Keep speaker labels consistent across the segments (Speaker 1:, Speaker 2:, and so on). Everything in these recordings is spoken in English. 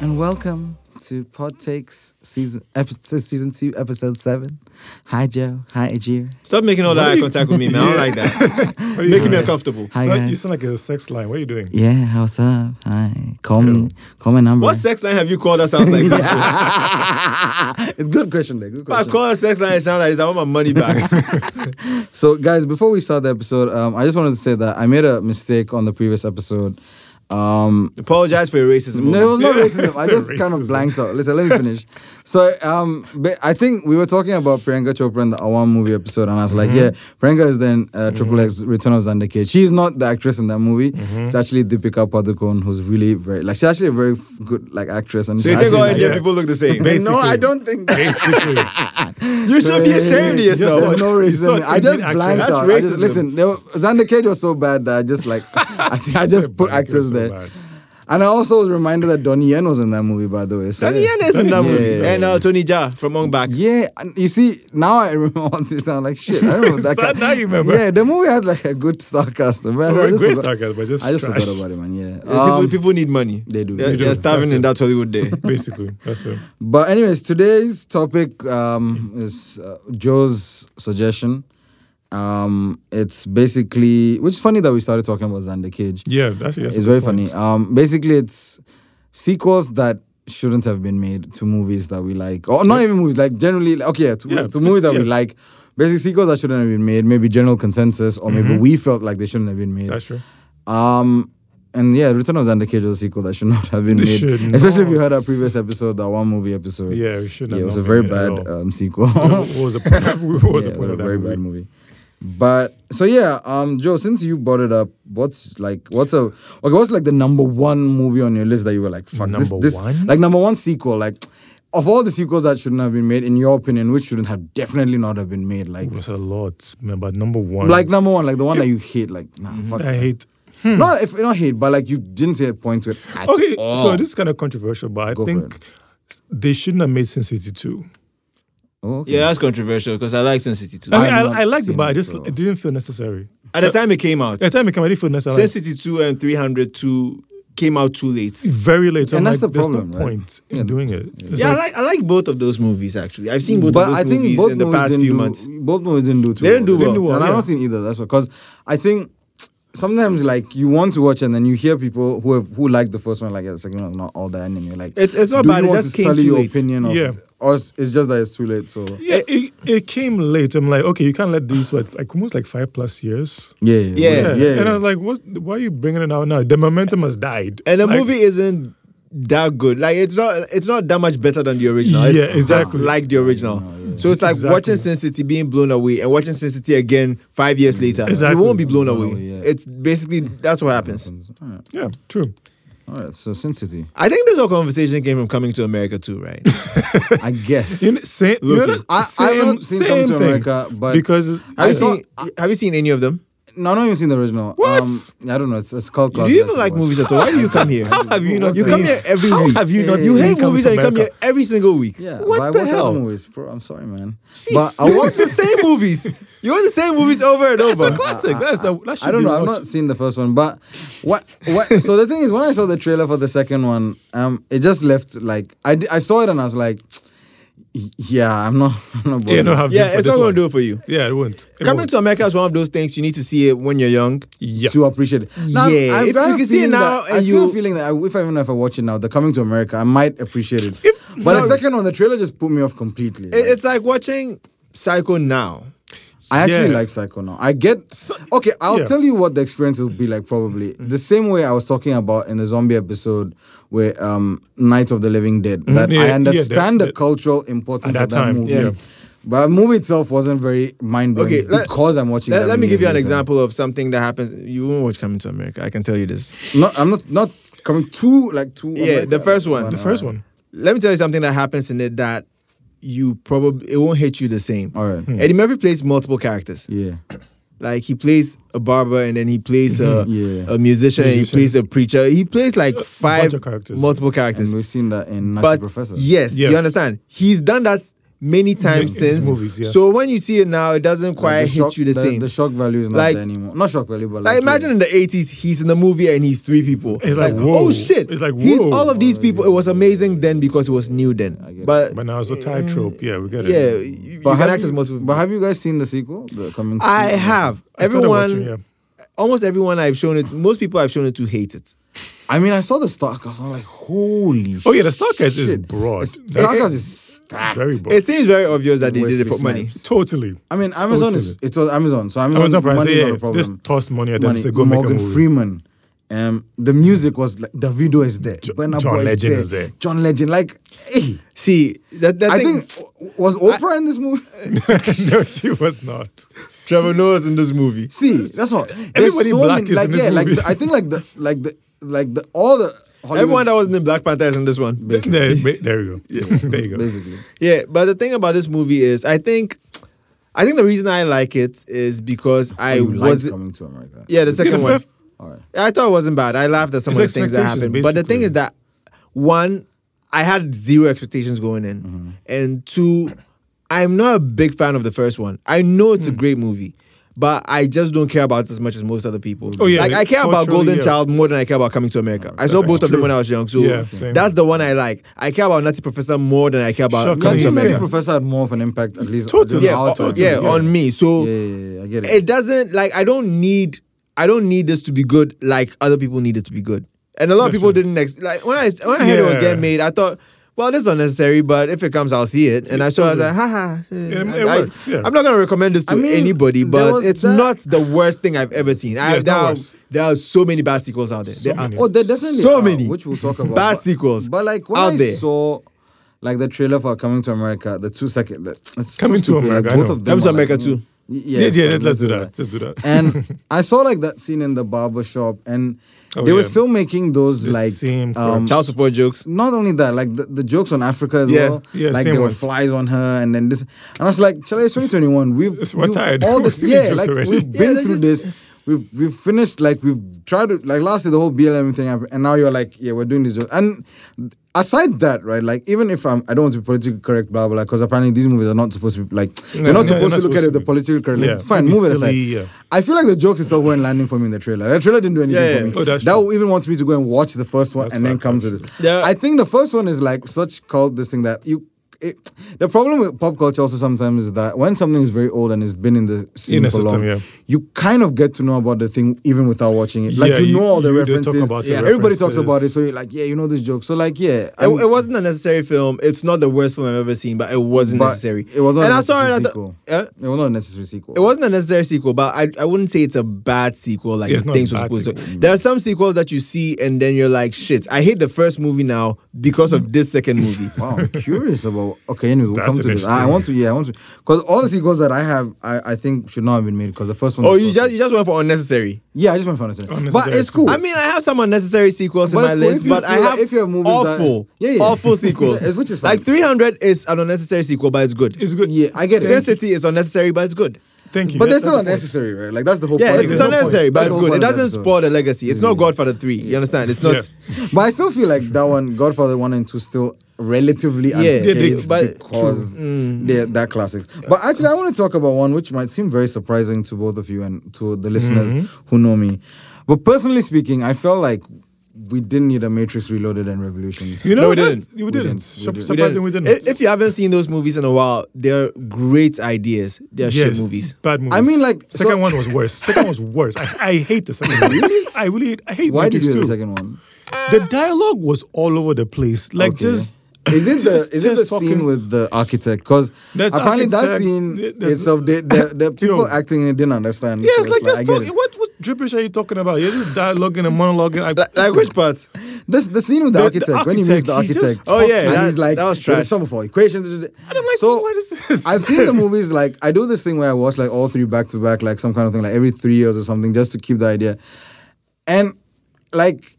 Speaker 1: welcome to Pod Takes season episode season two episode seven. Hi Joe. Hi Ajir.
Speaker 2: Stop making all that eye contact with me, man. I don't like that.
Speaker 3: What are you
Speaker 2: making me
Speaker 3: doing?
Speaker 2: uncomfortable.
Speaker 1: Hi
Speaker 3: So- you
Speaker 1: guys.
Speaker 3: sound like a sex line. What are you doing?
Speaker 1: Yeah. How's up? Hi. Call me. Call my number.
Speaker 2: What sex line have you called that sounds like that?
Speaker 1: it's good question there. Good
Speaker 2: If I
Speaker 1: question.
Speaker 2: call a sex line, it sounds like this. I want my money back.
Speaker 1: So, guys, before we start the episode, um, I just wanted to say that I made a mistake on the previous episode. Um,
Speaker 2: Apologize for your racism.
Speaker 1: no, it was not racism. I
Speaker 3: It's
Speaker 1: just
Speaker 3: a
Speaker 1: kind of
Speaker 3: racism.
Speaker 1: blanked out. Listen, let me finish. So, um, but I think we were talking about Priyanka Chopra in the Awam movie episode, and I was
Speaker 2: Mm-hmm.
Speaker 1: like, yeah, Priyanka is then uh, Triple X Return of Xander Cage. She's not the actress in that movie.
Speaker 2: Mm-hmm.
Speaker 1: It's actually Deepika Padukone, who's really very like she's actually a very f- good like actress. And
Speaker 2: So
Speaker 1: she's
Speaker 2: you think all
Speaker 1: actually, like,
Speaker 2: Indian
Speaker 3: yeah.
Speaker 2: people look the same?
Speaker 3: Basically.
Speaker 1: no, I don't think that.
Speaker 3: Basically,
Speaker 2: You should be ashamed of
Speaker 1: Hey, There's
Speaker 2: yourself.
Speaker 1: no
Speaker 3: You saw
Speaker 1: reason.
Speaker 3: an
Speaker 1: I just
Speaker 3: Indian actress.
Speaker 1: blanked
Speaker 2: That's
Speaker 1: out. I just,
Speaker 2: racism.
Speaker 1: listen, there were, Xander Cage was so bad that I just like, I, think I just put
Speaker 3: Black
Speaker 1: actors
Speaker 3: is so
Speaker 1: there.
Speaker 3: bad.
Speaker 1: And I also was reminded that Donnie Yen was in that movie, by the way. So,
Speaker 2: Tony Yen
Speaker 1: yeah.
Speaker 2: is in that
Speaker 1: Yeah,
Speaker 2: movie.
Speaker 1: yeah,
Speaker 2: And uh, Tony Ja from Ong Bak.
Speaker 1: Yeah, and you see, now I remember all this. I'm like, shit, I remember that.
Speaker 3: Sad
Speaker 1: guy.
Speaker 3: now you remember.
Speaker 1: Yeah, the movie had like a good star cast. man. I
Speaker 3: Well,
Speaker 1: just
Speaker 3: great
Speaker 1: forgot-
Speaker 3: star cast, but just
Speaker 1: I just
Speaker 3: trash.
Speaker 1: forgot about it, man. Yeah.
Speaker 2: People-
Speaker 1: Um,
Speaker 2: people, need money.
Speaker 1: they do.
Speaker 2: They're,
Speaker 1: They do.
Speaker 2: they're starving
Speaker 3: That's
Speaker 2: in
Speaker 3: it.
Speaker 2: that Hollywood day.
Speaker 3: basically, that's it.
Speaker 1: But anyways, today's topic um, is uh, Joe's suggestion. Um, it's basically, which is funny that we started talking about Xander Cage.
Speaker 3: Yeah, actually, that's a
Speaker 1: it's
Speaker 3: good
Speaker 1: very
Speaker 3: point.
Speaker 1: funny. Um, basically, it's sequels that shouldn't have been made to movies that we like, or not even movies like generally. like- Okay, yeah, to,
Speaker 3: Yeah,
Speaker 1: to movies that we
Speaker 3: yeah.
Speaker 1: like. Basically, sequels that shouldn't have been made. Maybe general consensus, or maybe
Speaker 3: Mm-hmm.
Speaker 1: we felt like they shouldn't have been made.
Speaker 3: That's true.
Speaker 1: Um, and yeah, Return of Xander Cage was a sequel that should not have been
Speaker 3: They
Speaker 1: made.
Speaker 3: should
Speaker 1: Especially if you
Speaker 3: not.
Speaker 1: heard our previous episode, that one movie episode.
Speaker 3: Yeah, we should.
Speaker 1: Yeah,
Speaker 3: have
Speaker 1: it was a
Speaker 3: not
Speaker 1: very
Speaker 3: made at
Speaker 1: bad
Speaker 3: all.
Speaker 1: um, sequel.
Speaker 3: what was the point? What was
Speaker 1: Yeah,
Speaker 3: the
Speaker 1: it
Speaker 3: point
Speaker 1: was a
Speaker 3: of that
Speaker 1: very
Speaker 3: movie?
Speaker 1: bad movie. But so yeah, um, Joe, since you brought it up, what's like what's a okay, what's like the number one movie on your list that you were like, fuck this,
Speaker 3: Number
Speaker 1: this
Speaker 3: one?
Speaker 1: like number one sequel, like of all the sequels that shouldn't have been made, in your opinion, which shouldn't have definitely not have been made, like
Speaker 3: It was a lot, man. But number one,
Speaker 1: like number one, like the one that you hate, like nah, fuck.
Speaker 3: I hate.
Speaker 1: Not if not hate, but like you didn't say a point to it at
Speaker 3: Okay,
Speaker 1: all.
Speaker 3: so this is kind of controversial, but I
Speaker 1: Go for
Speaker 3: think they shouldn't have made Sin City two.
Speaker 1: Oh, okay.
Speaker 2: Yeah, that's controversial because I like Sin City too.
Speaker 3: I mean,
Speaker 1: I've
Speaker 3: I,
Speaker 1: not
Speaker 3: I liked
Speaker 1: seen
Speaker 3: it, but I
Speaker 1: it,
Speaker 3: just
Speaker 1: so-
Speaker 3: it didn't feel necessary.
Speaker 2: At the time it came out,
Speaker 3: At the time it came, I didn't feel necessary.
Speaker 2: Sin City 2 and 302 came out too late.
Speaker 3: very late. So
Speaker 1: And
Speaker 3: I'm
Speaker 1: that's
Speaker 3: like,
Speaker 1: the problem,
Speaker 3: There's no
Speaker 1: right?
Speaker 3: point in doing it. It's
Speaker 2: Yeah, I
Speaker 3: like-
Speaker 2: like I like both of those movies actually. I've seen both
Speaker 1: but
Speaker 2: of
Speaker 1: I
Speaker 2: those
Speaker 1: think
Speaker 2: movies
Speaker 1: both
Speaker 2: in the
Speaker 1: movies
Speaker 2: past
Speaker 1: didn't
Speaker 2: few
Speaker 1: do,
Speaker 2: months.
Speaker 1: Both movies didn't do too
Speaker 2: They didn't do
Speaker 3: well.
Speaker 1: and I've
Speaker 3: Yeah.
Speaker 1: not seen either. That's why. Because I think sometimes like you want to watch and then you hear people who have who like the first one, like the second one, not all that, and then you're like,
Speaker 2: It's- it's not
Speaker 1: do
Speaker 2: bad,
Speaker 1: You
Speaker 2: it
Speaker 1: want
Speaker 2: just
Speaker 1: to
Speaker 2: came
Speaker 1: sully
Speaker 2: too
Speaker 1: your
Speaker 2: late.
Speaker 1: opinion of
Speaker 3: Yeah.
Speaker 1: or it's it's just that it's too late. So yeah,
Speaker 3: Yeah, it, it came late. I'm like, okay, you can't let these what like almost like five plus years.
Speaker 1: yeah, yeah.
Speaker 2: Yeah.
Speaker 1: yeah,
Speaker 3: And I was like, what? Why are you bringing it out now? The momentum has died.
Speaker 2: And the
Speaker 3: Like,
Speaker 2: movie isn't that good. Like it's not it's not that much better than the original. It's
Speaker 3: Yeah,
Speaker 2: just
Speaker 3: exactly.
Speaker 2: like the original. So it's like
Speaker 3: Exactly.
Speaker 2: watching Sin City being blown away and watching Sin City again five
Speaker 3: Mm.
Speaker 2: years later.
Speaker 3: Exactly.
Speaker 2: You won't be
Speaker 3: Oh,
Speaker 2: blown
Speaker 1: Blown
Speaker 2: away.
Speaker 1: away, yeah.
Speaker 2: It's basically that's what happens.
Speaker 3: Yeah, true.
Speaker 1: All right, so Sin City,
Speaker 2: I think this whole conversation came from coming to America too, right?
Speaker 1: I guess.
Speaker 3: You know, same, you know,
Speaker 2: Look,
Speaker 3: that-
Speaker 1: I- I
Speaker 3: same,
Speaker 1: haven't seen Come
Speaker 3: same
Speaker 1: to
Speaker 3: thing.
Speaker 1: America, but-
Speaker 3: because
Speaker 2: have,
Speaker 1: I
Speaker 2: you
Speaker 1: saw-
Speaker 2: seen, have you seen any of them?
Speaker 1: no, I've not even seen the original.
Speaker 3: What?
Speaker 1: Um, I don't know. It's, it's called.
Speaker 2: Do you even like movies at all? Why do you come here?
Speaker 3: have you not
Speaker 2: You come
Speaker 3: seen-
Speaker 2: here every
Speaker 3: how
Speaker 2: week.
Speaker 3: have you not
Speaker 2: You
Speaker 3: seen
Speaker 2: hate
Speaker 3: Come
Speaker 2: movies
Speaker 3: to
Speaker 2: and you come here
Speaker 3: America?
Speaker 2: every single week.
Speaker 1: Yeah, but I
Speaker 2: what the
Speaker 1: watch other
Speaker 2: hell?
Speaker 1: Movies, bro. I'm sorry, man.
Speaker 2: Jeez, you watch the same movies. You watch the same movies over and
Speaker 3: that's
Speaker 2: over. Ah,
Speaker 3: a classic. That's a, that should
Speaker 1: I don't
Speaker 3: be
Speaker 1: know. I've
Speaker 3: watched.
Speaker 1: not seen the first one, but what? What? so the thing is, when I saw the trailer for the second one, um, it just left like I, d- I saw it and I was like, yeah, I'm not. I'm not bothered.
Speaker 3: Yeah, no, have
Speaker 2: ah. Yeah, it's not going to do it for you.
Speaker 3: Yeah, it won't. It
Speaker 2: Coming
Speaker 3: won't.
Speaker 2: to America is one of those things you need to see it when you're young.
Speaker 3: yeah.
Speaker 1: To appreciate it.
Speaker 2: Yeah, if
Speaker 1: kind
Speaker 2: you
Speaker 1: of
Speaker 2: can see it
Speaker 1: feeling
Speaker 2: now
Speaker 1: that-
Speaker 2: and
Speaker 1: I feel
Speaker 2: you-
Speaker 1: feeling that I, if I even know if I watch it now, the coming to America, I might appreciate it. but the second one, the trailer just put me off completely.
Speaker 2: It- It's like watching Psycho now.
Speaker 1: I actually
Speaker 3: Yeah.
Speaker 1: like Psycho now. I get okay. I'll
Speaker 3: yeah.
Speaker 1: tell you what the experience will be like. Probably
Speaker 2: Mm-hmm.
Speaker 1: the same way I was talking about in the zombie episode where um Night of the Living Dead.
Speaker 2: Mm-hmm.
Speaker 1: That
Speaker 3: yeah,
Speaker 1: I
Speaker 3: yeah,
Speaker 1: understand the,
Speaker 3: that- that-
Speaker 1: cultural importance
Speaker 3: At
Speaker 1: of
Speaker 3: that
Speaker 1: that
Speaker 3: time,
Speaker 1: movie.
Speaker 3: yeah.
Speaker 1: But the movie itself wasn't very mind blowing
Speaker 2: Okay, let-
Speaker 1: because I'm watching.
Speaker 2: Let,
Speaker 1: that
Speaker 2: let me
Speaker 1: many
Speaker 2: give you
Speaker 1: years
Speaker 2: an
Speaker 1: later.
Speaker 2: example of something that happens. You won't watch Coming to America. I can tell you this.
Speaker 1: No, I'm not not coming too like too.
Speaker 3: Oh
Speaker 2: Yeah, the first one.
Speaker 3: the first one.
Speaker 2: Let me tell you something that happens in it that you probably it won't hit you the same.
Speaker 1: All right.
Speaker 3: Hmm.
Speaker 2: Eddie Murphy plays multiple characters.
Speaker 1: Yeah.
Speaker 2: Like he plays a barber and then he plays a,
Speaker 1: Mhm, yeah.
Speaker 2: a musician, and he
Speaker 3: Musician.
Speaker 2: plays a preacher. He plays like
Speaker 3: bunch
Speaker 2: five
Speaker 3: of characters.
Speaker 2: multiple
Speaker 1: And
Speaker 2: characters.
Speaker 1: we've seen that in Nazi
Speaker 2: But
Speaker 1: Professor.
Speaker 2: yes,
Speaker 3: Yes.
Speaker 2: you understand. He's done that many times
Speaker 3: it's
Speaker 2: since.
Speaker 3: movies, yeah.
Speaker 2: So when you see it now, it doesn't quite
Speaker 1: the
Speaker 2: hit
Speaker 1: shock-
Speaker 2: you the, same.
Speaker 1: The shock value is not
Speaker 2: Like-
Speaker 1: there anymore. Not shock value, but like,
Speaker 2: like imagine in the 80s, he's in the movie and he's three people.
Speaker 3: It's like, whoa.
Speaker 2: oh shit.
Speaker 3: It's like,
Speaker 2: He's
Speaker 3: whoa.
Speaker 2: all of these people. It was amazing then because it was new then.
Speaker 1: get
Speaker 2: But,
Speaker 3: But now it's a tightrope. Yeah, we got it.
Speaker 2: yeah, you,
Speaker 1: But
Speaker 2: you can
Speaker 1: have
Speaker 2: act
Speaker 1: you-
Speaker 2: as multiple
Speaker 1: But have you guys seen the sequel? The coming.
Speaker 2: I
Speaker 1: sequel?
Speaker 2: have.
Speaker 3: I started
Speaker 2: everyone,
Speaker 3: watching, yeah.
Speaker 2: almost everyone I've shown it, most people I've shown it to hate it.
Speaker 1: I mean, I saw the Starcast. I'm like, holy.
Speaker 3: Oh yeah, the Starcast is broad. That's
Speaker 1: Starcast is stacked.
Speaker 3: very broad.
Speaker 2: It seems very obvious that they did
Speaker 1: Wesley
Speaker 2: it for money.
Speaker 1: Snipes.
Speaker 3: totally.
Speaker 1: I mean, Amazon is it was Amazon, so Amazon,
Speaker 3: Amazon Prime.
Speaker 1: money
Speaker 3: say,
Speaker 1: not
Speaker 3: yeah,
Speaker 1: a problem.
Speaker 3: just toss money at them.
Speaker 1: money.
Speaker 3: Say go
Speaker 1: Morgan
Speaker 3: make a movie.
Speaker 1: Freeman. Um, the music was like Davido is there, Burna
Speaker 3: John
Speaker 1: Boy
Speaker 3: Legend
Speaker 1: is
Speaker 3: is
Speaker 1: there,
Speaker 3: there.
Speaker 1: John Legend. Like, hey,
Speaker 2: See, that, that
Speaker 1: I
Speaker 2: thing,
Speaker 1: think was Oprah in this movie.
Speaker 3: no, she was not.
Speaker 2: Trevor Noah's in this movie.
Speaker 1: See, that's all. There's
Speaker 3: Everybody black is
Speaker 1: like,
Speaker 3: in this
Speaker 1: yeah, like
Speaker 3: movie.
Speaker 1: the, I think like the like the like the all the Hollywood,
Speaker 2: Everyone that was in the Black Panther is in this one.
Speaker 3: There, there you go. there you go.
Speaker 1: basically.
Speaker 2: Yeah, but the thing about this movie is, I think, I think the reason I like it is
Speaker 3: Oh,
Speaker 2: because I
Speaker 1: You liked
Speaker 2: was
Speaker 1: coming to America.
Speaker 2: yeah the second one.
Speaker 3: It's
Speaker 1: All right.
Speaker 2: I thought it wasn't bad. I laughed at some of the
Speaker 3: It's
Speaker 2: things that
Speaker 3: expectations,
Speaker 2: happened. But the thing
Speaker 3: basically.
Speaker 2: is that one, I had zero expectations going in,
Speaker 3: Mm-hmm.
Speaker 2: and two, I'm not a big fan of the first one. I know
Speaker 3: Hmm.
Speaker 2: it's a great movie. But I just don't care about it as much as most other people.
Speaker 3: Oh, yeah,
Speaker 2: like I care about
Speaker 3: culturally,
Speaker 2: Golden
Speaker 3: yeah.
Speaker 2: Child more than I care about Coming to America. I saw
Speaker 3: That's
Speaker 2: both of them
Speaker 3: true.
Speaker 2: when I was young, so
Speaker 3: Yeah, same.
Speaker 2: that's the one I like. I care about Nutty Professor more than I care about
Speaker 3: Sure,
Speaker 1: Coming
Speaker 3: Coming
Speaker 1: to
Speaker 3: to
Speaker 1: America.
Speaker 3: America.
Speaker 1: Professor had more of an impact, at least
Speaker 3: Totally.
Speaker 1: on
Speaker 2: yeah,
Speaker 1: our
Speaker 2: o-
Speaker 1: time.
Speaker 2: yeah, on me. So
Speaker 1: yeah, yeah, yeah, I get it.
Speaker 2: it doesn't like I don't need I don't need this to be good like other people need it to be good. And a lot of people didn't ex- like when I when I heard it was
Speaker 3: Yeah.
Speaker 2: getting made, I thought, well, this is unnecessary, but if it comes, I'll see it. And I saw it, I was like, haha.
Speaker 3: it-
Speaker 2: eh,
Speaker 3: it
Speaker 2: I,
Speaker 3: works, yeah.
Speaker 2: I'm not gonna recommend this to
Speaker 1: I mean,
Speaker 2: anybody,
Speaker 1: there
Speaker 2: but
Speaker 1: was
Speaker 2: it's
Speaker 1: that-
Speaker 2: not the worst thing I've ever seen. I,
Speaker 3: Yeah, it's
Speaker 2: there,
Speaker 3: not
Speaker 2: are,
Speaker 3: worse.
Speaker 2: there are so many bad sequels out there. there
Speaker 3: many.
Speaker 2: Are,
Speaker 1: Oh, there definitely
Speaker 2: so
Speaker 1: are,
Speaker 2: many
Speaker 1: which we'll talk about.
Speaker 2: bad
Speaker 1: but-
Speaker 2: sequels.
Speaker 1: But like when
Speaker 2: out
Speaker 1: I
Speaker 2: there.
Speaker 1: saw like the trailer for Coming to America, the two second, the- it's so
Speaker 3: Coming to
Speaker 1: stupid,
Speaker 3: America, I
Speaker 1: like, both
Speaker 3: know.
Speaker 1: of them
Speaker 2: Coming to
Speaker 1: are, like, mm,
Speaker 2: America too.
Speaker 1: y-
Speaker 3: Yeah, yeah.
Speaker 1: fine,
Speaker 3: let's, let's do that. Let's do that.
Speaker 1: And I saw like that scene in the barber shop, and
Speaker 3: Oh,
Speaker 1: they were
Speaker 3: yeah.
Speaker 1: still making those
Speaker 3: The
Speaker 1: like
Speaker 3: same
Speaker 1: um,
Speaker 2: Child support jokes.
Speaker 1: not only that, like the, the jokes on Africa as
Speaker 2: Yeah.
Speaker 1: well.
Speaker 3: Yeah,
Speaker 1: like
Speaker 3: same
Speaker 1: there were
Speaker 3: ones.
Speaker 1: flies on her, and then this, and I was like, "Chale, it's 2021. We've
Speaker 3: It's- we're
Speaker 1: we've-
Speaker 3: tired.
Speaker 1: All
Speaker 3: We've
Speaker 1: this,
Speaker 3: seen the
Speaker 1: yeah,
Speaker 3: jokes
Speaker 1: like
Speaker 3: already.
Speaker 1: we've
Speaker 2: Yeah,
Speaker 1: been
Speaker 2: they're
Speaker 1: through
Speaker 2: just-
Speaker 1: this. We've we've finished. Like we've tried to like last year the whole BLM thing, and now you're like, yeah, we're doing this. joke. And aside that, right, like even if I'm, I don't want to be politically correct, blah blah, blah, because apparently these movies are not supposed to be like they're not
Speaker 3: yeah,
Speaker 1: supposed
Speaker 3: they're
Speaker 1: to
Speaker 3: not
Speaker 1: look at it
Speaker 3: supposed to
Speaker 1: the
Speaker 3: be.
Speaker 1: political correct.
Speaker 3: Yeah,
Speaker 1: It's fine,
Speaker 3: maybe
Speaker 1: move it aside.
Speaker 3: silly, yeah.
Speaker 1: I feel like the jokes itself weren't landing for me in the trailer. The trailer didn't do anything
Speaker 2: Yeah,
Speaker 1: for me.
Speaker 2: yeah.
Speaker 3: Oh, that's
Speaker 1: that
Speaker 3: true.
Speaker 1: even wants me to go and watch the first one
Speaker 3: That's
Speaker 1: and then
Speaker 3: fact,
Speaker 1: come to
Speaker 3: actually.
Speaker 1: this.
Speaker 2: Yeah.
Speaker 1: I think the first one is like such called this thing that you. It, the problem with pop culture also sometimes is that when something is very old and it's been in the scene
Speaker 3: In the
Speaker 1: for
Speaker 3: system,
Speaker 1: long,
Speaker 3: yeah.
Speaker 1: you kind of get to know about the thing even without watching it. Like
Speaker 3: Yeah,
Speaker 1: you,
Speaker 3: you-
Speaker 1: know all the
Speaker 3: you- they talk
Speaker 1: references.
Speaker 3: about the
Speaker 1: yeah. Everybody talks
Speaker 3: references.
Speaker 1: about it, so you're like, yeah, you know this joke. So like, yeah,
Speaker 2: It,
Speaker 1: I'm-
Speaker 2: it wasn't a necessary film. It's not the worst film I've ever seen, but it wasn't
Speaker 1: But
Speaker 2: necessary.
Speaker 1: it was not
Speaker 2: and
Speaker 1: a
Speaker 2: I saw it. I
Speaker 1: necessary
Speaker 2: thought,
Speaker 1: sequel.
Speaker 2: eh?
Speaker 1: it was not a necessary sequel.
Speaker 2: it wasn't a necessary sequel, but I, I wouldn't say it's a bad sequel. Like
Speaker 3: Yeah, it's
Speaker 2: the
Speaker 3: not a
Speaker 2: things were
Speaker 3: bad
Speaker 2: supposed to.
Speaker 3: sequel.
Speaker 2: There are some sequels that you see and then you're like, shit, I hate the first movie now because of this second movie.
Speaker 1: Wow, I'm curious about. Okay, anyway, we'll
Speaker 3: That's
Speaker 1: come to this. Ah, I
Speaker 3: interesting.
Speaker 1: want to, yeah, I want to, because all the sequels that I have, I, I think should not have been made because the first one.
Speaker 2: oh,
Speaker 1: was
Speaker 2: you
Speaker 1: awesome.
Speaker 2: just you just went for unnecessary.
Speaker 1: Yeah, I just went for unnecessary. But
Speaker 3: Unnecessary
Speaker 1: it's cool.
Speaker 2: I mean, I have some unnecessary sequels in
Speaker 1: But it's
Speaker 2: my
Speaker 1: cool
Speaker 2: list,
Speaker 1: if you
Speaker 2: but I
Speaker 1: feel-
Speaker 2: have
Speaker 1: if you have movies that-
Speaker 2: awful,
Speaker 1: Yeah, yeah.
Speaker 2: awful sequels,
Speaker 1: Yeah, which is
Speaker 2: like
Speaker 1: fine.
Speaker 2: 300 is an unnecessary sequel, but it's good.
Speaker 3: it's good.
Speaker 1: yeah, I get
Speaker 2: Sin
Speaker 1: it.
Speaker 2: City is unnecessary, but it's good.
Speaker 3: Thank you.
Speaker 1: But
Speaker 3: That-
Speaker 1: that's still
Speaker 3: the point.
Speaker 1: unnecessary, right? Like that's the whole
Speaker 2: Yeah,
Speaker 1: point.
Speaker 2: it's,
Speaker 1: of
Speaker 2: it's
Speaker 1: it.
Speaker 2: unnecessary,
Speaker 1: That's
Speaker 2: but
Speaker 1: the
Speaker 2: it's
Speaker 1: whole
Speaker 2: good. It
Speaker 1: point of the
Speaker 2: doesn't
Speaker 1: episode.
Speaker 2: spoil the legacy. It's not Godfather 3. You understand? It's not.
Speaker 3: Yeah.
Speaker 1: But I still feel like that one, Godfather one and two, still relatively
Speaker 2: Yeah,
Speaker 1: unscathed
Speaker 3: they-
Speaker 2: but- Mm.
Speaker 1: because they're that classics. But actually, I want to talk about one which might seem very surprising to both of you and to the listeners
Speaker 2: Mm-hmm.
Speaker 1: who know me. But personally speaking, I felt like we didn't need a Matrix Reloaded and Revolutions.
Speaker 3: You know
Speaker 2: No, we
Speaker 3: what?
Speaker 2: didn't.
Speaker 3: You
Speaker 1: We
Speaker 3: didn't.
Speaker 1: didn't.
Speaker 3: Sur-
Speaker 1: We didn't.
Speaker 2: We
Speaker 3: Surprising, we
Speaker 2: didn't-
Speaker 3: didn't.
Speaker 2: If, if you haven't seen those movies in a while, they're great ideas. They're shit
Speaker 3: Yes,
Speaker 2: movies.
Speaker 3: Bad movies.
Speaker 1: I mean, like, so-
Speaker 3: second one was worse. Second one was worse. I, I hate the second one. really? I really hate- I hate
Speaker 1: Why did
Speaker 3: Matrix
Speaker 1: you do the
Speaker 3: too.
Speaker 1: second one?
Speaker 3: The dialogue was all over the place. Like
Speaker 1: Okay.
Speaker 3: just
Speaker 1: Is it the
Speaker 3: just-
Speaker 1: is it the
Speaker 3: just
Speaker 1: scene
Speaker 3: talking-
Speaker 1: with the architect? Because
Speaker 3: There's
Speaker 1: apparently that
Speaker 3: architect,
Speaker 1: scene
Speaker 3: th- there's-
Speaker 1: is of the the, the people acting in it didn't understand.
Speaker 3: Yes,
Speaker 1: So
Speaker 3: like
Speaker 1: it's
Speaker 3: just
Speaker 1: I get
Speaker 3: talking.
Speaker 1: it.
Speaker 3: What what drippish are you talking about? You're just dialoguing and monologuing. I,
Speaker 2: Like, like which part?
Speaker 1: This, the scene with the,
Speaker 3: The- the
Speaker 1: architect, when he meets
Speaker 3: architect,
Speaker 1: the
Speaker 3: he
Speaker 1: architect.
Speaker 3: just
Speaker 2: Oh, yeah,
Speaker 1: and
Speaker 2: that-
Speaker 1: he's like,
Speaker 2: that was
Speaker 1: "Well, the
Speaker 2: trash.
Speaker 1: sum of all equations. And I'm
Speaker 3: like, what is this?
Speaker 1: I've seen the movies like I do this thing where I watch like all three back to back, like some kind of thing, like every three years or something, just to keep the idea. And like.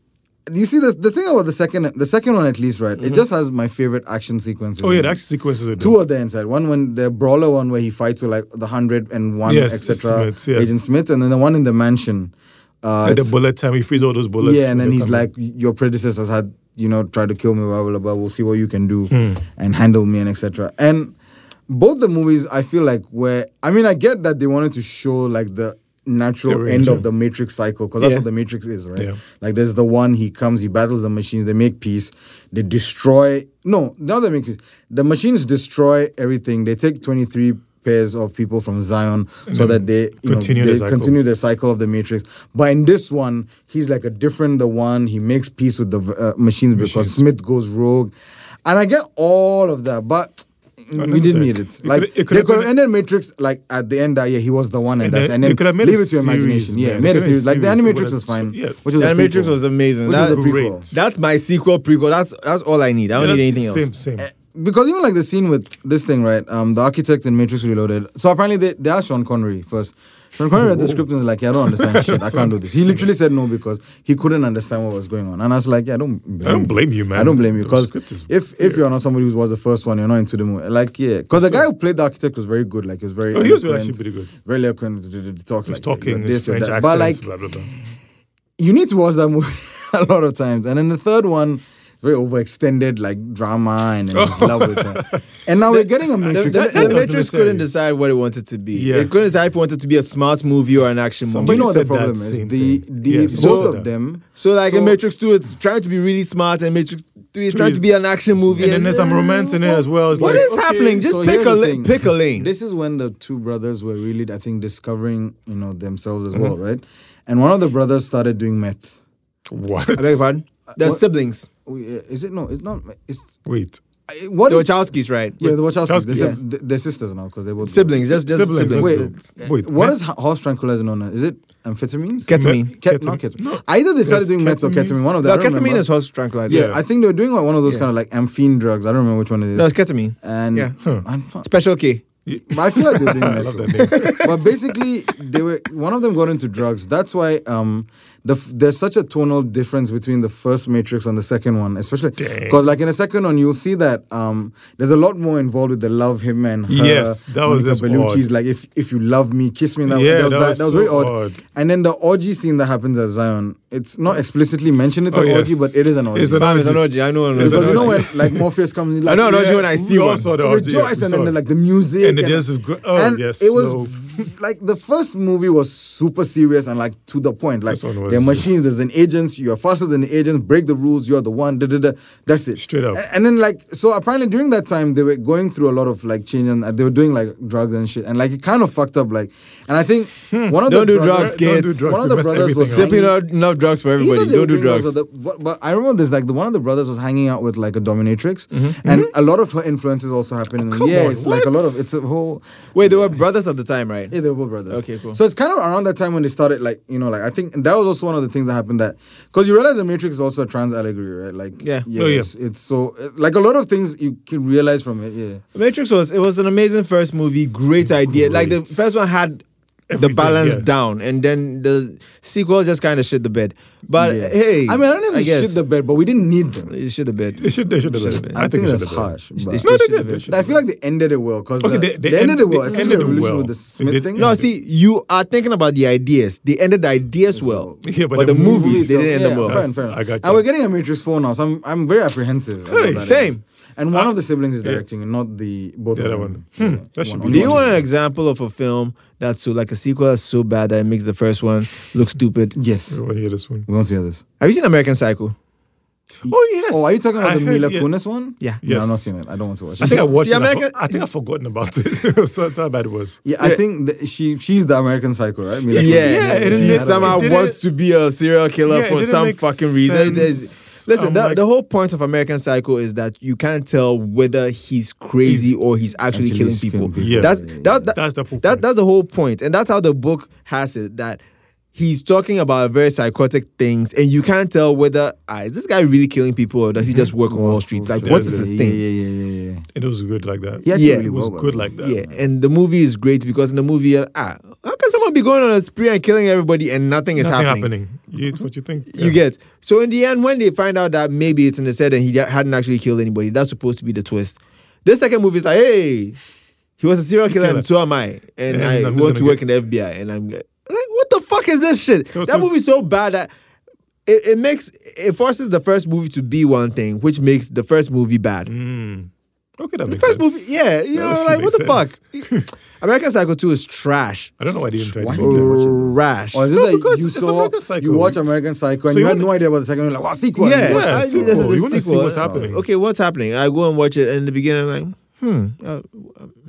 Speaker 1: You see the the thing about the second the second one at least right it just has my favorite action sequences.
Speaker 3: Mm-hmm. oh yeah,
Speaker 1: in
Speaker 3: the
Speaker 1: it.
Speaker 3: action sequences are
Speaker 1: two
Speaker 3: dope.
Speaker 1: of the inside. One when the brawler one where he fights with like the hundred and one
Speaker 3: Yes,
Speaker 1: etc.
Speaker 3: Smiths, yeah.
Speaker 1: Agent Smith, and then the one in the mansion. Uh,
Speaker 3: Like the
Speaker 1: it's-
Speaker 3: bullet time, he frees all those bullets.
Speaker 1: yeah, and then
Speaker 3: They
Speaker 1: he's
Speaker 3: come
Speaker 1: like, your predecessors
Speaker 3: Hmm.
Speaker 1: had you know tried to kill me, blah blah blah. blah. We'll see what you can do and handle me and etc. And both the movies I feel like were I mean I get that they wanted to show like the natural
Speaker 3: The
Speaker 1: end
Speaker 3: origin.
Speaker 1: of the matrix cycle because that's
Speaker 2: Yeah.
Speaker 1: what the matrix is right
Speaker 3: Yeah.
Speaker 1: like there's the one he comes he battles the machines they make peace they destroy no not they make peace the machines destroy everything they take 23 pairs of people from Zion
Speaker 3: Mm.
Speaker 1: so that they you
Speaker 3: continue
Speaker 1: know,
Speaker 3: the
Speaker 1: they
Speaker 3: cycle.
Speaker 1: continue the cycle of the matrix but in this one he's like a different the one he makes peace with the uh, machines because
Speaker 3: Machines.
Speaker 1: Smith goes rogue and I get all of that but we
Speaker 3: Unnecessary.
Speaker 1: didn't need it.
Speaker 3: It
Speaker 1: Like
Speaker 3: could- it could
Speaker 1: they
Speaker 3: have
Speaker 1: could have
Speaker 3: been-
Speaker 1: ended Matrix like at the end that yeah he was the one and,
Speaker 3: And
Speaker 1: that's
Speaker 3: they-
Speaker 1: and
Speaker 3: they
Speaker 1: then
Speaker 3: could have made a
Speaker 1: leave it to your
Speaker 3: series,
Speaker 1: imagination.
Speaker 3: man.
Speaker 1: Yeah,
Speaker 3: They
Speaker 1: made
Speaker 3: could
Speaker 1: a
Speaker 3: have made a
Speaker 1: series. Like the
Speaker 3: series,
Speaker 1: Animatrix
Speaker 3: so
Speaker 1: is fine.
Speaker 3: what- yeah.
Speaker 1: Which is
Speaker 2: The
Speaker 1: a
Speaker 2: Matrix
Speaker 1: prequel.
Speaker 2: was amazing.
Speaker 1: Which is
Speaker 2: That-
Speaker 1: a prequel.
Speaker 3: Great.
Speaker 2: that's my sequel prequel. That's that's all I need. I don't
Speaker 3: Yeah,
Speaker 2: need anything else.
Speaker 3: same, Same,
Speaker 1: Uh, Because even like the scene with this thing, right? Um, the architect in Matrix Reloaded. So apparently they, they asked Sean Connery first. Sean Connery read the script and was like, yeah, I don't understand shit. I can't do this. He literally said no because he couldn't understand what was going on. And I was like, yeah, I don't blame
Speaker 3: I don't blame you, man.
Speaker 1: I don't blame you
Speaker 3: The
Speaker 1: because
Speaker 3: script is
Speaker 1: if if you're not somebody who was the first one, you're not into the movie. Like yeah, because the guy who played the architect was very good. Like he was very.
Speaker 3: Oh, he was
Speaker 1: eloquent,
Speaker 3: actually pretty good.
Speaker 1: Very eloquent. d- d- d- Talk
Speaker 3: He's
Speaker 1: like
Speaker 3: talking,
Speaker 1: you're
Speaker 3: his
Speaker 1: this, you're
Speaker 3: French
Speaker 1: that.
Speaker 3: accents,
Speaker 1: But like
Speaker 3: blah, blah, blah.
Speaker 1: you need to watch that movie a lot of times. And then the third one, very overextended like drama and then he's in love with her. And now we're getting a
Speaker 2: The, the,
Speaker 1: Matrix.
Speaker 2: the
Speaker 1: four.
Speaker 3: that-
Speaker 2: Matrix couldn't
Speaker 3: unnecessary.
Speaker 2: decide what it wanted to be.
Speaker 3: Yeah.
Speaker 2: It couldn't decide if it wanted to be a smart movie or an action
Speaker 1: you
Speaker 2: movie.
Speaker 3: Somebody-
Speaker 1: know what the
Speaker 3: said that
Speaker 1: problem is?
Speaker 3: same
Speaker 1: The,
Speaker 3: thing.
Speaker 1: the
Speaker 3: Yeah,
Speaker 1: both
Speaker 3: so-
Speaker 1: of them.
Speaker 2: So like in
Speaker 1: So-
Speaker 2: Matrix 2, it's trying to be really smart, and Matrix 3 is
Speaker 3: Three
Speaker 2: trying
Speaker 3: is-
Speaker 2: to be an action movie.
Speaker 3: And then there's some romance in there as well. It's
Speaker 2: What
Speaker 3: like,
Speaker 2: is
Speaker 3: okay,
Speaker 2: happening? Just
Speaker 1: So
Speaker 2: pick
Speaker 1: here's
Speaker 2: a
Speaker 1: the thing.
Speaker 2: lane. Pick a lane.
Speaker 1: This is when the two brothers were really, I think, discovering you know themselves as well, right? And one of the brothers started doing meth.
Speaker 3: What?
Speaker 2: I beg your pardon. They're
Speaker 1: what-
Speaker 2: siblings.
Speaker 1: Oh, yeah, Is it no? It's not. It's
Speaker 3: Wait.
Speaker 1: I- what
Speaker 2: The
Speaker 1: is,
Speaker 2: Wachowskis, right?
Speaker 1: yeah, the Wachowskis. They're,
Speaker 3: Wachowskis.
Speaker 1: sis- they- they're sisters now because they both
Speaker 2: Siblings. Just, just
Speaker 3: Siblings.
Speaker 2: siblings.
Speaker 3: Wait. Wait.
Speaker 1: uh, What
Speaker 3: meth?
Speaker 1: is ho- horse tranquilizer known as? Is it amphetamines?
Speaker 2: Ket- Ketamine.
Speaker 1: Ket- not ketamine. Either they started
Speaker 3: There's
Speaker 1: doing meth or
Speaker 3: ketamines.
Speaker 1: ketamine. One of
Speaker 2: No,
Speaker 1: them. I don't
Speaker 2: ketamine
Speaker 1: remember.
Speaker 2: is horse tranquilizer.
Speaker 1: Yeah,
Speaker 3: Yeah.
Speaker 1: I think they were doing like one of those
Speaker 2: Yeah.
Speaker 1: kind of like amphene drugs. I don't remember which one it is.
Speaker 2: No, it's ketamine.
Speaker 1: and
Speaker 2: yeah.
Speaker 1: I'm fine.
Speaker 2: Special K.
Speaker 1: But I feel like they're doing
Speaker 3: I
Speaker 1: meth.
Speaker 3: love that name.
Speaker 1: but basically, they were one of them got into drugs. That's why um, the f- there's such a tonal difference between the first Matrix and the second one, especially because like in the second one, you'll see that um, there's a lot more involved with the love him and her.
Speaker 3: Yes, that was
Speaker 1: Monica
Speaker 3: just
Speaker 1: Bellucci's
Speaker 3: odd.
Speaker 1: like if if you love me, kiss me. Now.
Speaker 3: Yeah,
Speaker 1: that was,
Speaker 3: that was
Speaker 1: that was
Speaker 3: so
Speaker 1: very odd.
Speaker 3: odd.
Speaker 1: And then the orgy scene that happens at Zion, it's not explicitly mentioned. It's
Speaker 3: Oh,
Speaker 1: an
Speaker 3: yes.
Speaker 1: orgy, but it is an orgy.
Speaker 3: It's an
Speaker 2: Fam, it's an orgy. I know an
Speaker 3: It's
Speaker 1: because
Speaker 3: an
Speaker 1: you know when
Speaker 3: orgy.
Speaker 1: like Morpheus comes, in, like,
Speaker 2: I know an orgy
Speaker 1: yeah,
Speaker 2: when I see
Speaker 3: We
Speaker 2: one.
Speaker 3: all saw the orgy. yeah,
Speaker 1: rejoice
Speaker 3: we
Speaker 1: and
Speaker 3: saw
Speaker 1: then
Speaker 3: it.
Speaker 1: like the music
Speaker 3: And the dance of gr- oh,
Speaker 1: and
Speaker 3: yes,
Speaker 1: it was
Speaker 3: no.
Speaker 1: v- like the first movie was super serious and like to the point like
Speaker 3: This one
Speaker 1: they're
Speaker 3: was-
Speaker 1: machines there's an agent you're faster than the agent break the rules you're the one da, da, da. that's it
Speaker 3: Straight up.
Speaker 1: A- and, then like so apparently during that time they were going through a lot of like change and uh, they were doing like drugs and shit and like it kind of fucked up like and I think one of
Speaker 2: Don't
Speaker 1: the
Speaker 2: do
Speaker 1: brothers-
Speaker 2: drugs,
Speaker 3: Don't do
Speaker 2: kids.
Speaker 3: drugs.
Speaker 1: One of
Speaker 3: to
Speaker 1: the
Speaker 3: mess
Speaker 1: brothers
Speaker 3: everything
Speaker 1: was
Speaker 3: up.
Speaker 1: Sipping
Speaker 2: Sipping out enough drugs for
Speaker 1: Either
Speaker 2: everybody.
Speaker 1: they were
Speaker 2: Don't
Speaker 1: doing
Speaker 2: do drugs.
Speaker 1: or the- but, but I remember this like the one of the brothers was hanging out with like a dominatrix, and a lot of her influences also happened. in the
Speaker 3: come
Speaker 1: yeah,
Speaker 3: on,
Speaker 1: it's like a
Speaker 3: what?
Speaker 1: lot of it's a whole.
Speaker 2: Wait, they were brothers at the time, right?
Speaker 1: Yeah, they were both brothers.
Speaker 2: Okay, cool.
Speaker 1: So it's kind of around that time when they started, like you know, like I think and that was also one of the things that happened that because you realize the Matrix is also a trans allegory, right? Like
Speaker 2: Yeah.
Speaker 1: yeah,
Speaker 3: Oh, yeah.
Speaker 1: It's, it's so like a lot of things you can realize from it. Yeah,
Speaker 2: Matrix was it was an amazing first movie, great idea. Like the
Speaker 3: Great.
Speaker 2: first one had the
Speaker 3: Everything,
Speaker 2: balance
Speaker 3: yeah.
Speaker 2: down, and then the sequel just kind of shit the bed. But
Speaker 1: Yeah.
Speaker 2: hey,
Speaker 1: I mean, I don't know if they
Speaker 2: guess.
Speaker 1: shit the bed, but we didn't need them.
Speaker 2: It shit the bed.
Speaker 3: They should, they should have
Speaker 2: Should've
Speaker 3: been.
Speaker 2: been.
Speaker 1: I, think,
Speaker 3: it should
Speaker 1: that's
Speaker 3: have been.
Speaker 1: harsh.
Speaker 2: They-
Speaker 1: but-
Speaker 2: they
Speaker 3: No, they
Speaker 2: should've
Speaker 3: did.
Speaker 2: been.
Speaker 3: They should
Speaker 1: I
Speaker 3: have
Speaker 1: feel like they ended it well because
Speaker 3: Okay,
Speaker 1: the,
Speaker 3: they-
Speaker 1: they,
Speaker 3: they
Speaker 1: ended it
Speaker 3: ended-
Speaker 1: well,
Speaker 3: they
Speaker 1: especially
Speaker 3: ended
Speaker 1: the
Speaker 3: it
Speaker 1: revolution
Speaker 3: well.
Speaker 1: with the
Speaker 3: They
Speaker 1: Smith
Speaker 3: did-
Speaker 1: thing.
Speaker 3: No,
Speaker 2: No, see, you are thinking about the ideas. They ended the ideas well,
Speaker 3: Yeah, but
Speaker 2: but
Speaker 3: the
Speaker 2: the,
Speaker 3: movies
Speaker 2: movies they
Speaker 1: So,
Speaker 2: didn't end them
Speaker 1: fair
Speaker 2: well.
Speaker 1: enough, fair enough.
Speaker 3: I got
Speaker 1: And
Speaker 3: you.
Speaker 1: we're getting a Matrix 4 now, so I'm, I'm very apprehensive. about
Speaker 3: Hey, Uh,
Speaker 1: that.
Speaker 2: same.
Speaker 1: And one of the siblings is directing, and not the both of
Speaker 3: The other
Speaker 1: them.
Speaker 3: one.
Speaker 1: Yeah,
Speaker 3: Hmm, that should
Speaker 1: one
Speaker 2: Do
Speaker 3: be
Speaker 1: of
Speaker 2: you
Speaker 1: them.
Speaker 2: want an example of a film that's so like a sequel that's so bad that it makes the first one look stupid?
Speaker 1: Yes.
Speaker 3: We want to hear this one.
Speaker 1: We want to hear this.
Speaker 2: Have you seen American Psycho?
Speaker 3: Oh, yes.
Speaker 1: Oh, are you talking about
Speaker 3: I
Speaker 1: the
Speaker 3: heard-
Speaker 1: Mila
Speaker 3: yeah.
Speaker 1: Kunis one?
Speaker 2: Yeah.
Speaker 1: No,
Speaker 3: Yes.
Speaker 1: I've not seen it. I don't want to watch
Speaker 3: I
Speaker 1: it.
Speaker 3: think I watched
Speaker 2: See,
Speaker 3: it. I,
Speaker 2: America-
Speaker 3: fo- I think I've forgotten about it. so that's how bad it was.
Speaker 1: yeah, I think that she she's the American Psycho, right? Mila Kunis.
Speaker 2: Yeah,
Speaker 3: it
Speaker 2: she
Speaker 3: didn't-
Speaker 2: somehow
Speaker 3: it didn't-
Speaker 2: wants to be a serial killer
Speaker 3: Yeah, it
Speaker 2: for
Speaker 3: didn't
Speaker 2: some
Speaker 3: make
Speaker 2: fucking reason.
Speaker 3: sense.
Speaker 2: There's- Listen,
Speaker 3: I'm
Speaker 2: the,
Speaker 3: like-
Speaker 2: the whole point of American Psycho is that you can't tell whether he's crazy or he's actually,
Speaker 1: Actually,
Speaker 2: killing
Speaker 1: he's killing
Speaker 2: people.
Speaker 1: people.
Speaker 3: Yeah.
Speaker 2: That's
Speaker 1: Yeah,
Speaker 2: that, that,
Speaker 3: That's the whole
Speaker 2: that,
Speaker 3: point.
Speaker 2: that's the whole point, and that's how the book has it that. He's talking about very psychotic things, and you can't tell whether ah, is this guy really killing people or does he just work on Wall Street? Like, what is his
Speaker 1: yeah,
Speaker 2: thing?
Speaker 1: Yeah, yeah, yeah, yeah.
Speaker 3: It was good like that.
Speaker 1: He actually
Speaker 2: Yeah.
Speaker 1: really
Speaker 3: It was
Speaker 1: well, by
Speaker 3: good
Speaker 1: the way.
Speaker 3: like that.
Speaker 2: Yeah, and the movie is great because in the movie, uh, ah, how can someone be going on a spree and killing everybody and nothing is
Speaker 3: Nothing
Speaker 2: happening?
Speaker 3: happening. You- It's what you think.
Speaker 2: You
Speaker 3: Yeah.
Speaker 2: get so in the end when they find out that maybe it's in the set and he hadn't actually killed anybody, that's supposed to be the twist. The second movie is like, hey, he was a serial killer,
Speaker 3: Killer.
Speaker 2: and so am I, and,
Speaker 3: And
Speaker 2: I
Speaker 3: I'm just
Speaker 2: want to
Speaker 3: gonna
Speaker 2: work in the FBI, and I'm like, what the fuck is this shit?
Speaker 3: So-
Speaker 2: that
Speaker 3: so-
Speaker 2: movie's so bad that. It, it makes it forces the first movie to be one thing, which makes the first movie bad.
Speaker 3: Okay, that
Speaker 2: The
Speaker 3: makes
Speaker 2: first
Speaker 3: sense.
Speaker 2: movie, yeah, you
Speaker 3: That
Speaker 2: know,
Speaker 3: actually
Speaker 2: like what
Speaker 3: makes
Speaker 2: the fuck? American Psycho 2 is trash.
Speaker 3: I don't know why they didn't try
Speaker 1: Why
Speaker 3: to
Speaker 1: did
Speaker 3: do
Speaker 1: they
Speaker 3: that.
Speaker 2: Trash.
Speaker 1: Or Oh, is it
Speaker 3: No,
Speaker 1: that
Speaker 3: because
Speaker 1: you
Speaker 3: it's
Speaker 1: saw
Speaker 3: American Psycho.
Speaker 1: you watch American Psycho and
Speaker 3: So
Speaker 1: you
Speaker 3: you
Speaker 1: had
Speaker 3: wanna-
Speaker 1: no idea about the second one? You're like, wow, sequel.
Speaker 2: Yeah,
Speaker 3: Yeah,
Speaker 2: I-
Speaker 3: sequel.
Speaker 2: there's a- there's
Speaker 3: You
Speaker 2: a
Speaker 3: wanna see
Speaker 2: sequel.
Speaker 3: what's
Speaker 2: So,
Speaker 3: happening.
Speaker 2: Okay, what's happening? I go and watch it, and in the beginning, I'm like, hmm, uh, uh,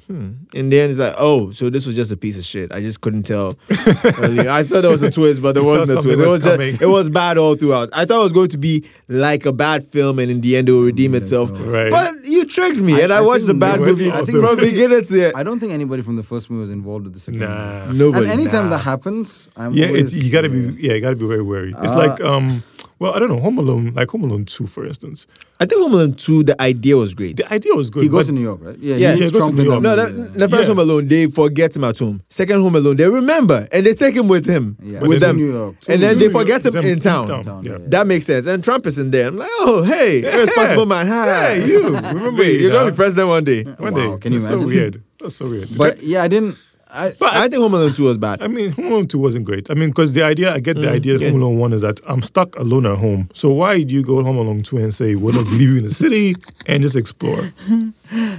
Speaker 2: hmm. In the end, it's like, oh, so this was just a piece of shit. I just couldn't tell. I thought there was a twist, but there wasn't a
Speaker 3: thought
Speaker 2: twist.
Speaker 3: something
Speaker 2: It was
Speaker 3: was
Speaker 2: just,
Speaker 3: coming.
Speaker 2: it was bad all throughout. I thought it was going to be like a bad film, and in the end, it will redeem itself.
Speaker 1: itself.
Speaker 3: Right.
Speaker 2: But you tricked me, and I,
Speaker 1: Mm, I
Speaker 2: watched
Speaker 1: think
Speaker 2: the bad
Speaker 1: they
Speaker 3: went
Speaker 2: movie
Speaker 3: all the
Speaker 2: from
Speaker 3: way.
Speaker 2: beginning to end.
Speaker 1: I don't think anybody from the first movie was involved with the second one.
Speaker 3: Nah.
Speaker 2: Nobody.
Speaker 1: And anytime
Speaker 3: nah.
Speaker 1: that happens, I'm
Speaker 3: Yeah,
Speaker 1: always,
Speaker 3: it's, you gotta be. Yeah, you gotta be very wary.
Speaker 1: Uh,
Speaker 3: It's like, um, well, I don't know, Home Alone, like Home Alone Two, for instance.
Speaker 2: I think Home Alone 2, the idea was great.
Speaker 3: The idea was good.
Speaker 1: He goes
Speaker 3: but
Speaker 1: to New York, right? Yeah,
Speaker 2: Yeah, he
Speaker 1: he's
Speaker 3: goes to
Speaker 1: Trump
Speaker 3: New
Speaker 1: in
Speaker 3: York.
Speaker 2: No,
Speaker 1: movie,
Speaker 2: that,
Speaker 1: yeah.
Speaker 2: the first
Speaker 3: Yeah.
Speaker 2: Home Alone, they forget him at home. Second Home Alone, they remember and they take him with him,
Speaker 1: Yeah.
Speaker 2: with
Speaker 1: But
Speaker 2: them.
Speaker 1: then- New York.
Speaker 2: And then
Speaker 3: New
Speaker 2: they
Speaker 3: York,
Speaker 2: forget him
Speaker 3: them
Speaker 2: in town.
Speaker 1: Town,
Speaker 3: Yeah.
Speaker 1: yeah.
Speaker 2: That makes sense. And Trump is in there. I'm like, oh, hey, irresponsible man. Hi.
Speaker 3: Hey, you remember
Speaker 2: Wait,
Speaker 3: you
Speaker 2: you're going to
Speaker 3: now.
Speaker 2: be president one day.
Speaker 3: One
Speaker 1: Wow,
Speaker 3: day.
Speaker 1: can you
Speaker 3: That's
Speaker 1: imagine?
Speaker 3: So weird. That's so weird.
Speaker 1: But yeah, I didn't. I,
Speaker 3: But
Speaker 2: I think Home Alone 2 was bad.
Speaker 3: I mean, Home Alone 2 wasn't great. I mean, because the idea, I get
Speaker 1: Mm.
Speaker 3: the idea of
Speaker 2: yeah.
Speaker 3: Home Alone 1 is that I'm stuck alone at home. So why do you go Home Alone 2 and say, we're going to leave you in the city and just explore?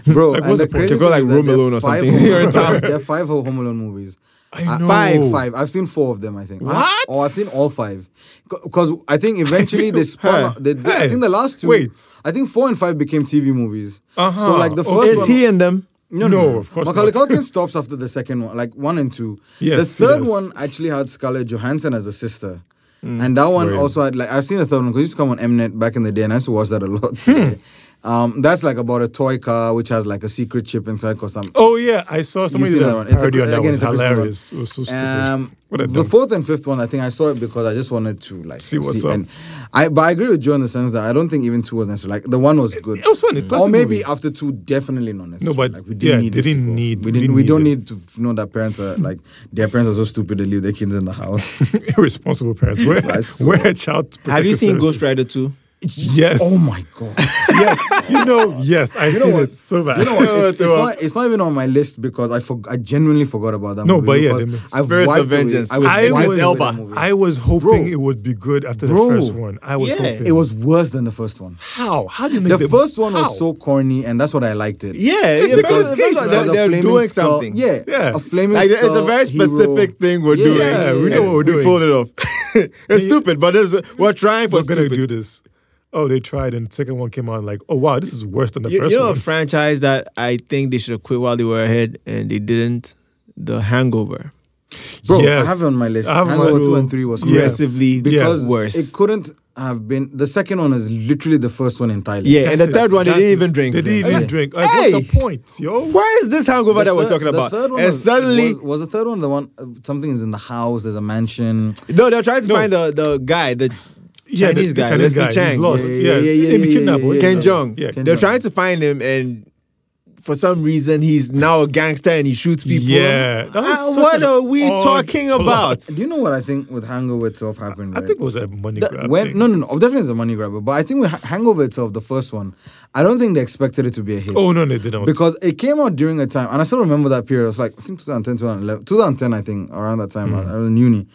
Speaker 1: bro,
Speaker 3: Like,
Speaker 1: and
Speaker 3: what's
Speaker 1: the
Speaker 3: the point?
Speaker 1: crazy
Speaker 2: To go,
Speaker 1: thing
Speaker 2: like,
Speaker 1: is that
Speaker 2: Room
Speaker 1: there are
Speaker 2: Alone or
Speaker 1: five
Speaker 2: something.
Speaker 1: Home-
Speaker 2: You're in town.
Speaker 1: There are five whole Home Alone movies. Uh,
Speaker 3: I know.
Speaker 1: Five, five. I've seen four of them. I think.
Speaker 3: What?
Speaker 1: Oh, I've seen all five. Because I think eventually they spun. out- they, they- I
Speaker 3: Hey,
Speaker 1: think the last two.
Speaker 3: wait.
Speaker 1: I think four and five became TV movies.
Speaker 3: Uh-huh.
Speaker 1: So like the
Speaker 3: Okay.
Speaker 1: first
Speaker 2: Is
Speaker 1: one.
Speaker 2: he in them?
Speaker 3: No, of course
Speaker 1: Macaulay
Speaker 3: not.
Speaker 1: Culkin stops after the second one, like one and two.
Speaker 3: Yes,
Speaker 1: the
Speaker 3: he
Speaker 1: third
Speaker 3: does. Hmm.
Speaker 1: one actually had Scarlett Johansson as a sister. And that one
Speaker 3: Right.
Speaker 1: also had like I've seen the third one because it used to come on Mnet back in the day, and I used to watch that a
Speaker 3: Hmm.
Speaker 1: lot. um, that's like about a toy car which has like a secret chip inside or something.
Speaker 3: Oh, yeah. I saw somebody
Speaker 1: seen
Speaker 3: did
Speaker 1: that
Speaker 3: a
Speaker 1: one. It's a-
Speaker 3: parody on that.
Speaker 1: again,
Speaker 3: was
Speaker 1: it's a Christmas one.
Speaker 3: hilarious. It was so stupid.
Speaker 1: Um,
Speaker 3: what a
Speaker 1: the
Speaker 3: dumb-
Speaker 1: fourth and fifth one, I think I saw it because I just wanted to like
Speaker 3: See what's up.
Speaker 1: And I, but I agree with you in the sense that I don't think even two was necessary. Like the one was good,
Speaker 3: It was funny.
Speaker 1: or
Speaker 3: Classic
Speaker 1: maybe
Speaker 3: movie.
Speaker 1: after two, definitely not necessary.
Speaker 3: No, but
Speaker 1: like, we
Speaker 3: yeah,
Speaker 1: didn't need. the
Speaker 3: they didn't
Speaker 1: sequels. We
Speaker 3: need- they
Speaker 1: didn't.
Speaker 3: didn't
Speaker 1: We don't
Speaker 3: need
Speaker 1: need to know that parents are like their parents are so stupid they leave their kids in the house.
Speaker 3: irresponsible parents. Where,
Speaker 1: I saw.
Speaker 3: where are child
Speaker 2: Have you
Speaker 3: protective
Speaker 2: seen Ghost
Speaker 3: services?
Speaker 2: Rider 2?
Speaker 3: Yes.
Speaker 1: oh my god!
Speaker 3: Yes. You know, yes. I've
Speaker 1: know
Speaker 3: seen
Speaker 1: what?
Speaker 3: it so bad.
Speaker 1: You know what? It's, it's
Speaker 2: They were-
Speaker 1: not, it's not even on my list because I forg I genuinely forgot about that.
Speaker 3: No,
Speaker 1: movie
Speaker 3: but yeah,
Speaker 1: because
Speaker 3: they made
Speaker 1: I've
Speaker 2: Spirits of
Speaker 1: wiped away-
Speaker 2: Vengeance.
Speaker 1: I was,
Speaker 3: I
Speaker 1: wiped
Speaker 3: was-
Speaker 1: away with that
Speaker 2: Elba.
Speaker 1: movie.
Speaker 3: I was hoping
Speaker 1: Bro.
Speaker 3: it would be good after
Speaker 1: Bro.
Speaker 3: the first one. I was
Speaker 2: Yeah.
Speaker 3: hoping
Speaker 1: It was worse than the first one.
Speaker 3: how? How do you make
Speaker 1: The
Speaker 3: them-
Speaker 1: first one
Speaker 3: how?
Speaker 1: was so corny, and that's what I liked it.
Speaker 2: Yeah, yeah
Speaker 3: Nicolas
Speaker 2: because
Speaker 3: Cage,
Speaker 2: they're,
Speaker 3: man.
Speaker 1: Because a
Speaker 2: they're
Speaker 1: flaming
Speaker 2: doing
Speaker 1: skull-
Speaker 2: something.
Speaker 1: Yeah,
Speaker 3: Yeah.
Speaker 1: a flaming
Speaker 2: Like, it's
Speaker 1: skull
Speaker 2: a very
Speaker 1: hero.
Speaker 2: specific thing we're
Speaker 1: Yeah,
Speaker 2: doing.
Speaker 1: yeah,
Speaker 3: Yeah, we know what we're
Speaker 2: We
Speaker 3: doing.
Speaker 2: pulled it off. it's stupid, but this, we're trying for
Speaker 3: we're gonna
Speaker 2: stupid.
Speaker 3: do this. Oh, they tried, and the second one came out like, oh wow, this is worse than the
Speaker 2: You,
Speaker 3: first
Speaker 2: you know,
Speaker 3: one.
Speaker 2: a franchise that I think they should have quit while they were ahead and they didn't. The Hangover,
Speaker 1: Bro,
Speaker 3: Yes.
Speaker 1: I have it on my list.
Speaker 3: I have it on my
Speaker 1: Hangover two
Speaker 3: list.
Speaker 1: and three was
Speaker 3: Yeah.
Speaker 1: worse
Speaker 2: progressively
Speaker 1: because
Speaker 2: worse.
Speaker 1: it couldn't have been. The second one is literally the first one entirely.
Speaker 2: yeah, and
Speaker 3: That's
Speaker 2: the
Speaker 3: it.
Speaker 2: third one they
Speaker 3: That's
Speaker 2: didn't
Speaker 3: it.
Speaker 2: even drink.
Speaker 3: They didn't even
Speaker 2: Yeah.
Speaker 3: drink. Like, What's
Speaker 2: Hey!
Speaker 3: the point, yo?
Speaker 2: Where is this hangover
Speaker 1: The
Speaker 2: that we're
Speaker 1: thir-
Speaker 2: talking about?
Speaker 1: The third one
Speaker 2: and
Speaker 1: was,
Speaker 2: suddenly,
Speaker 1: was, was the third one the one uh, something is in the house. There's a mansion.
Speaker 2: no, they're trying to
Speaker 3: No.
Speaker 2: find the, the guy, the
Speaker 3: Yeah, the-
Speaker 2: Chinese
Speaker 3: the
Speaker 2: guy,
Speaker 3: Chinese
Speaker 2: Leslie
Speaker 3: guy,
Speaker 2: Chang.
Speaker 3: he's lost.
Speaker 1: Yeah, yeah,
Speaker 3: Yeah,
Speaker 1: yeah, yeah,
Speaker 3: He
Speaker 1: yeah,
Speaker 3: became
Speaker 1: yeah,
Speaker 3: kidnapped.
Speaker 1: yeah,
Speaker 2: Ken
Speaker 1: Ken
Speaker 2: Jong.
Speaker 3: Yeah,
Speaker 1: Ken
Speaker 2: they're
Speaker 1: Jeong.
Speaker 2: trying to find him, and for some reason, he's now a gangster and he shoots people.
Speaker 3: Yeah, that was
Speaker 2: Ah,
Speaker 3: such
Speaker 2: what
Speaker 3: an
Speaker 2: are we
Speaker 3: odd
Speaker 2: talking
Speaker 3: plot.
Speaker 2: about?
Speaker 1: Do you know what I think with Hangover itself happened?
Speaker 3: I
Speaker 1: right?
Speaker 3: think it was a money
Speaker 1: That-
Speaker 3: grab.
Speaker 1: when
Speaker 3: thing.
Speaker 1: no no no definitely it's a money grabber but I think with Ha- Hangover itself the first one I don't think they expected it to be a hit
Speaker 3: oh no, no, they don't.
Speaker 1: because it came out during a time and I still remember that period it was like I think 2010 2011 2010 I think around that time
Speaker 2: Mm.
Speaker 1: I was in uni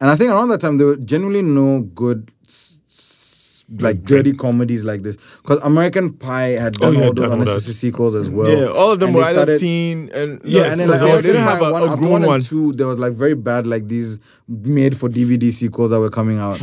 Speaker 1: and I think around that time there were genuinely no good s- s- like dirty comedies like this because American Pie had
Speaker 2: Oh,
Speaker 1: done
Speaker 3: yeah,
Speaker 1: all those
Speaker 3: done all that.
Speaker 1: unnecessary sequels as well
Speaker 2: Yeah, all of them
Speaker 1: And
Speaker 2: were
Speaker 1: they
Speaker 2: either
Speaker 1: started-
Speaker 2: teen and
Speaker 1: yeah,
Speaker 2: yes,
Speaker 1: and then
Speaker 2: so
Speaker 1: like
Speaker 2: they
Speaker 1: after
Speaker 2: didn't
Speaker 1: Empire
Speaker 2: have a,
Speaker 1: one,
Speaker 2: a
Speaker 1: after
Speaker 2: grown
Speaker 1: one
Speaker 2: one.
Speaker 1: and two, there was like very bad like these made for DVD sequels that were coming out,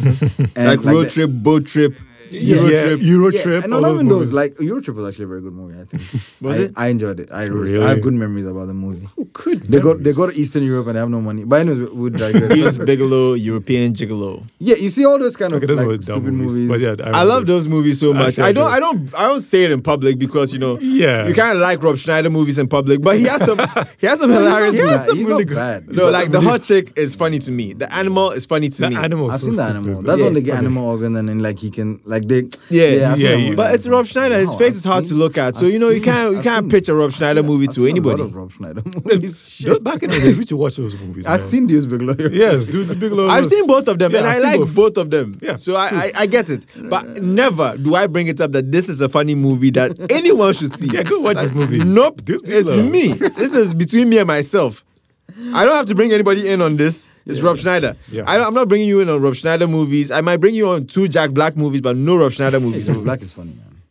Speaker 1: and,
Speaker 2: Like road
Speaker 1: the-
Speaker 2: trip, boat trip,
Speaker 1: Yeah.
Speaker 2: Euro
Speaker 3: yeah,
Speaker 2: trip.
Speaker 3: Euro
Speaker 1: yeah,
Speaker 3: trip.
Speaker 1: and
Speaker 3: all
Speaker 1: not even
Speaker 3: movies.
Speaker 1: those like Euro Trip was actually a very good movie. I think
Speaker 2: Was
Speaker 1: I,
Speaker 2: it?
Speaker 1: I enjoyed it. I really? I
Speaker 3: Really? Oh,
Speaker 1: have good memories about the movie.
Speaker 3: Good
Speaker 1: They go they go to
Speaker 3: memories.
Speaker 1: Eastern Europe and they have no money. But anyways, we- we'll
Speaker 2: Use
Speaker 1: digress.
Speaker 2: Bigelow, European Gigolo.
Speaker 1: yeah, you see all those kind of
Speaker 3: Okay, those were
Speaker 1: like
Speaker 3: dumb
Speaker 1: stupid movies.
Speaker 3: But yeah, I,
Speaker 2: I love
Speaker 3: remember
Speaker 2: those
Speaker 3: this.
Speaker 2: movies so much.
Speaker 3: Actually,
Speaker 2: I
Speaker 3: I
Speaker 2: don't,
Speaker 3: do.
Speaker 2: I don't, I don't say it in public because you know,
Speaker 3: Yeah.
Speaker 2: you kind of like Rob Schneider movies in public, but he has some, he has some hilarious.
Speaker 1: He's not
Speaker 2: movies.
Speaker 1: bad. He's
Speaker 3: really
Speaker 1: not
Speaker 3: good-
Speaker 1: bad.
Speaker 2: No, like the hot chick is funny to me. The animal is funny to
Speaker 3: The
Speaker 2: me.
Speaker 3: animals.
Speaker 1: I've
Speaker 3: so
Speaker 1: seen the
Speaker 3: stupid.
Speaker 1: animal. That's when they get
Speaker 3: funny.
Speaker 1: animal organ and then like he can like they
Speaker 2: Yeah,
Speaker 1: I've seen
Speaker 3: yeah,
Speaker 1: that
Speaker 3: yeah.
Speaker 1: movie.
Speaker 2: But it's Rob Schneider. His
Speaker 1: No,
Speaker 2: face
Speaker 1: I've
Speaker 2: is hard to
Speaker 1: seen-
Speaker 2: look at, so
Speaker 1: I've
Speaker 2: you know you
Speaker 1: seen-
Speaker 2: can't you
Speaker 1: I've
Speaker 2: can't
Speaker 1: seen-
Speaker 2: pitch a Rob Schneider
Speaker 1: I've
Speaker 2: movie
Speaker 1: seen a
Speaker 2: to
Speaker 1: lot
Speaker 2: anybody.
Speaker 1: of Rob Schneider movies.
Speaker 3: Shit, Back in the day, we used to watch those movies.
Speaker 1: I've
Speaker 3: man.
Speaker 1: seen Deuce Bigelow.
Speaker 3: Yes, dudes, big little.
Speaker 2: I've seen both of them,
Speaker 3: Yeah,
Speaker 2: and
Speaker 3: I've
Speaker 2: I
Speaker 3: seen
Speaker 2: like
Speaker 3: both.
Speaker 2: both. of them.
Speaker 3: Yeah,
Speaker 2: so I, I I get it, but never do I bring it up that this is a funny movie that anyone should see.
Speaker 3: Yeah, go watch this movie.
Speaker 2: Nope,
Speaker 3: These
Speaker 2: it's
Speaker 3: people are-
Speaker 2: me. This is between me and myself. I don't have to bring anybody in on this. It's Rob Schneider.
Speaker 3: Yeah.
Speaker 2: I, I'm not bringing you in on Rob Schneider movies. I might bring you on two Jack Black movies, but no Rob Schneider movies.
Speaker 1: Jack Black is funny, man.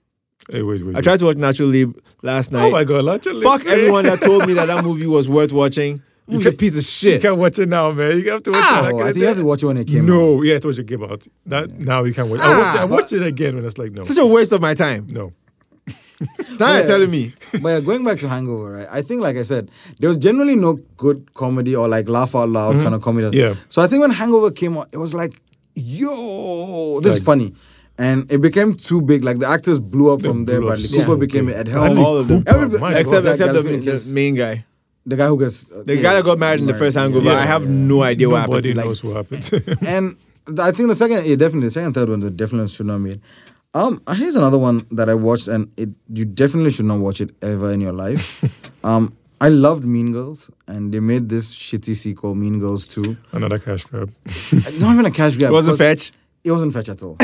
Speaker 3: Hey, wait, wait.
Speaker 2: I tried to watch Natural Lib last night.
Speaker 3: Oh my god, naturally.
Speaker 2: Fuck everyone that told me that that movie was worth watching. Movie's a piece of
Speaker 3: You
Speaker 2: shit.
Speaker 3: can't watch it now, man. You have to watch
Speaker 1: Oh,
Speaker 3: it.
Speaker 2: uh,
Speaker 1: I think you have to watch it when it came out.
Speaker 3: No, yeah, it was a game out. That now you can't watch. I watched, it, I
Speaker 2: Ah,
Speaker 3: watched it again, and it's like no,
Speaker 2: Such a waste of my time.
Speaker 3: no.
Speaker 2: Now
Speaker 1: Yeah.
Speaker 2: you're telling me.
Speaker 1: but yeah, going back to Hangover, right? I think, like I said, there was generally no good comedy or like laugh out loud kind of comedy.
Speaker 3: Mm-hmm. Yeah.
Speaker 1: So I think when Hangover came out, it was like, yo, this
Speaker 3: Like-
Speaker 1: is funny. And it became too big. Like the actors blew up from there.
Speaker 3: blew up
Speaker 1: Bradley
Speaker 3: so
Speaker 1: Cooper became
Speaker 3: big.
Speaker 1: Ed
Speaker 3: Bradley
Speaker 1: Helms.
Speaker 2: All of them.
Speaker 3: Cooper,
Speaker 1: Everybody-
Speaker 3: Oh my
Speaker 2: Except,
Speaker 3: God.
Speaker 1: Zach
Speaker 2: except the, the
Speaker 1: Galifianakis.
Speaker 2: main guy.
Speaker 1: The guy who gets uh,
Speaker 2: The
Speaker 1: yeah,
Speaker 2: guy that got married in the
Speaker 1: married.
Speaker 2: first hangover.
Speaker 3: Yeah.
Speaker 2: I have no idea what happened.
Speaker 3: Nobody
Speaker 2: Like,
Speaker 3: knows what happened.
Speaker 1: and th- I think the second, yeah, definitely the second, and third ones are definitely should not be. it. Um, here's another one that I watched, and it you definitely should not watch it ever in your life. um, I loved Mean Girls, and they made this shitty sequel, Mean Girls Two.
Speaker 3: Another cash grab.
Speaker 1: It's not even a cash grab.
Speaker 2: it wasn't
Speaker 1: because
Speaker 2: fetch.
Speaker 1: It wasn't fetch at all.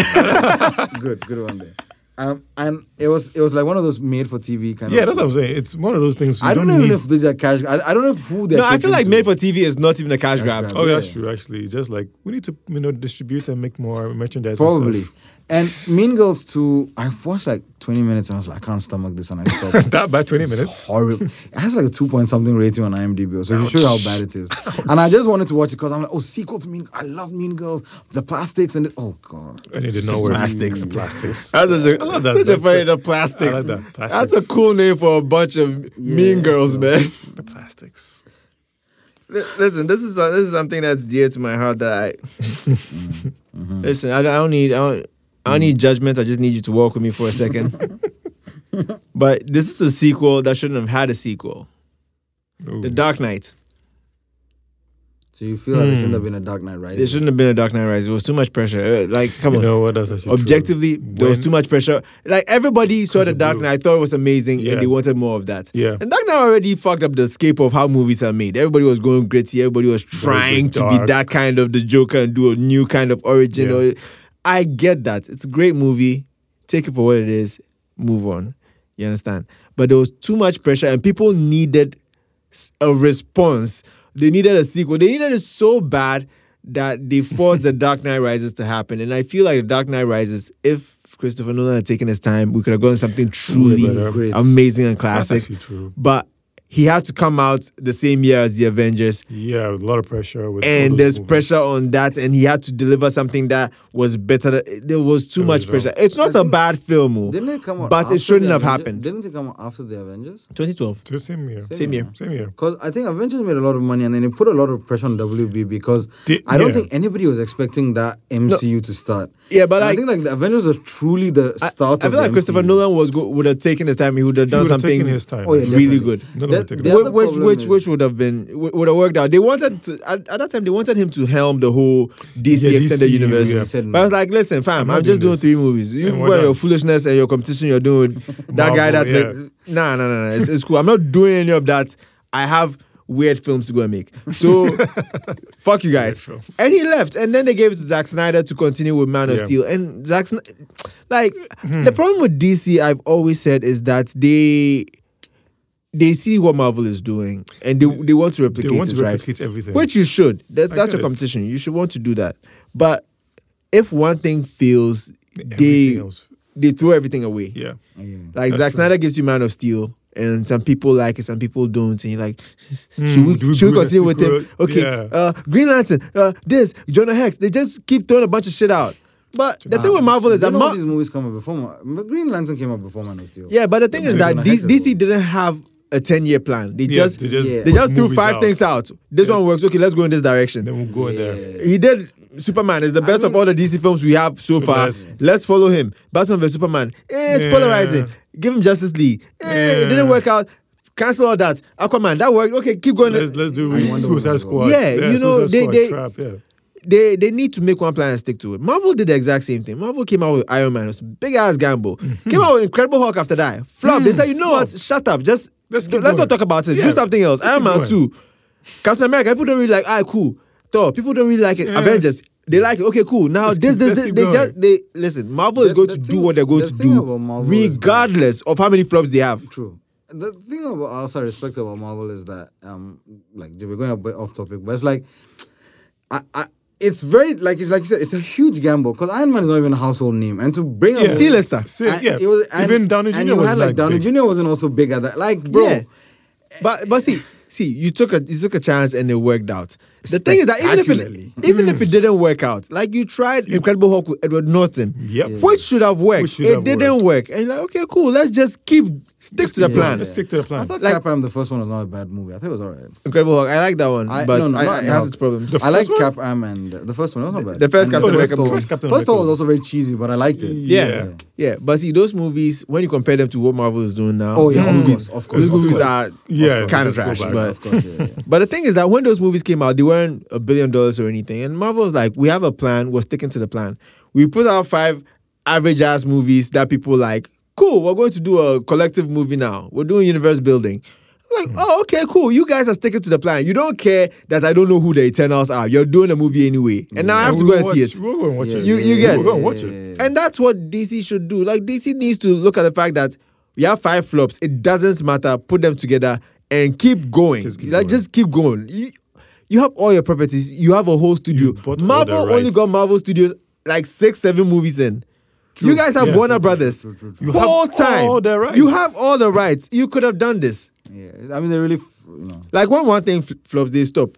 Speaker 1: good, good one there. Um, and it was it was like one of those made for TV kind
Speaker 3: Yeah,
Speaker 1: of.
Speaker 3: that's what I'm saying. It's one of those things. You
Speaker 1: I don't,
Speaker 3: don't
Speaker 1: even
Speaker 3: need-
Speaker 1: know if these are cash. I, I don't know if who they're.
Speaker 2: No, I feel
Speaker 1: catering
Speaker 2: like
Speaker 1: to.
Speaker 2: made for TV is not even a cash, grab.
Speaker 1: grab.
Speaker 3: Oh, yeah, that's
Speaker 1: Yeah.
Speaker 3: true. Actually, just like we need to, you know, distribute and make more merchandise.
Speaker 1: Probably.
Speaker 3: And stuff.
Speaker 1: And Mean Girls 2, I watched like 20 minutes and I was like, I can't stomach this and I stopped.
Speaker 3: That by twenty
Speaker 1: It's
Speaker 3: minutes.
Speaker 1: horrible. It has like a two point something rating on IMDb, so it shows you how bad it is. And I just wanted to watch it because I'm like, oh, sequel to Mean. I love Mean Girls, the plastics, and the, oh god,
Speaker 3: And it did not work.
Speaker 2: Plastics.
Speaker 3: plastics.
Speaker 2: That's such a,
Speaker 3: I love that.
Speaker 2: such a
Speaker 3: That's
Speaker 2: funny
Speaker 3: a-
Speaker 2: the plastics.
Speaker 3: I like that. Plastics.
Speaker 2: That's a cool name for a bunch of mean girls, man.
Speaker 3: The plastics.
Speaker 2: Li- Listen, this is uh, this is something that's dear to my heart. That I
Speaker 3: Mm-hmm.
Speaker 2: listen. I, don't- I don't need. I don't, I don't need judgment. I just need you to walk with me for a second. but this is a sequel that shouldn't have had a sequel.
Speaker 3: Ooh.
Speaker 2: The Dark Knight.
Speaker 1: so you feel like it shouldn't have been a Dark Knight, right?
Speaker 2: It Hmm. shouldn't have been a Dark Knight Rise. It was too much pressure. Uh, like, come
Speaker 3: You
Speaker 2: on.
Speaker 3: know what? That's actually true.
Speaker 2: Objectively, there was
Speaker 3: When-
Speaker 2: too much pressure. Like everybody saw
Speaker 3: Because
Speaker 2: the
Speaker 3: of
Speaker 2: Dark
Speaker 3: Blue.
Speaker 2: Knight, thought it was amazing,
Speaker 3: Yeah.
Speaker 2: and they wanted more of that.
Speaker 3: Yeah.
Speaker 2: and Dark Knight already fucked up the scape of how movies are made. Everybody was going gritty. Everybody was trying to be
Speaker 3: dark.
Speaker 2: that kind of the Joker and do a new kind of origin.
Speaker 3: Yeah.
Speaker 2: Or, I get that. It's a great movie. Take it for what it is. Move on. You understand? But there was too much pressure, and people needed s- a response. They needed a sequel. They needed it so bad that they forced The Dark Knight Rises to happen. And I feel like The Dark Knight Rises, if Christopher Nolan had taken his time, we could have gotten something truly
Speaker 3: better.
Speaker 1: Great.
Speaker 2: amazing and
Speaker 3: That's
Speaker 2: classic.
Speaker 3: actually true.
Speaker 2: But he had to come out the same year as The Avengers.
Speaker 3: Yeah, a lot of pressure. With all
Speaker 2: And
Speaker 3: those
Speaker 2: there's
Speaker 3: movies.
Speaker 2: pressure on that, and he had to deliver something that was better. than- There was too
Speaker 3: There
Speaker 2: much
Speaker 3: was, uh,
Speaker 2: pressure. It's not a
Speaker 1: Doesn't-
Speaker 2: bad film, oh,
Speaker 1: Didn't it come out?
Speaker 2: but
Speaker 1: after
Speaker 2: it shouldn't
Speaker 1: the
Speaker 2: have
Speaker 1: Avenger-
Speaker 2: happened.
Speaker 1: Didn't it come out after the Avengers?
Speaker 2: 2012.
Speaker 3: To the same year.
Speaker 2: Same year.
Speaker 3: Same year.
Speaker 1: Because I think Avengers made a lot of money and then it put a lot of pressure on WB because
Speaker 3: Did-
Speaker 1: I don't
Speaker 3: yeah.
Speaker 1: think anybody was expecting that MCU to start.
Speaker 2: Yeah, but
Speaker 1: And I
Speaker 2: like-
Speaker 1: think like the Avengers was truly the
Speaker 2: I,
Speaker 1: start
Speaker 2: I
Speaker 1: of
Speaker 2: feel
Speaker 1: the
Speaker 2: like Christopher
Speaker 1: MCU.
Speaker 2: Nolan was go- would have taken his time. He would have
Speaker 3: He
Speaker 2: done
Speaker 3: would have
Speaker 2: something
Speaker 3: taken his time.
Speaker 1: Oh, yeah, definitely.
Speaker 2: really good.
Speaker 3: Nolan
Speaker 1: The-
Speaker 3: would have taken
Speaker 1: the
Speaker 3: his
Speaker 1: other
Speaker 2: Wh- which
Speaker 1: problem
Speaker 2: which
Speaker 1: is-
Speaker 2: which would have been would would have worked out. They wanted to, at, at that time they wanted him to helm the whole DC
Speaker 3: Yeah,
Speaker 2: extended
Speaker 3: DC,
Speaker 2: universe.
Speaker 3: yeah.
Speaker 1: He said
Speaker 2: But I was
Speaker 1: no.
Speaker 2: like, listen, fam,
Speaker 3: not
Speaker 2: I'm, just
Speaker 3: doing
Speaker 2: doing three
Speaker 3: this.
Speaker 2: movies. You
Speaker 3: Yeah, we're
Speaker 2: well,
Speaker 3: done.
Speaker 2: your foolishness and your competition you're doing with that guy. That's
Speaker 3: Marvel,
Speaker 2: like, nah, nah, nah, nah. It's, it's cool. I'm not doing any of that. I have weird films to go and make. So fuck you guys.
Speaker 3: Weird films.
Speaker 2: And he left. And then they gave it to Zack Snyder to continue with Man of
Speaker 3: Yeah. Hmm.
Speaker 2: Steel. And Zack, Sn- like, the problem with DC, I've always said, is that they they see what Marvel is doing and they they want to replicate
Speaker 3: They want
Speaker 2: it,
Speaker 3: to
Speaker 2: right?
Speaker 3: replicate everything.
Speaker 2: Which you should. That,
Speaker 3: I
Speaker 2: that's
Speaker 3: get
Speaker 2: your
Speaker 3: it.
Speaker 2: competition. You should want to do that. But if one thing fails,
Speaker 3: Everything
Speaker 2: they
Speaker 3: else.
Speaker 2: they throw everything away.
Speaker 3: Yeah.
Speaker 1: Yeah.
Speaker 2: Like
Speaker 3: That's
Speaker 2: Zack
Speaker 3: true.
Speaker 2: Snyder gives you Man of Steel, and some people like it, some people don't, and you're like, should
Speaker 3: Hmm,
Speaker 2: we,
Speaker 3: do we
Speaker 2: should we
Speaker 3: go
Speaker 2: continue
Speaker 3: with
Speaker 2: with
Speaker 3: the
Speaker 2: him?
Speaker 3: sequel?
Speaker 2: Okay,
Speaker 3: Yeah.
Speaker 2: uh, Green Lantern, uh, this Jonah Hex. They just keep throwing a bunch of shit out. But the thing with Marvel is
Speaker 1: You
Speaker 2: that
Speaker 1: know
Speaker 2: Mar-
Speaker 1: these movies come out before. Ma- Green Lantern came out before Man of Steel.
Speaker 2: yeah, but the thing is
Speaker 1: Jonah
Speaker 2: that
Speaker 1: Hex
Speaker 2: DC,
Speaker 1: is
Speaker 2: DC
Speaker 1: one.
Speaker 2: didn't have a ten year plan. They
Speaker 3: Yeah,
Speaker 2: just
Speaker 3: they just,
Speaker 1: Yeah.
Speaker 2: they
Speaker 3: put
Speaker 2: just threw
Speaker 3: movies
Speaker 2: five
Speaker 3: out.
Speaker 2: things out. This
Speaker 3: Yeah.
Speaker 2: one works. Okay, let's go in this direction.
Speaker 3: Then we'll go in
Speaker 1: Yeah.
Speaker 3: there.
Speaker 2: He did Superman is the best of
Speaker 1: mean-
Speaker 2: all the DC films we have so
Speaker 3: So
Speaker 2: far.
Speaker 3: let's-
Speaker 2: Let's follow him. Batman vs Superman. Eh, it's
Speaker 3: Yeah.
Speaker 2: polarizing. Give him Justice League. Eh,
Speaker 3: Yeah.
Speaker 2: It didn't work out. Cancel all that. Aquaman that worked. Okay, keep going.
Speaker 3: Let's let's do
Speaker 1: I wonder what
Speaker 3: Suicide
Speaker 1: it was.
Speaker 3: Squad.
Speaker 2: Yeah, you know,
Speaker 3: Suicide
Speaker 2: they-
Speaker 3: Squad
Speaker 2: they-
Speaker 3: trap, yeah.
Speaker 2: they they need to make one plan and stick to it. Marvel did the exact same thing. Marvel came out with Iron Man. It was a big ass gamble. Came out with Incredible Hulk after that. Flop. They said, you know what? Shut up. Just let's,
Speaker 3: Let's keep
Speaker 2: let's not
Speaker 3: going.
Speaker 2: talk about it.
Speaker 3: Yeah.
Speaker 2: Do something else.
Speaker 3: Let's
Speaker 2: Iron
Speaker 3: keep
Speaker 2: Man
Speaker 3: going.
Speaker 2: two. Captain America. People don't really like. Ah, cool. Thor. People don't really like it. Avengers. They like it. Okay, cool. Now
Speaker 3: Let's
Speaker 2: this
Speaker 3: keep-
Speaker 2: this,
Speaker 3: let's
Speaker 2: this
Speaker 3: keep
Speaker 2: they
Speaker 3: going.
Speaker 2: just they listen. Marvel is
Speaker 1: The-
Speaker 2: going
Speaker 1: the
Speaker 2: to do
Speaker 1: thing-
Speaker 2: what they're going
Speaker 1: the
Speaker 2: to
Speaker 1: thing about
Speaker 2: do,
Speaker 1: Marvel is that-
Speaker 2: regardless of how many flops they have.
Speaker 1: True. The thing about also I respect about Marvel is that um like we're going a bit off topic, but it's like I I it's very like it's like you said, it's a huge gamble because Iron Man is not even a household name, and to bring up
Speaker 3: Yeah.
Speaker 2: See, Lester.
Speaker 3: See, yeah.
Speaker 1: it was, and,
Speaker 3: Even Downey
Speaker 1: and
Speaker 3: Jr.
Speaker 1: you
Speaker 3: was
Speaker 1: had like
Speaker 3: like
Speaker 1: Downey
Speaker 3: big.
Speaker 1: Jr. wasn't also big at that. Like, bro,
Speaker 2: Yeah. But but see, see, you took a you took a chance and it worked out. The thing is that even if
Speaker 1: Spectacularly.
Speaker 2: it even
Speaker 3: Mm.
Speaker 2: if it didn't work out, like you tried Incredible Hulk with Edward Norton,
Speaker 3: Yep. Yeah.
Speaker 2: which should have worked.
Speaker 3: Which should
Speaker 2: it
Speaker 3: have
Speaker 2: didn't work. And you're like, okay, cool, let's just keep stick to the
Speaker 1: Yeah,
Speaker 2: plan.
Speaker 3: Let's stick to the plan.
Speaker 1: I thought
Speaker 2: Like-
Speaker 1: Capcom the first one was not a bad movie. I think it was alright.
Speaker 2: Incredible Hulk, I like that one,
Speaker 1: I,
Speaker 2: but
Speaker 1: no, no,
Speaker 2: I-
Speaker 1: not the
Speaker 2: it has
Speaker 1: Hulk.
Speaker 2: its problems.
Speaker 1: I like
Speaker 3: first one?
Speaker 1: Capcom and the first one. It was not bad.
Speaker 2: the
Speaker 1: And
Speaker 2: first Captain
Speaker 1: first
Speaker 2: America
Speaker 1: one-
Speaker 2: movie.
Speaker 1: First
Speaker 3: First Captain
Speaker 1: one was
Speaker 3: America.
Speaker 1: also very cheesy, but I liked it.
Speaker 3: Yeah.
Speaker 2: yeah. yeah, But see, those movies when you compare them to what Marvel is doing now,
Speaker 1: Oh yeah,
Speaker 2: those
Speaker 1: of
Speaker 2: movies,
Speaker 1: course, of course,
Speaker 2: those
Speaker 1: of
Speaker 2: movies
Speaker 1: course.
Speaker 2: are
Speaker 3: Yeah,
Speaker 2: kind of trash.
Speaker 3: let's go back.
Speaker 2: But
Speaker 1: of course, yeah, yeah.
Speaker 2: But the thing is that when those movies came out, they weren't a billion dollars or anything. And Marvel was like, we have a plan, we're sticking to the plan. We put out five average ass movies that people like, cool, we're going to do a collective movie now. We're doing universe building. I'm Like, oh, okay, cool. You guys are sticking to the plan. You don't care that I don't know who the Eternals are. You're doing a movie anyway. And now I have to go and see it.
Speaker 3: We'll go and watch it.
Speaker 2: You- you get-
Speaker 3: We'll go and watch it.
Speaker 2: And that's what DC should do. Like DC needs to look at the fact that we have five flops. It doesn't matter. Put them together and keep going.
Speaker 3: Just keep
Speaker 2: like
Speaker 3: going.
Speaker 2: just keep going. You, you have all your properties. You have a whole studio.
Speaker 3: You bought all
Speaker 2: Marvel
Speaker 3: the
Speaker 2: only got
Speaker 3: rights.
Speaker 2: Marvel Studios like six, seven movies in. You guys have
Speaker 3: Yeah,
Speaker 2: Warner
Speaker 3: true, true,
Speaker 2: Brothers.
Speaker 1: true, true, true.
Speaker 3: You have
Speaker 2: Whole time.
Speaker 3: all the rights.
Speaker 2: You have all the rights. You could have done this.
Speaker 1: yeah. I mean, they really, f- you know.
Speaker 2: Like when one thing fl- flops, they stop.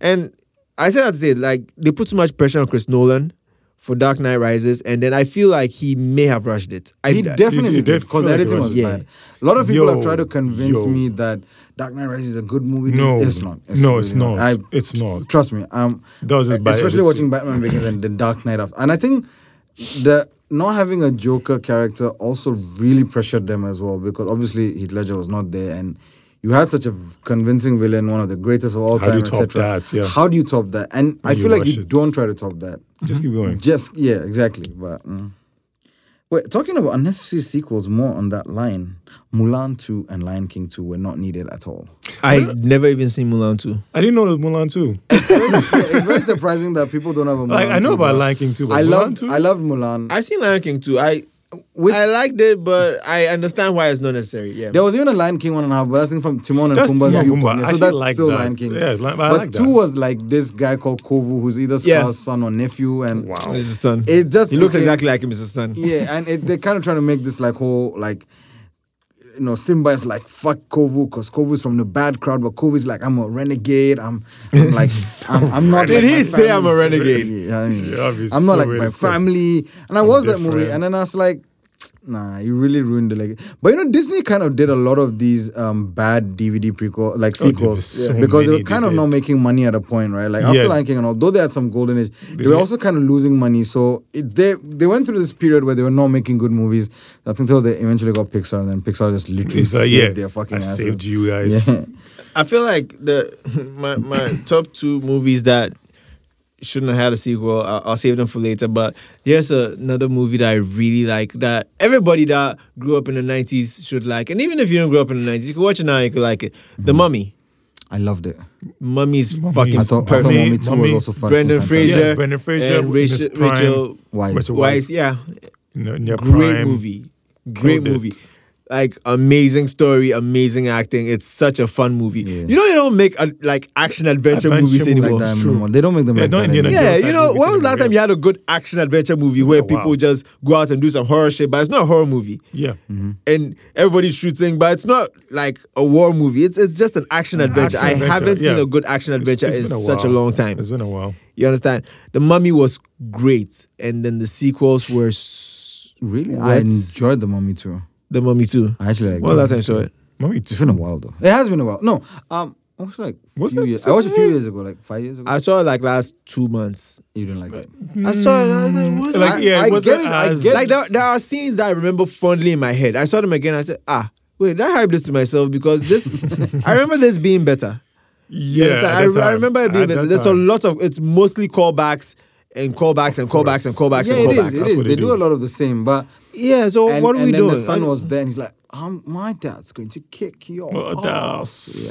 Speaker 2: And I said that to say, like they put too much pressure on Chris Nolan for Dark Knight Rises, and then I feel like he may have rushed it. I
Speaker 1: He definitely
Speaker 3: you
Speaker 1: did
Speaker 3: did
Speaker 1: because
Speaker 3: feel
Speaker 1: the
Speaker 3: like it
Speaker 1: editing
Speaker 3: was-
Speaker 1: was
Speaker 2: Yeah.
Speaker 1: bad. A lot of people
Speaker 3: Yo,
Speaker 1: have tried to convince
Speaker 3: yo.
Speaker 1: me that Dark Knight Rises is a good movie.
Speaker 3: No,
Speaker 1: it's not.
Speaker 3: no, it's
Speaker 1: really
Speaker 3: not. It's not.
Speaker 1: Trust me. Um,
Speaker 3: Does is bad
Speaker 1: especially
Speaker 3: editing.
Speaker 1: watching Batman Begins and the Dark Knight after. And I think the not having a Joker character also really pressured them as well because obviously Heath Ledger was not there and. You had such a v- convincing villain, one of the greatest of all
Speaker 3: How do
Speaker 1: time,
Speaker 3: you top
Speaker 1: etc.
Speaker 3: that? Yeah.
Speaker 1: How do you top that? And I
Speaker 3: And you
Speaker 1: feel like
Speaker 3: rush
Speaker 1: you
Speaker 3: it.
Speaker 1: don't try to top that.
Speaker 3: Just keep going.
Speaker 1: Just yeah, exactly. But mm. wait, talking about unnecessary sequels, more on that line. Mulan two and Lion King two were not needed at all.
Speaker 2: I never even seen Mulan 2.
Speaker 3: I didn't know there was Mulan too.
Speaker 1: it's very- it's very surprising that people don't have a Mulan.
Speaker 3: Like I know
Speaker 1: 2,
Speaker 3: about
Speaker 1: but
Speaker 3: Lion King too, but
Speaker 1: I
Speaker 3: Mulan
Speaker 1: loved
Speaker 3: too.
Speaker 1: I loved Mulan.
Speaker 2: I've seen Lion King 2. I
Speaker 1: Which-
Speaker 2: I liked it, but I understand why it's not necessary. Yeah.
Speaker 1: there was even a Lion King one and a half, but I think from Timon and
Speaker 3: That's
Speaker 1: Pumbaa's
Speaker 3: Timon and
Speaker 1: viewpoint,
Speaker 3: Pumbaa.
Speaker 1: yeah,
Speaker 3: I
Speaker 1: So
Speaker 3: actually
Speaker 1: that's
Speaker 3: like
Speaker 1: still
Speaker 3: that.
Speaker 1: Lion King.
Speaker 3: Yeah, it's like- I
Speaker 1: but
Speaker 3: like
Speaker 1: two
Speaker 3: that.
Speaker 1: was like this guy called Kovu, who's either Scar's
Speaker 2: Yeah.
Speaker 1: son or nephew, and wow.
Speaker 2: Mr. Sun.
Speaker 1: It just
Speaker 2: he looks
Speaker 1: became-
Speaker 2: exactly like him, Mr. Sun.
Speaker 1: yeah, and it, they're kind of trying to make this like whole like. You know, Simba is like fuck Kovu because Kovu's from the bad crowd, but Kovu's like I'm a renegade. I'm, I'm like I'm, I'm not.
Speaker 2: Did
Speaker 1: like
Speaker 2: he
Speaker 1: my
Speaker 2: say I'm a
Speaker 1: family."
Speaker 2: renegade?
Speaker 1: Yeah, I mean,
Speaker 3: Yeah, he's
Speaker 1: I'm not
Speaker 3: so
Speaker 1: like my
Speaker 3: racist.
Speaker 1: family. And I watched that movie,
Speaker 3: different.
Speaker 1: and then I was like, nah, you really ruined the leg. But you know, Disney kind of did a lot of these um bad DVD prequel like
Speaker 3: Oh, there
Speaker 1: sequels
Speaker 3: was so
Speaker 1: because they
Speaker 3: many
Speaker 1: were kind
Speaker 3: they
Speaker 1: of not
Speaker 3: did.
Speaker 1: making money at a point, right? Like
Speaker 3: Yeah.
Speaker 1: after Lion King and although they had some golden age, they were
Speaker 3: Yeah.
Speaker 1: also kind of losing money. So it, they they went through this period where they were not making good movies. I think until they eventually got Pixar, and then Pixar just literally
Speaker 3: It's like
Speaker 1: saved
Speaker 3: yeah,
Speaker 1: their fucking
Speaker 3: I
Speaker 1: asses.
Speaker 3: saved you guys.
Speaker 1: Yeah.
Speaker 2: I feel like the my, my top two movies that shouldn't have had a sequel, I'll, I'll save them for later. But there's a, another movie that I really like that everybody that grew up in the 90s should like. And even if you don't grow up in the 90s, you can watch it now, you could like it. The Mummy.
Speaker 1: I loved it.
Speaker 2: Mummy's
Speaker 3: Mm-hmm. Mummy
Speaker 2: fucking
Speaker 1: I
Speaker 3: is
Speaker 1: thought, I
Speaker 2: perfect.
Speaker 1: thought
Speaker 3: Mummy,
Speaker 1: Mommy Two was
Speaker 3: Mummy,
Speaker 1: also fucking
Speaker 2: Brendan
Speaker 1: fantastic.
Speaker 2: Fraser,
Speaker 3: Yeah, Brendan Fraser
Speaker 2: and
Speaker 3: in his
Speaker 2: Rachel,
Speaker 3: prime.
Speaker 2: Rachel
Speaker 1: Wise.
Speaker 3: Rachel
Speaker 2: Weisz, yeah,
Speaker 3: in your- in your
Speaker 2: great
Speaker 3: prime.
Speaker 2: movie, great
Speaker 3: Killed it.
Speaker 2: movie, like amazing story, amazing acting. It's such a fun movie.
Speaker 1: Yeah.
Speaker 2: You know they don't make a, like action adventure
Speaker 3: Adventure
Speaker 2: movies
Speaker 3: movie
Speaker 2: anymore.
Speaker 1: Like that
Speaker 3: It's
Speaker 1: anymore.
Speaker 3: true.
Speaker 1: They don't make them
Speaker 3: Yeah,
Speaker 1: like
Speaker 3: don't
Speaker 1: that
Speaker 3: Indiana
Speaker 1: anymore.
Speaker 2: yeah,
Speaker 3: Adult
Speaker 2: you
Speaker 3: type
Speaker 2: know,
Speaker 3: movies
Speaker 2: when was the last
Speaker 3: anymore,
Speaker 2: time you had a good action adventure movie where
Speaker 3: Oh, wow.
Speaker 2: people just go out and do some horror shit? But it's not a horror movie,
Speaker 3: Yeah,
Speaker 2: Mm-hmm. and everybody's shooting, but it's not like a war movie. It's it's just an action adventure.
Speaker 3: action adventure,
Speaker 2: I haven't seen
Speaker 3: yeah.
Speaker 2: a good action adventure
Speaker 3: It's- it's
Speaker 2: in
Speaker 3: been
Speaker 2: such a
Speaker 3: while.
Speaker 2: long time.
Speaker 3: It's been a while.
Speaker 2: You understand? The Mummy was great, and then the sequels were s-
Speaker 1: Really, I
Speaker 2: What?
Speaker 1: enjoyed the Mummy Two.
Speaker 2: the Mummy too.
Speaker 1: I actually like.
Speaker 2: Well,
Speaker 1: it.
Speaker 2: last time I saw it.
Speaker 3: Mummy
Speaker 1: It's
Speaker 3: two.
Speaker 1: been a while though. It has been a while. No, um, I watched like
Speaker 3: Was
Speaker 1: few
Speaker 3: it
Speaker 1: years. I watched a few
Speaker 3: somewhere?
Speaker 1: years ago, like five years ago.
Speaker 2: I saw it like last two months.
Speaker 1: you didn't like it.
Speaker 2: I saw it. And I was like, what?
Speaker 3: Like
Speaker 1: I-
Speaker 3: yeah,
Speaker 1: I
Speaker 3: it wasn't
Speaker 1: get it, I
Speaker 3: as
Speaker 1: get it.
Speaker 2: like there, there are scenes that I remember fondly in my head. I saw them again. I said, ah, wait, did I hyped this to myself because this. I remember this being better. You
Speaker 3: yeah.
Speaker 2: understand?
Speaker 3: at
Speaker 2: I,
Speaker 3: that
Speaker 2: re- I
Speaker 3: time.
Speaker 2: remember it
Speaker 3: At
Speaker 2: being
Speaker 3: that
Speaker 2: better. There's a
Speaker 3: time.
Speaker 2: lot of it's mostly callbacks and callbacks and callbacks and
Speaker 3: course.
Speaker 2: callbacks
Speaker 1: yeah,
Speaker 2: and
Speaker 1: it
Speaker 2: callbacks.
Speaker 1: is. It
Speaker 3: That's
Speaker 1: is.
Speaker 3: what
Speaker 1: They
Speaker 3: they
Speaker 1: do
Speaker 3: do.
Speaker 1: a lot of the same, but
Speaker 2: Yeah. So
Speaker 1: and,
Speaker 2: what are
Speaker 1: and
Speaker 2: we
Speaker 1: then
Speaker 2: doing?
Speaker 1: the son
Speaker 2: I-
Speaker 1: was there, and he's like, um, "My dad's going to kick your
Speaker 3: Oh,
Speaker 1: ass."
Speaker 3: that's-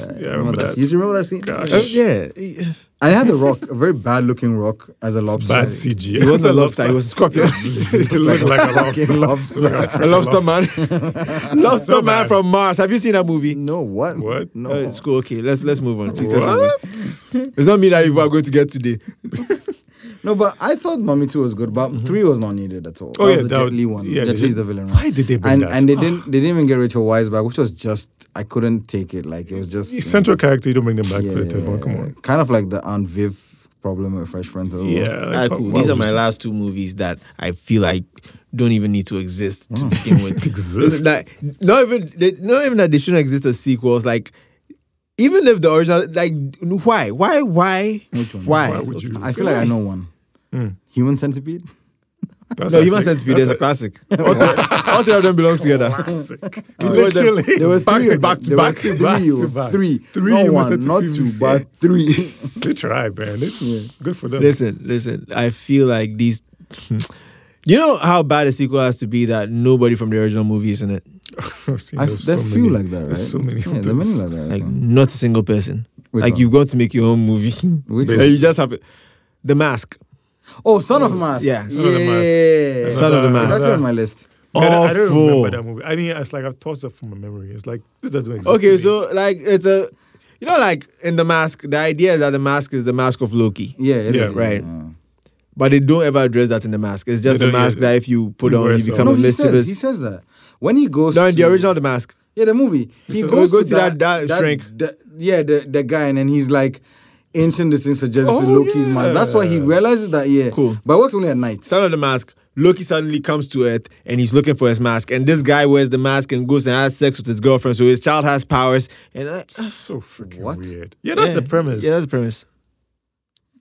Speaker 1: Yeah,
Speaker 3: yeah, I
Speaker 1: remember
Speaker 3: remember
Speaker 1: that.
Speaker 3: that.
Speaker 1: You do remember that scene?
Speaker 3: Gosh.
Speaker 2: Oh, yeah.
Speaker 1: And it had the rock, a very bad-looking rock as a lobster.
Speaker 3: Bad CG.
Speaker 2: It wasn't a lobster, it was a scorpion.
Speaker 3: it looked like a lobster.
Speaker 1: Fucking lobster.
Speaker 2: a lobster man. lobster
Speaker 3: So
Speaker 2: man
Speaker 3: bad.
Speaker 2: from Mars. Have you seen that movie?
Speaker 1: no, what?
Speaker 3: What?
Speaker 1: No.
Speaker 2: Oh, it's cool. Okay, let's let's move on. Please, let's move on.
Speaker 3: What?
Speaker 2: It's not me that you are going to get today.
Speaker 1: No, but I thought Mummy Two was good,
Speaker 2: Mm-hmm.
Speaker 1: but three was not needed at all.
Speaker 3: Oh,
Speaker 1: that
Speaker 3: yeah,
Speaker 1: was the
Speaker 3: that
Speaker 1: Jet
Speaker 3: would-
Speaker 1: Li one. Jet
Speaker 3: yeah, they
Speaker 1: Li's
Speaker 3: did-
Speaker 1: the villain. Right?
Speaker 3: Why did they bring
Speaker 1: and,
Speaker 3: that? Ah.
Speaker 1: And they didn't. They didn't even get Rachel Wise back, which was just I couldn't take it. Like it was just
Speaker 3: He's central character. You don't bring them back
Speaker 1: Yeah,
Speaker 3: to the
Speaker 1: yeah,
Speaker 3: table.
Speaker 1: yeah,
Speaker 3: Come
Speaker 1: yeah.
Speaker 3: on.
Speaker 1: Kind of like the Aunt Viv problem with Fresh Prince. As well.
Speaker 3: Yeah.
Speaker 2: All right,
Speaker 3: like,
Speaker 2: Ah, cool.
Speaker 3: why
Speaker 2: These are
Speaker 3: would
Speaker 2: my
Speaker 3: you-
Speaker 2: last two movies that I feel like don't even need to exist to begin with. It's
Speaker 3: Exist.
Speaker 2: Like, not even they, not even that they shouldn't exist as sequels. Like even if the original, like why, why, why,
Speaker 1: Which one?
Speaker 2: why?
Speaker 3: Why would you?
Speaker 1: I feel like I know one.
Speaker 2: Hmm.
Speaker 1: Human Centipede.
Speaker 3: That's
Speaker 2: No,
Speaker 3: a
Speaker 2: Human
Speaker 3: sick-
Speaker 2: Centipede
Speaker 3: that's
Speaker 2: is a
Speaker 3: a
Speaker 2: classic. all, three, all three of them belongs together.
Speaker 3: Classic.
Speaker 2: were them-
Speaker 3: Literally.
Speaker 1: There were
Speaker 2: Back
Speaker 1: three
Speaker 2: to
Speaker 1: of them.
Speaker 2: back to
Speaker 1: There were
Speaker 2: back to
Speaker 1: three
Speaker 2: back
Speaker 1: of-
Speaker 3: to back.
Speaker 1: Three.
Speaker 3: Three
Speaker 1: Not
Speaker 3: Human
Speaker 1: one, not
Speaker 3: Centipedes.
Speaker 1: two, but three.
Speaker 3: They try, man. They, Good for them.
Speaker 2: Listen, listen. I feel like these. You know how bad a sequel has to be that nobody from the original movie is in it.
Speaker 3: I've seen
Speaker 1: I f-
Speaker 3: those
Speaker 1: they
Speaker 3: so
Speaker 1: feel
Speaker 3: many-
Speaker 1: like that, right?
Speaker 3: There's so many.
Speaker 1: Yeah,
Speaker 3: of
Speaker 1: there are many
Speaker 3: those.
Speaker 1: like that. I
Speaker 2: Like
Speaker 1: think.
Speaker 2: not a single person.
Speaker 1: Which
Speaker 2: like
Speaker 1: one?
Speaker 2: you've got to make your own movie.
Speaker 1: Which
Speaker 2: And
Speaker 1: one?
Speaker 2: you just have it. The Mask.
Speaker 1: Oh, Son of Mask.
Speaker 2: Yeah,
Speaker 3: Son of the Mask.
Speaker 1: Yeah.
Speaker 3: That's
Speaker 2: Son of the
Speaker 3: another-
Speaker 2: Mask.
Speaker 1: That's
Speaker 3: another-
Speaker 1: on my list.
Speaker 3: I don't- I don't
Speaker 2: Awful.
Speaker 3: remember that movie. I mean, it's like I've tossed it from my memory. It's like this doesn't exist. to
Speaker 2: Okay,
Speaker 3: me.
Speaker 2: so like it's a, you know, like in the mask, the idea is that the mask is the mask of Loki,
Speaker 1: Yeah, it
Speaker 3: Yeah,
Speaker 1: is,
Speaker 2: right.
Speaker 1: yeah.
Speaker 2: but they don't ever address that in the mask. It's just
Speaker 3: They
Speaker 2: the
Speaker 3: don't, yeah.
Speaker 2: mask that if you put
Speaker 3: You
Speaker 2: on,
Speaker 3: wear
Speaker 2: you
Speaker 3: some-
Speaker 2: become
Speaker 1: No,
Speaker 2: a
Speaker 1: he says, he
Speaker 2: mischievous.
Speaker 1: says that when he goes.
Speaker 2: No, in the
Speaker 1: to-
Speaker 2: original, the mask.
Speaker 1: Yeah, the movie. He
Speaker 2: says-
Speaker 1: goes,
Speaker 2: He goes
Speaker 1: to
Speaker 2: to
Speaker 1: that,
Speaker 2: that- that shrink.
Speaker 1: the- yeah, the, the guy, and then he's like, ancient this thing suggests it's
Speaker 3: Oh,
Speaker 1: Loki's mask. That's why he
Speaker 3: yeah.
Speaker 1: realizes that, yeah.
Speaker 2: Cool.
Speaker 1: But it works only at night.
Speaker 2: Son of the mask. Loki suddenly comes to Earth and he's looking for his mask. And this guy wears the mask and goes and has sex with his girlfriend. So his child has powers. And I,
Speaker 3: so freaking
Speaker 1: What?
Speaker 3: weird. Yeah, that's the premise.
Speaker 2: Yeah, that's the premise.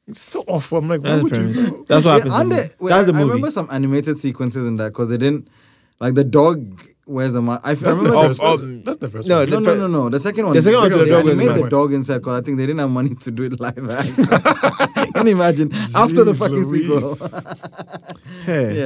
Speaker 3: it's so awful. I'm like,
Speaker 2: That's
Speaker 3: why
Speaker 2: the
Speaker 3: would
Speaker 2: premise.
Speaker 3: you?
Speaker 2: That's what
Speaker 1: Yeah,
Speaker 2: happens. in
Speaker 1: and
Speaker 2: the
Speaker 1: the-
Speaker 2: movie.
Speaker 1: wait,
Speaker 2: that's the
Speaker 1: I, I
Speaker 2: movie.
Speaker 1: remember some animated sequences in that because they didn't, like, the dog wears the mask. I, f- I
Speaker 3: That's the
Speaker 1: remember
Speaker 2: the
Speaker 3: first.
Speaker 1: the-
Speaker 2: first-
Speaker 3: that's- That's the first.
Speaker 2: no,
Speaker 3: one.
Speaker 1: no, no, no, no. The second one.
Speaker 2: The second one
Speaker 1: they
Speaker 3: to the dog wears the
Speaker 1: animated the
Speaker 3: mask.
Speaker 1: dog inside because I think they didn't have money to do it live. action. Can you imagine after the
Speaker 3: Jeez
Speaker 1: fucking
Speaker 3: Louise.
Speaker 1: sequel?
Speaker 2: Hey.
Speaker 1: yeah,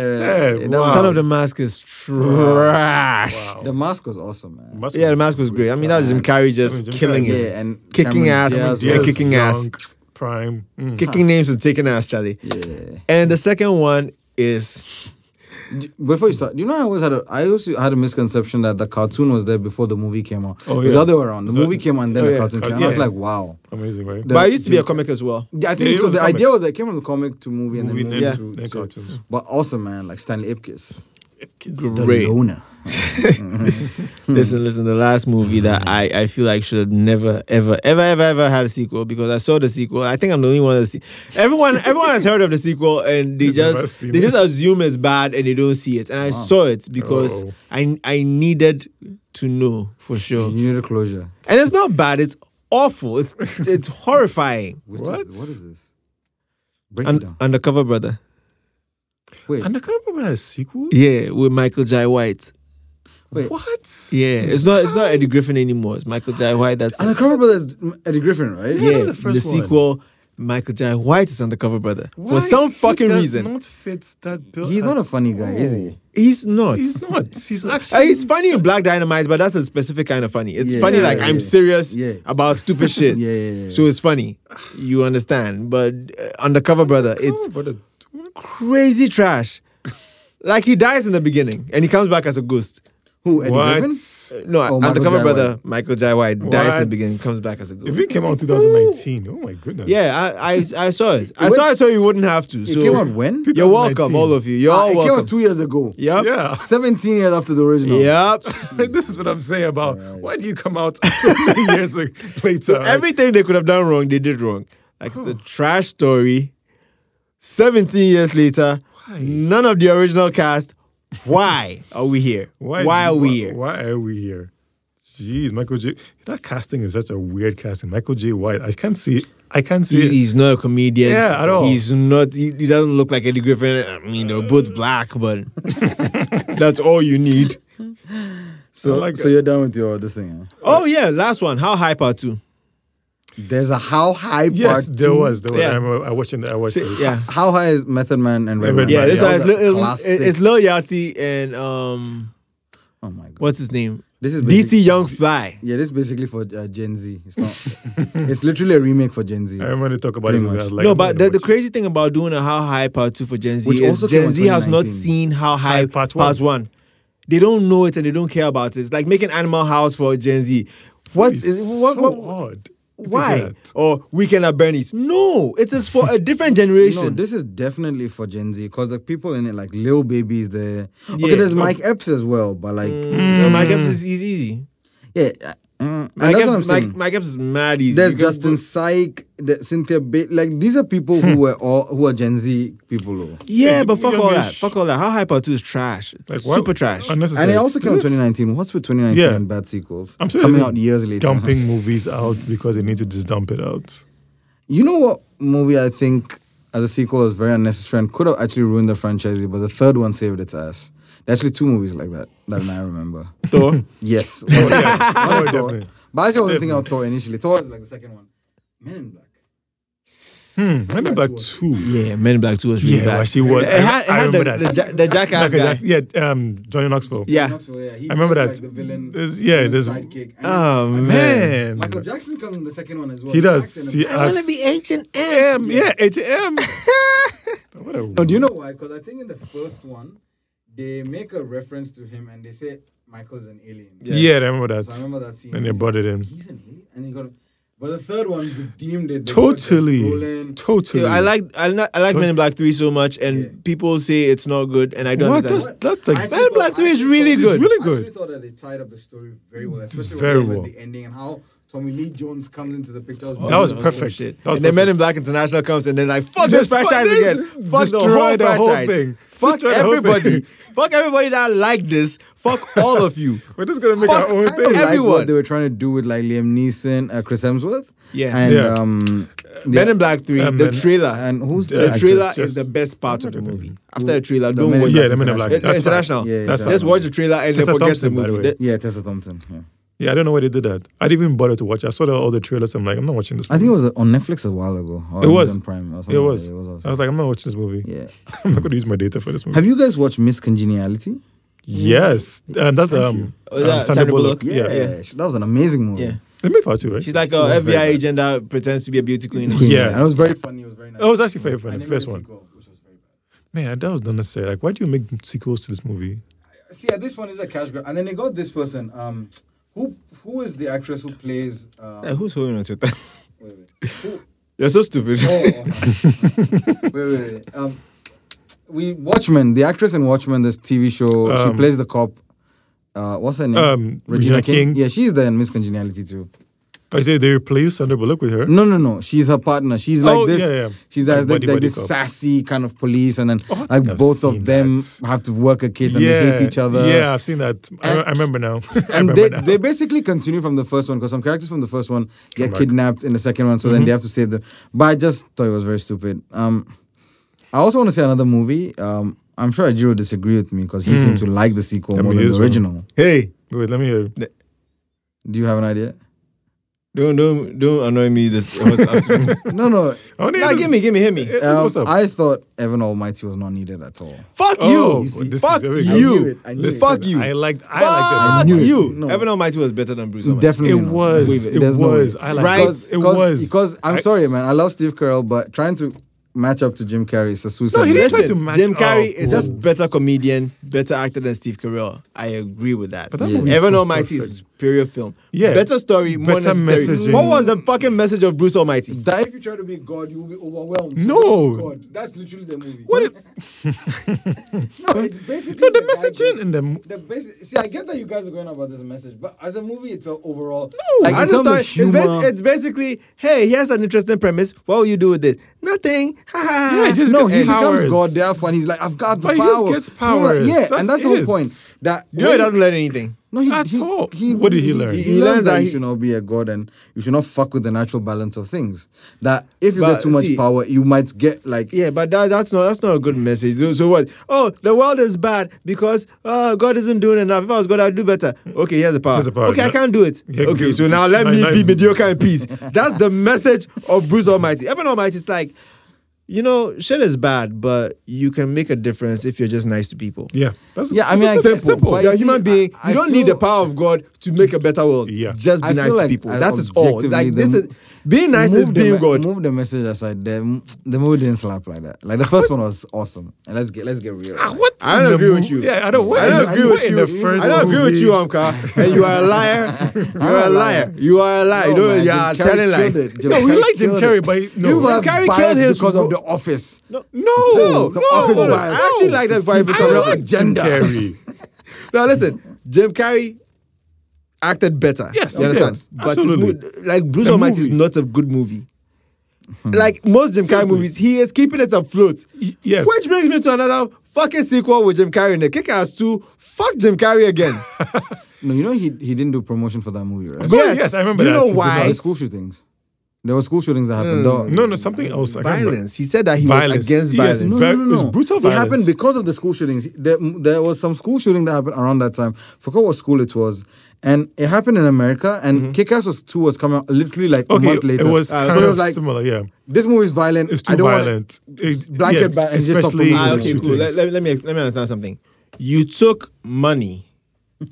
Speaker 3: Yeah,
Speaker 1: that
Speaker 3: wow.
Speaker 1: was-
Speaker 2: Son of the Mask is trash.
Speaker 3: Wow.
Speaker 1: The mask was awesome, man.
Speaker 3: Must
Speaker 2: Yeah,
Speaker 3: be-
Speaker 2: the mask was great. I mean, that was Jim Carrey just
Speaker 3: I mean, Jim
Speaker 2: killing
Speaker 3: Carrey
Speaker 2: it,
Speaker 3: was-
Speaker 1: Yeah, and
Speaker 2: kicking
Speaker 1: Cameron
Speaker 2: ass,
Speaker 1: Diaz
Speaker 2: yeah,
Speaker 1: was-
Speaker 2: kicking ass,
Speaker 3: Drunk, Prime. Mm.
Speaker 2: kicking names and taking ass, Charlie.
Speaker 1: Yeah.
Speaker 2: And the second one is
Speaker 1: D- Before you start, you know, I always had a, I always had a misconception that the cartoon was there before the movie came out.
Speaker 3: Oh,
Speaker 1: it was
Speaker 3: yeah.
Speaker 1: the other way around. The
Speaker 3: So-
Speaker 1: movie came out and then
Speaker 2: Oh,
Speaker 1: the
Speaker 2: yeah.
Speaker 1: cartoon came out.
Speaker 3: Yeah.
Speaker 1: I was like, wow.
Speaker 3: Amazing, right?
Speaker 1: The-
Speaker 2: but it used to be a comic as well.
Speaker 1: Yeah, I
Speaker 3: Yeah,
Speaker 1: think
Speaker 3: it
Speaker 1: so.
Speaker 3: was
Speaker 1: The
Speaker 3: a comic.
Speaker 1: idea was that it came from the comic to movie and
Speaker 3: movie
Speaker 1: then
Speaker 3: then
Speaker 2: Yeah.
Speaker 3: to then cartoons.
Speaker 1: But awesome, man. Like Stanley Ipkiss. The
Speaker 2: Great.
Speaker 1: loner.
Speaker 3: Mm.
Speaker 2: Listen, listen, the last movie that I, I feel like should have never, ever, ever, ever, ever had a sequel because I saw the sequel. I think I'm the only one that see everyone everyone has heard of the sequel and they
Speaker 3: They've never
Speaker 2: just
Speaker 3: seen
Speaker 2: they just
Speaker 3: it.
Speaker 2: assume it's bad and they don't see it. And I saw it because
Speaker 3: Oh.
Speaker 2: I I needed to know for sure.
Speaker 1: You need a closure.
Speaker 2: And it's not bad. It's awful. It's it's horrifying.
Speaker 1: Which
Speaker 3: What?
Speaker 1: Is, what is this? Break it
Speaker 2: Un-
Speaker 1: down.
Speaker 2: Undercover Brother.
Speaker 1: Wait,
Speaker 3: Undercover had a sequel.
Speaker 2: Yeah, with Michael Jai White.
Speaker 1: wait.
Speaker 3: What?
Speaker 2: Yeah, it's not it's not Eddie Griffin anymore. It's Michael Jai White. That's
Speaker 1: Undercover Brothers, Eddie Griffin, right?
Speaker 3: Yeah, that was
Speaker 2: the,
Speaker 3: the first one.
Speaker 2: sequel. Michael Jai White is Undercover Brother
Speaker 3: Why?
Speaker 2: for some
Speaker 3: He
Speaker 2: fucking
Speaker 3: does
Speaker 2: reason.
Speaker 3: Not fit that bill.
Speaker 1: He's not
Speaker 3: at
Speaker 1: a funny guy, is he?
Speaker 2: he's not.
Speaker 3: all. He's not. He's
Speaker 2: Uh,
Speaker 3: actually.
Speaker 2: he's funny in Black Dynamite, but that's a specific kind of funny. It's
Speaker 1: Yeah,
Speaker 2: funny
Speaker 1: yeah,
Speaker 2: like
Speaker 1: yeah,
Speaker 2: I'm
Speaker 1: yeah.
Speaker 2: serious
Speaker 1: Yeah.
Speaker 2: about stupid shit.
Speaker 1: Yeah, yeah, yeah.
Speaker 2: So it's funny. You understand. But uh, Undercover Brother, it's
Speaker 3: Oh, but a- what?
Speaker 2: crazy trash. like he dies in the beginning and he comes back as a ghost.
Speaker 1: Who, Eddie
Speaker 3: What?
Speaker 1: Griffin? Oh,
Speaker 2: No,
Speaker 1: Michael
Speaker 2: undercover
Speaker 1: Jai
Speaker 2: brother Michael Jai White dies in the
Speaker 3: What?
Speaker 2: beginning, comes back as a
Speaker 3: If
Speaker 2: ghost.
Speaker 3: it came out in 2019, oh my goodness.
Speaker 2: Yeah, I, I I saw it. I
Speaker 1: It
Speaker 2: saw it, so you wouldn't have to.
Speaker 1: It
Speaker 2: So
Speaker 1: came out when?
Speaker 2: You're welcome,
Speaker 3: 2019.
Speaker 2: all of you. You're
Speaker 1: Ah,
Speaker 2: all
Speaker 1: it came
Speaker 2: welcome.
Speaker 1: out two years ago.
Speaker 2: Yep.
Speaker 3: Yeah.
Speaker 1: 17 years after the original.
Speaker 2: Yep.
Speaker 3: this is what I'm saying about why do you come out so many years like, later?
Speaker 2: so everything they could have done wrong, they did wrong. Like it's a trash story. 17 years later, none of the original cast. Why are we here? Why, are we here?
Speaker 3: Why are we here? Jeez, Michael J. That casting is such a weird casting. Michael J. White. I can't see. I can't see.
Speaker 2: He-
Speaker 3: it.
Speaker 2: He's not a comedian.
Speaker 3: Yeah, at all.
Speaker 2: He's not. He, he doesn't look like Eddie Griffin. I mean, they're both black, but that's all you need.
Speaker 1: So,
Speaker 3: I like
Speaker 1: so
Speaker 3: it.
Speaker 1: you're done with your this thing. Huh?
Speaker 2: Oh yeah, last one. How hype are two?
Speaker 1: There's a how high part
Speaker 3: Yes, there
Speaker 1: two.
Speaker 3: was. There was.
Speaker 2: Yeah.
Speaker 3: I remember. I watched. it- I watched.
Speaker 2: See,
Speaker 3: it.
Speaker 2: yeah.
Speaker 1: How high is Method Man and Red
Speaker 3: Red
Speaker 1: Man?
Speaker 3: Man,
Speaker 2: Yeah, this
Speaker 3: yeah.
Speaker 2: one
Speaker 1: That
Speaker 2: is
Speaker 1: was a
Speaker 2: Lil, it's,
Speaker 1: classic.
Speaker 2: it's Lil Yachty and um,
Speaker 1: oh my god.
Speaker 2: what's his name?
Speaker 1: This is basic-
Speaker 2: DC Young Fly.
Speaker 1: Yeah, this is basically for uh, Gen Z. It's not. it's literally a remake for Gen Z.
Speaker 3: I remember they talk about
Speaker 1: Pretty
Speaker 3: it. and
Speaker 1: much.
Speaker 3: I was Like,
Speaker 2: no,
Speaker 3: I'm
Speaker 2: but
Speaker 3: gonna
Speaker 2: the, the
Speaker 3: watch it.
Speaker 2: crazy thing about doing a How High Part Two for Gen Z
Speaker 1: Which
Speaker 2: is
Speaker 1: also came
Speaker 2: Gen
Speaker 1: out
Speaker 2: Z has not
Speaker 1: 2019.
Speaker 2: seen How High
Speaker 3: Part
Speaker 2: Part
Speaker 3: One.
Speaker 2: One. They don't know it and they don't care about it. It's like making Animal House for Gen Z. What
Speaker 3: It's
Speaker 2: is what,
Speaker 3: so
Speaker 2: what,
Speaker 3: odd.
Speaker 2: Why?
Speaker 3: Ticket.
Speaker 2: Or Weekend at Bernie's? No, it is for a different generation.
Speaker 1: No, this is definitely for Gen Z because the people in it, like Lil Baby, is there. Okay,
Speaker 2: Yeah.
Speaker 1: there's Mike Epps as well, but like,
Speaker 2: Mm, Mike Epps is he's easy.
Speaker 1: yeah, uh, and
Speaker 2: Mike
Speaker 1: that's what I'm
Speaker 2: Epps,
Speaker 1: saying.
Speaker 2: Mike, Mike Epps is mad easy.
Speaker 1: there's
Speaker 2: You can-
Speaker 1: Justin Syke, the Cynthia Bate. Like these are people who were all who are Gen Z people, though.
Speaker 2: Yeah, but fuck
Speaker 3: Young
Speaker 2: all
Speaker 3: ish.
Speaker 2: that. Fuck all that. How Hyper 2 is trash. It's
Speaker 3: Like, why-
Speaker 2: super trash.
Speaker 3: Unnecessary.
Speaker 1: and it also came in 2019. What's with 2019
Speaker 3: Yeah.
Speaker 1: and bad sequels
Speaker 3: I'm saying
Speaker 1: coming
Speaker 3: they're
Speaker 1: out years later?
Speaker 3: Dumping movies out because they need to just dump it out.
Speaker 1: You know what movie I think as a sequel is very unnecessary and could have actually ruined the franchise, but the third one saved its ass. There are actually two movies like that that I remember.
Speaker 2: Thor.
Speaker 1: Yes. One was-
Speaker 3: yeah.
Speaker 1: one was
Speaker 3: Oh,
Speaker 1: Thor.
Speaker 3: definitely.
Speaker 1: But I actually wasn't thinking of Thor initially. Thor is like the second one. Men in Black.
Speaker 3: Hmm, Men in Black Two.
Speaker 2: Yeah, Men in Black 2 was really
Speaker 3: Yeah,
Speaker 2: bad.
Speaker 3: well, she was.
Speaker 2: It
Speaker 3: I-
Speaker 2: had, it
Speaker 3: I
Speaker 2: had the,
Speaker 3: remember
Speaker 2: The,
Speaker 3: that.
Speaker 2: ja- the jackass
Speaker 3: Like a-
Speaker 2: guy.
Speaker 3: like- yeah, um, Johnny Knoxville.
Speaker 2: Yeah.
Speaker 1: Knoxville, yeah. He
Speaker 3: I remember
Speaker 1: plays,
Speaker 3: that.
Speaker 1: Like the villain.
Speaker 3: There's- yeah,
Speaker 1: villain's
Speaker 3: there's-
Speaker 1: sidekick. And-
Speaker 2: Oh,
Speaker 1: and
Speaker 3: man.
Speaker 1: Michael Jackson comes in the second one as well.
Speaker 3: He
Speaker 1: He's
Speaker 3: does.
Speaker 1: acting in
Speaker 3: He
Speaker 1: it.
Speaker 3: acts-
Speaker 2: Agent
Speaker 3: HM. Yeah, HM. What a-
Speaker 1: No, do you know why? Because I think in the first one, they make a reference to him and they say Michael's an alien.
Speaker 3: Yeah, I remember that.
Speaker 1: So I remember that scene.
Speaker 3: And they brought it in.
Speaker 1: He's an alien, and he got. But the third one redeemed it. They got Josh
Speaker 3: Totally.
Speaker 1: Brolin.
Speaker 3: Totally.
Speaker 2: Yo, I like I, li- I like Men in Black 3 so much, and
Speaker 1: Yeah.
Speaker 2: people say it's not good, and I don't
Speaker 3: What? That's,
Speaker 2: understand.
Speaker 3: that's
Speaker 1: I
Speaker 3: like,
Speaker 1: actually
Speaker 2: Men in Black
Speaker 1: thought-
Speaker 2: 3 is
Speaker 1: I
Speaker 2: really
Speaker 1: actually
Speaker 3: good.
Speaker 2: good.
Speaker 3: Really
Speaker 1: I
Speaker 3: good.
Speaker 1: actually thought that they tied up the story very well, especially
Speaker 3: Very
Speaker 1: with
Speaker 3: well.
Speaker 1: the ending and how Tommy Lee Jones comes into the picture. That
Speaker 3: was
Speaker 2: Some
Speaker 3: perfect.
Speaker 2: shit.
Speaker 3: That was
Speaker 2: and then Men in
Speaker 3: perfect.
Speaker 2: Black International comes, and then like, fuck this
Speaker 3: Just fuck
Speaker 2: franchise
Speaker 3: this.
Speaker 2: again. Fuck the
Speaker 3: Destroy
Speaker 2: whole,
Speaker 3: the whole
Speaker 2: franchise.
Speaker 3: thing.
Speaker 2: Fuck
Speaker 3: Destroy the whole
Speaker 2: everybody.
Speaker 3: thing.
Speaker 2: fuck everybody that like this. Fuck all of you.
Speaker 3: We're just going to make
Speaker 2: Fuck,
Speaker 3: our own
Speaker 2: I don't
Speaker 3: thing.
Speaker 2: like-
Speaker 1: what
Speaker 2: Everyone.
Speaker 1: they were trying to do with like Liam Neeson, uh, Chris Hemsworth,
Speaker 2: Yeah.
Speaker 1: and
Speaker 3: Yeah. Uh,
Speaker 1: um,
Speaker 2: Men in Black 3,
Speaker 3: Um,
Speaker 2: the
Speaker 3: Men-
Speaker 2: trailer.
Speaker 1: and who's the,
Speaker 3: The
Speaker 2: the
Speaker 1: actress?
Speaker 2: trailer
Speaker 3: actress,
Speaker 2: is
Speaker 3: yes.
Speaker 2: the best part of the
Speaker 3: Everything.
Speaker 2: movie. After the trailer,
Speaker 1: Men
Speaker 2: don't
Speaker 1: in
Speaker 2: watch
Speaker 3: Yeah, the Men in Black.
Speaker 1: International.
Speaker 2: It-
Speaker 3: That's
Speaker 2: international.
Speaker 3: Facts.
Speaker 1: Yeah,
Speaker 3: that's
Speaker 1: yeah.
Speaker 2: Just
Speaker 3: facts.
Speaker 2: watch the trailer and then
Speaker 3: Tessa
Speaker 2: forget
Speaker 3: Thompson,
Speaker 2: the
Speaker 3: by the
Speaker 2: movie.
Speaker 3: way.
Speaker 2: The-
Speaker 1: Yeah, Tessa Thompson. Yeah.
Speaker 3: Yeah, I don't know why they did that. I didn't even bother to watch. I saw the, all the trailers. I'm like, I'm not watching this.
Speaker 1: I
Speaker 3: Movie.
Speaker 1: think it was on Netflix a while ago. Or
Speaker 3: It was.
Speaker 1: on Prime. Or something
Speaker 3: it
Speaker 1: like
Speaker 3: was.
Speaker 1: that.
Speaker 3: I
Speaker 1: also-
Speaker 3: was like, I'm not watching this movie.
Speaker 1: Yeah.
Speaker 3: I'm not going to use my data for this movie.
Speaker 1: Have you guys watched Miss Congeniality?
Speaker 3: yes, um, that's um,
Speaker 2: Oh,
Speaker 3: um,
Speaker 2: yeah,
Speaker 3: Sandra Bullock. Yeah.
Speaker 1: yeah. That was an amazing movie.
Speaker 2: Yeah.
Speaker 3: they made part two, right?
Speaker 2: She's like "Oh, a
Speaker 1: That's very
Speaker 2: FBI
Speaker 1: bad.
Speaker 2: agent that pretends to be a beauty queen.
Speaker 3: Yeah.
Speaker 1: And it was very funny. It was very nice.
Speaker 3: It was actually very funny.
Speaker 1: And
Speaker 3: The
Speaker 1: they made a
Speaker 3: first one.
Speaker 1: sequel, which was very bad.
Speaker 3: Man, that was unnecessary. Like, why do you make sequels to this movie?
Speaker 1: See, yeah, this one is a cash grab, and then they got this person. Um, who who is the actress who plays? Um,
Speaker 2: Like, who's holding on to that?
Speaker 1: wait, wait. Who,
Speaker 2: You're so stupid.
Speaker 1: oh, oh, wait, wait, wait. Um, we Watchmen. The actress in Watchmen, this TV show.
Speaker 3: Um,
Speaker 1: she plays the cop. Uh, what's her name?
Speaker 3: Um, Regina King.
Speaker 1: Yeah, she's there in Miss Congeniality too.
Speaker 3: I say they replaced Sandra Bullock with her.
Speaker 1: No, no, no. She's her partner. She's like
Speaker 3: Oh,
Speaker 1: this.
Speaker 3: yeah, yeah.
Speaker 1: She's like,
Speaker 3: Like buddy,
Speaker 1: like
Speaker 3: buddy
Speaker 1: this
Speaker 3: cop.
Speaker 1: sassy kind of police, and then
Speaker 3: Oh, I
Speaker 1: like
Speaker 3: think I've
Speaker 1: both of
Speaker 3: seen
Speaker 1: them
Speaker 3: that.
Speaker 1: have to work a case and they hate each other.
Speaker 3: Yeah, I've seen that. I,
Speaker 1: And-
Speaker 3: I remember now. I
Speaker 1: and
Speaker 3: remember
Speaker 1: they,
Speaker 3: now.
Speaker 1: they basically continue from the first one because some characters from the first one get
Speaker 3: back. Mm-hmm.
Speaker 1: kidnapped in the second one, so then they have to save them. But I just thought it was very stupid. Um, I also want to say another movie. Um, I'm sure Ajiro disagree with me because he seemed to like the sequel
Speaker 3: Yeah,
Speaker 1: more
Speaker 3: but
Speaker 1: than
Speaker 3: he Hmm. is
Speaker 1: the
Speaker 3: one.
Speaker 1: original.
Speaker 2: Hey,
Speaker 3: Wait, let me hear.
Speaker 1: Do you have an idea?
Speaker 2: don't don't don't annoy me this what's afternoon.
Speaker 1: No, no.
Speaker 3: I wanna hear
Speaker 2: nah,
Speaker 3: this-
Speaker 2: give me, give me, hit me.
Speaker 3: Eh,
Speaker 1: Um,
Speaker 3: what's up?
Speaker 1: I thought Evan Almighty was not needed at all.
Speaker 2: Fuck
Speaker 3: Oh,
Speaker 2: you.
Speaker 3: well, this
Speaker 2: Fuck
Speaker 3: is- here we go.
Speaker 1: I knew
Speaker 2: you.
Speaker 1: it, I knew it.
Speaker 2: Fuck you.
Speaker 3: I liked. I
Speaker 2: Fuck
Speaker 3: liked
Speaker 1: knew
Speaker 3: it.
Speaker 1: it.
Speaker 2: you.
Speaker 1: No.
Speaker 2: Evan Almighty was better than Bruce Almighty.
Speaker 1: Definitely
Speaker 3: It
Speaker 1: not.
Speaker 3: was.
Speaker 1: Wait,
Speaker 3: It
Speaker 1: there's no
Speaker 3: was.
Speaker 1: way.
Speaker 3: I liked
Speaker 2: Right?
Speaker 3: it. It was.
Speaker 1: because I'm
Speaker 3: I-
Speaker 1: sorry, man. I love Steve Carell, but trying to match up to Jim Carrey is a suicide.
Speaker 3: No, he didn't
Speaker 1: mission.
Speaker 3: try
Speaker 2: Listen,
Speaker 3: to match
Speaker 2: Jim
Speaker 3: up.
Speaker 2: Carrey is
Speaker 3: Whoa.
Speaker 2: just better comedian, better actor than Steve Carell. I agree with that. But
Speaker 3: that movie
Speaker 2: Evan
Speaker 3: was
Speaker 2: Almighty
Speaker 3: perfect.
Speaker 2: is superior film.
Speaker 3: Yeah.
Speaker 2: Better story, more
Speaker 3: Better
Speaker 2: necessary.
Speaker 3: messaging.
Speaker 2: What was the fucking message of Bruce Almighty?
Speaker 1: That if you try to be God, you will be overwhelmed.
Speaker 3: No.
Speaker 1: God. That's literally the movie.
Speaker 3: What? It's,
Speaker 1: No, it's basically
Speaker 3: no, the
Speaker 1: guy just-
Speaker 3: messaging in them.
Speaker 1: The basic, see, I get that you guys are going about this message, but as a movie, it's a overall.
Speaker 2: No,
Speaker 1: like, in
Speaker 2: as a
Speaker 1: terms of
Speaker 2: story, it's, bas-
Speaker 1: humor-
Speaker 2: it's basically, hey, here's an interesting premise. What will you do with it? Nothing. Ha ha.
Speaker 3: Yeah, just
Speaker 1: no,
Speaker 3: gets
Speaker 1: he
Speaker 3: powers.
Speaker 1: becomes God, therefore, and he's like, I've got the
Speaker 3: But he
Speaker 1: power.
Speaker 3: just gets
Speaker 1: No, no,
Speaker 3: powers.
Speaker 1: yeah,
Speaker 3: That's
Speaker 1: and that's the whole
Speaker 3: it.
Speaker 1: point. That
Speaker 2: You know,
Speaker 1: when-
Speaker 2: he doesn't learn anything.
Speaker 1: No, he,
Speaker 3: At
Speaker 1: he,
Speaker 3: all. What did he learn?
Speaker 1: He,
Speaker 2: He
Speaker 1: learns
Speaker 2: learns
Speaker 1: that,
Speaker 2: that
Speaker 1: you
Speaker 2: he-
Speaker 1: should not be a god and you should not fuck with the natural balance of things. That if you
Speaker 2: But
Speaker 1: get too much
Speaker 2: see-
Speaker 1: power, you might get like
Speaker 2: Yeah, but that, that's not that's not a good message. So, so what? Oh, the world is bad because uh, God isn't doing enough. If I was God, I'd do better. Okay, here's the power.
Speaker 3: Here's the power.
Speaker 2: Okay, I
Speaker 3: Yeah.
Speaker 2: can't do it.
Speaker 3: Yeah,
Speaker 2: okay,
Speaker 3: good.
Speaker 2: so now let
Speaker 3: Now-
Speaker 2: me
Speaker 3: now-
Speaker 2: be mediocre in peace. That's the message of Bruce Almighty. Evan Almighty is like, you know, shit is bad, but you can make a difference if you're just nice to people.
Speaker 3: Yeah, that's
Speaker 1: Yeah, I
Speaker 3: that's
Speaker 1: mean, I-
Speaker 3: simple.
Speaker 1: Simple.
Speaker 3: simple.
Speaker 1: But
Speaker 2: You're a
Speaker 1: you see,
Speaker 2: human being.
Speaker 1: I- I
Speaker 2: you don't need
Speaker 1: feel-
Speaker 2: the power of God to make a better world.
Speaker 3: Yeah.
Speaker 2: Just be
Speaker 1: I
Speaker 2: nice
Speaker 1: feel
Speaker 2: to
Speaker 1: like
Speaker 2: people.
Speaker 1: I-
Speaker 2: That is all.
Speaker 1: objectively
Speaker 2: Like
Speaker 1: the
Speaker 2: this
Speaker 1: mo-
Speaker 2: is Being nice is
Speaker 1: Move the
Speaker 2: being
Speaker 1: me-
Speaker 2: God.
Speaker 1: Move the message aside. The, the movie didn't slap like that. Like the first one was awesome. And let's get let's get real.
Speaker 3: Ah, What?
Speaker 2: I don't
Speaker 3: in the
Speaker 2: agree with
Speaker 3: movie?
Speaker 2: you.
Speaker 3: Yeah, I don't. What,
Speaker 2: I don't agree
Speaker 3: what
Speaker 2: with
Speaker 3: in
Speaker 2: you.
Speaker 3: The first
Speaker 2: I don't agree with
Speaker 3: movie?
Speaker 2: you, Amka. And you are a liar. You
Speaker 1: I'm
Speaker 2: are
Speaker 1: a
Speaker 2: a liar.
Speaker 1: liar.
Speaker 2: You are a liar. You
Speaker 1: No,
Speaker 2: know
Speaker 1: oh, man,
Speaker 2: you
Speaker 1: Jim
Speaker 2: are
Speaker 1: Carrey
Speaker 2: telling
Speaker 1: killed
Speaker 2: lies.
Speaker 1: it. Jim
Speaker 3: No, we
Speaker 1: Carrey
Speaker 3: like Jim
Speaker 1: killed
Speaker 3: Carrey,
Speaker 1: it.
Speaker 3: but no.
Speaker 1: People
Speaker 2: Jim
Speaker 1: have
Speaker 2: Carrey
Speaker 1: bias
Speaker 2: killed his
Speaker 1: because
Speaker 2: role.
Speaker 1: of the office.
Speaker 2: No,
Speaker 3: No,
Speaker 1: Some
Speaker 2: no,
Speaker 1: office
Speaker 2: no.
Speaker 1: bias.
Speaker 2: I actually like that vibe.
Speaker 1: It's
Speaker 2: because of
Speaker 1: I
Speaker 2: the
Speaker 1: like
Speaker 2: office.
Speaker 1: Jim agenda.
Speaker 3: Carrey.
Speaker 2: Now listen, Jim Carrey acted better.
Speaker 3: Yes,
Speaker 2: you
Speaker 3: he did.
Speaker 2: understand. But his
Speaker 3: Absolutely.
Speaker 2: mo- like Bruce
Speaker 3: The
Speaker 2: Almighty is
Speaker 3: movie. Hmm.
Speaker 2: not a good movie. like most Jim Carrey
Speaker 3: Seriously.
Speaker 2: movies, he is keeping it afloat.
Speaker 3: Y- yes.
Speaker 2: Which brings me to another fucking sequel with Jim Carrey in the kick ass 2. Fuck Jim Carrey again.
Speaker 1: No, you know he he didn't do promotion for that movie, right?
Speaker 3: Go- yes, I remember
Speaker 2: you
Speaker 3: that.
Speaker 2: know
Speaker 3: It's
Speaker 1: There
Speaker 2: why?
Speaker 1: were school shootings. There were school shootings that happened. though.
Speaker 3: No, no, something else. I can't remember.
Speaker 2: Violence. He said that he was
Speaker 3: Violence.
Speaker 2: against
Speaker 3: Yes,
Speaker 2: violence.
Speaker 3: no.
Speaker 1: No,
Speaker 3: Very-
Speaker 1: no,
Speaker 3: it
Speaker 1: no,
Speaker 3: was
Speaker 1: no.
Speaker 3: brutal
Speaker 1: It happened
Speaker 3: violence.
Speaker 1: because of the school shootings. There, there was some school shooting that happened around that time. Forgot what school it was, and it happened in America. And Kick Ass was two was coming out literally like a
Speaker 3: Okay,
Speaker 1: month later. Uh,
Speaker 3: it was
Speaker 1: so
Speaker 3: kind
Speaker 1: it
Speaker 3: of
Speaker 1: was like
Speaker 3: similar. Yeah,
Speaker 1: this movie is violent.
Speaker 3: it's
Speaker 1: I
Speaker 3: too
Speaker 1: don't wanna-
Speaker 3: violent. It,
Speaker 1: blanket ban and just stop
Speaker 3: especially
Speaker 1: promoting it.
Speaker 2: Ah, okay,
Speaker 3: shootings.
Speaker 2: cool. Let, let, let me let me understand something. You took money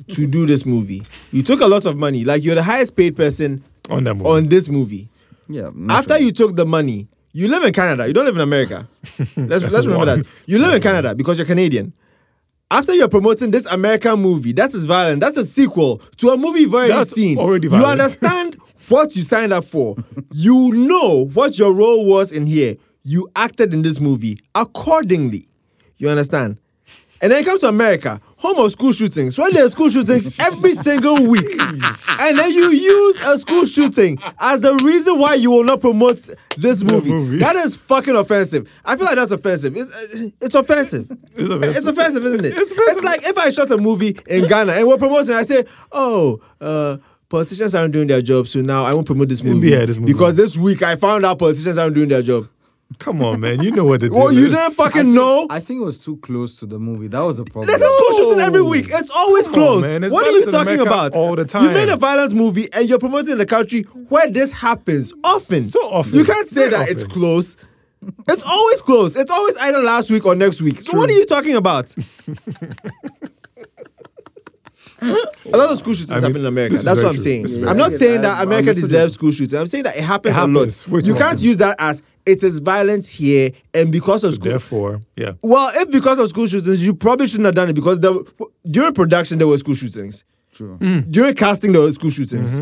Speaker 2: to do this movie. You took a lot of money. Like you're the highest paid person
Speaker 3: on that movie.
Speaker 2: on this movie.
Speaker 1: yeah.
Speaker 2: After
Speaker 1: naturally.
Speaker 2: you took the money, you live in Canada. You don't live in America. Let's, let's remember
Speaker 3: one.
Speaker 2: that. You live in Canada because you're Canadian. After you're promoting this American movie, that is violent. That's a sequel to a movie you've already
Speaker 3: That's
Speaker 2: seen.
Speaker 3: already
Speaker 2: you
Speaker 3: violent.
Speaker 2: understand what you signed up for. you know what your role was in here. You acted in this movie accordingly. You understand? And then come to America, home of school shootings. When there's school shootings every single week, and then you use a school shooting as the reason why you will not promote this movie.
Speaker 3: movie.
Speaker 2: That is fucking offensive. I feel like that's offensive. It's, uh, it's offensive.
Speaker 3: It's offensive.
Speaker 2: It's offensive, isn't it?
Speaker 3: It's offensive.
Speaker 2: like if I shot a movie in Ghana and we're promoting, I say, oh. uh, Politicians aren't doing their job, so now I won't promote this movie,
Speaker 3: Yeah, this movie.
Speaker 2: because this week I found out politicians aren't doing their job.
Speaker 3: Come on, man. You know what the deal
Speaker 2: Well, you
Speaker 3: is.
Speaker 2: didn't fucking know.
Speaker 1: I think it was too close to the movie. That was a problem.
Speaker 2: There's a school shooting
Speaker 3: No.
Speaker 2: every week. It's always
Speaker 3: Come on,
Speaker 2: close.
Speaker 3: man. There's
Speaker 2: What are
Speaker 3: violence
Speaker 2: you
Speaker 3: in
Speaker 2: talking
Speaker 3: America
Speaker 2: about?
Speaker 3: all the
Speaker 2: You made a
Speaker 3: time.
Speaker 2: violent movie and you're promoting the country where this happens often.
Speaker 3: So often.
Speaker 2: You can't say
Speaker 3: Very
Speaker 2: that it's
Speaker 3: often.
Speaker 2: close. It's always close. It's always either last week or next week. So what are you talking about? A lot of school shootings
Speaker 3: I mean,
Speaker 2: happen in America.
Speaker 3: this is
Speaker 2: That's what
Speaker 3: very
Speaker 2: I'm
Speaker 3: true.
Speaker 2: saying.
Speaker 3: This is
Speaker 2: I'm
Speaker 3: very
Speaker 2: not
Speaker 1: true.
Speaker 2: saying
Speaker 1: I-
Speaker 2: that
Speaker 1: I
Speaker 2: America
Speaker 1: understood
Speaker 2: deserves school shootings. I'm saying that it happens,
Speaker 3: It happens.
Speaker 2: a
Speaker 3: Way
Speaker 2: lot.
Speaker 3: too
Speaker 2: You can't
Speaker 3: often.
Speaker 2: use that as it is violent here and because of school.
Speaker 3: Therefore, yeah.
Speaker 2: Well, if because of school shootings, you probably shouldn't have done it because there, during production there were school shootings.
Speaker 1: True.
Speaker 2: During casting there were school shootings.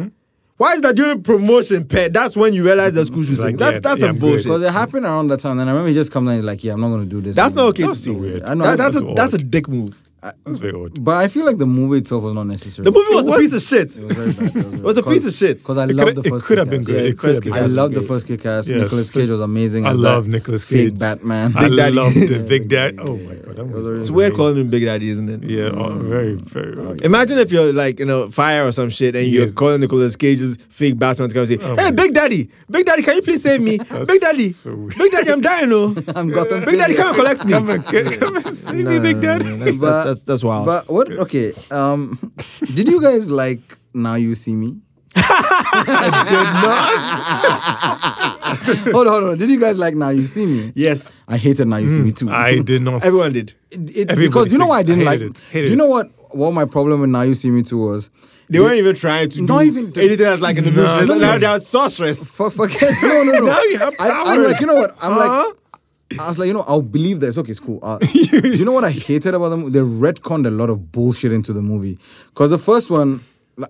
Speaker 2: Why is that during promotion? Pet, that's when you realize there's school shootings.
Speaker 3: Like,
Speaker 2: that's
Speaker 3: yeah,
Speaker 2: that's
Speaker 3: yeah,
Speaker 2: some
Speaker 3: I'm good.
Speaker 2: bullshit.
Speaker 1: Because it happened around that time, and I remember he just comes and he's like, "Yeah, I'm not gonna do this."
Speaker 2: That's not okay
Speaker 3: That's
Speaker 2: to see.
Speaker 3: so weird.
Speaker 1: I know,
Speaker 2: That-
Speaker 1: that's
Speaker 2: that's,
Speaker 3: so
Speaker 2: a, that's a dick move.
Speaker 3: That's very odd.
Speaker 1: But I feel like the movie itself was not necessary.
Speaker 2: The movie was, a piece of
Speaker 1: It
Speaker 2: shit.
Speaker 1: was very bad. It
Speaker 2: was a piece of shit.
Speaker 1: Because I
Speaker 3: It
Speaker 1: loved
Speaker 3: coulda-
Speaker 1: the
Speaker 3: it
Speaker 1: first.
Speaker 3: could have
Speaker 1: Kick-Ass.
Speaker 3: been good.
Speaker 2: Yeah,
Speaker 3: it could have
Speaker 2: first
Speaker 3: been
Speaker 1: I
Speaker 2: Kick-Ass
Speaker 3: good.
Speaker 2: was
Speaker 1: love the
Speaker 2: great.
Speaker 1: first kick ass.
Speaker 3: Yes.
Speaker 1: Nicolas Cage was amazing.
Speaker 3: I
Speaker 1: as
Speaker 3: love
Speaker 1: that
Speaker 3: Nicolas
Speaker 1: fake
Speaker 3: Cage.
Speaker 1: Batman.
Speaker 3: I
Speaker 2: Big Daddy.
Speaker 3: love the Big Daddy. Oh my god, that was
Speaker 2: It's weird calling him Big Daddy, isn't it?
Speaker 3: Yeah, oh,
Speaker 1: Mm.
Speaker 3: very, very. odd.
Speaker 2: Imagine if you're like in a fire or some shit and you're
Speaker 3: Yes.
Speaker 2: calling Nicolas Cage's fake Batman to come and say,
Speaker 3: Oh
Speaker 2: Hey,
Speaker 3: my-
Speaker 2: Big Daddy, Big Daddy, can you please save me?
Speaker 3: That's
Speaker 2: Big Daddy,
Speaker 3: so weird.
Speaker 2: Big Daddy, I'm dying, oh.
Speaker 1: I'm Gotham
Speaker 2: Big
Speaker 1: City.
Speaker 2: Daddy, come and collect me.
Speaker 3: Come and get, come and see me, Big Daddy.
Speaker 2: That's,
Speaker 1: But-
Speaker 2: that's, that's wild.
Speaker 1: But what? Okay. Um, did you guys like Now You See Me? I did not. hold on, hold on. Did you guys like Now You See Me?
Speaker 2: yes,
Speaker 1: I hated Now You See Me too.
Speaker 3: Hmm, I did not.
Speaker 2: everyone did.
Speaker 1: It, it,
Speaker 3: Everybody
Speaker 1: because you know why I
Speaker 3: hated
Speaker 1: didn't
Speaker 3: it.
Speaker 1: like.
Speaker 3: Hated
Speaker 1: do you know
Speaker 3: it.
Speaker 1: what? What my problem with Now You See Me too was?
Speaker 2: They weren't even trying to
Speaker 1: Not
Speaker 2: do
Speaker 1: even the-
Speaker 2: anything that's like an illusion.
Speaker 3: No,
Speaker 2: It's
Speaker 3: no,
Speaker 2: like
Speaker 3: no.
Speaker 2: They are sorceress.
Speaker 1: Fuck, forget. No, no, no.
Speaker 3: Now you have Uh-huh.
Speaker 1: I, am
Speaker 3: powers.
Speaker 1: like, you know what? I'm like, I was like, you know, I'll believe this. Okay, it's cool. Uh, do you know what I hated about them? They retconned a lot of bullshit into the movie. Because the first one,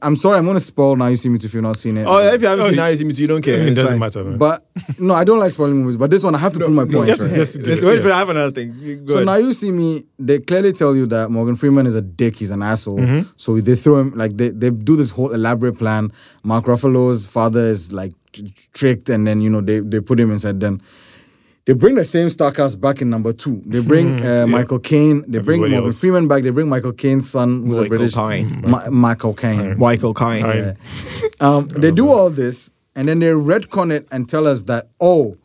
Speaker 1: I'm sorry, I'm going to spoil Now You See Me Too if you've not seen it.
Speaker 2: Oh, if you haven't
Speaker 3: Oh,
Speaker 2: seen
Speaker 3: you-
Speaker 2: Now You See Me Too, you don't care.
Speaker 3: It
Speaker 2: It's
Speaker 3: doesn't
Speaker 2: fine.
Speaker 3: matter. Man.
Speaker 1: But no, I don't like spoiling movies. But this one, I have to prove my point.
Speaker 3: you have to
Speaker 1: right?
Speaker 3: just do
Speaker 2: Let's
Speaker 3: it,
Speaker 2: wait
Speaker 3: yeah.
Speaker 2: for I have another thing. You- Go
Speaker 1: So
Speaker 2: ahead.
Speaker 1: now you see me. They clearly tell you that Morgan Freeman is a dick. He's an asshole.
Speaker 3: Mm-hmm.
Speaker 1: So they throw him like they, they do this whole elaborate plan. Mark Ruffalo's father is like tr- tricked, and then you know they they put him inside. Then they bring the same star cast back in number two. They bring uh, Michael Caine. They bring
Speaker 3: Hmm. Everybody
Speaker 1: Morgan
Speaker 3: else.
Speaker 1: Freeman back. They bring Michael Caine's son, who's a
Speaker 2: Michael
Speaker 1: British
Speaker 2: Caine.
Speaker 1: Ma- Michael Caine.
Speaker 2: Michael Caine.
Speaker 3: All right.
Speaker 1: Yeah. Um, they do all this, and then they retcon it and tell us that oh.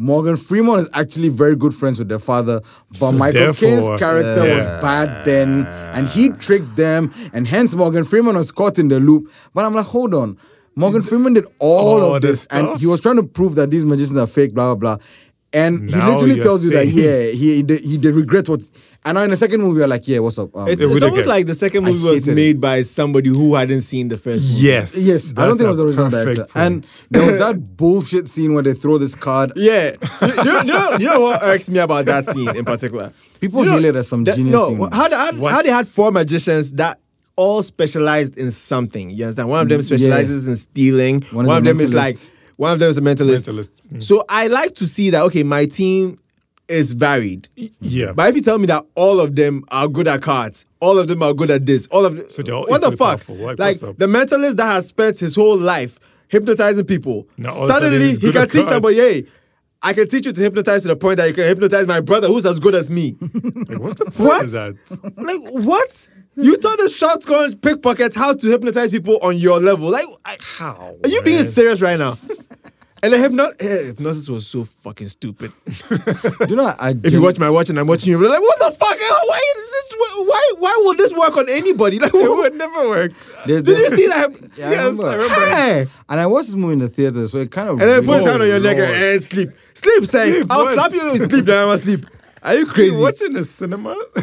Speaker 1: Morgan Freeman is actually very good friends with their father, but Michael
Speaker 3: Therefore,
Speaker 1: Caine's character was
Speaker 3: yeah.
Speaker 1: bad then, and he tricked them, and hence Morgan Freeman was caught in the loop. But I'm like, hold on, Morgan Freeman did all
Speaker 3: All
Speaker 1: of
Speaker 3: this
Speaker 1: this, and
Speaker 3: stuff?
Speaker 1: he was trying to prove that these magicians are fake, blah blah blah. And he
Speaker 3: Now
Speaker 1: literally
Speaker 3: you're
Speaker 1: tells you that
Speaker 3: saying-
Speaker 1: yeah, he he, did- he did regret what. And now in the second movie, you're like, yeah, what's up? Um,
Speaker 2: It's,
Speaker 3: It
Speaker 2: it's
Speaker 3: really
Speaker 2: almost
Speaker 3: good.
Speaker 2: like the second
Speaker 1: I
Speaker 2: movie was
Speaker 1: hated it.
Speaker 2: made by somebody who hadn't seen the first movie.
Speaker 3: Yes.
Speaker 1: yes, I don't
Speaker 3: that's
Speaker 1: think it was
Speaker 3: a
Speaker 1: the original
Speaker 3: perfect
Speaker 1: director.
Speaker 3: point.
Speaker 1: And there was that bullshit scene where they throw this card.
Speaker 2: Yeah. you, you know, you, know, you know what irks me about that scene in particular?
Speaker 1: People
Speaker 2: you know,
Speaker 1: hail it as some
Speaker 2: that-
Speaker 1: genius
Speaker 2: No,
Speaker 1: thing.
Speaker 2: how, they- how,
Speaker 3: What?
Speaker 2: how they had four magicians that all specialized in something. You understand? One of them specializes in stealing.
Speaker 1: Mm, One
Speaker 2: One,
Speaker 1: is a
Speaker 2: of them is
Speaker 1: mentalist.
Speaker 2: like, one of them is a mentalist.
Speaker 3: Mentalist, mm.
Speaker 2: So I like to see that, okay, my team is varied.
Speaker 3: Yeah.
Speaker 2: But if you tell me that all of them are good at cards, all of them are good at this, all of them,
Speaker 3: So they're all
Speaker 2: what the
Speaker 3: equally
Speaker 2: fuck?
Speaker 3: powerful. Like,
Speaker 2: Like
Speaker 3: what's up?
Speaker 2: the mentalist that has spent his whole life hypnotizing people,
Speaker 3: Now all of a sudden
Speaker 2: suddenly
Speaker 3: he's
Speaker 2: he
Speaker 3: good
Speaker 2: can
Speaker 3: at
Speaker 2: teach
Speaker 3: cards.
Speaker 2: somebody, hey, I can teach you to hypnotize to the point that you can hypnotize my brother who's as good as me.
Speaker 3: Like, what's the point
Speaker 2: what?
Speaker 3: of that?
Speaker 2: Like what? You taught the shotgun pickpockets how to hypnotize people on your level. Like, I,
Speaker 3: How?
Speaker 2: are you being
Speaker 3: man?
Speaker 2: serious right now? and the hypno- eh, hypnosis was so fucking stupid.
Speaker 1: you know, I
Speaker 2: If you watch my watch and I'm watching you, you're like, what the fuck? Eh, Why is this? Why why would this work on anybody? Like,
Speaker 3: It
Speaker 2: what,
Speaker 3: would never work.
Speaker 1: They-
Speaker 2: did you
Speaker 1: they-
Speaker 2: see that?
Speaker 1: Yeah, I remember.
Speaker 2: Hey.
Speaker 1: And I watched this movie in the theater, so it kind of.
Speaker 2: And then put his
Speaker 1: really-
Speaker 2: hand on your neck and, and sleep, sleep, say,
Speaker 3: Sleep,
Speaker 2: I'll
Speaker 3: what?
Speaker 2: slap you in sleep. Then I must sleep. Are you crazy?
Speaker 3: You watching the cinema?
Speaker 2: eh.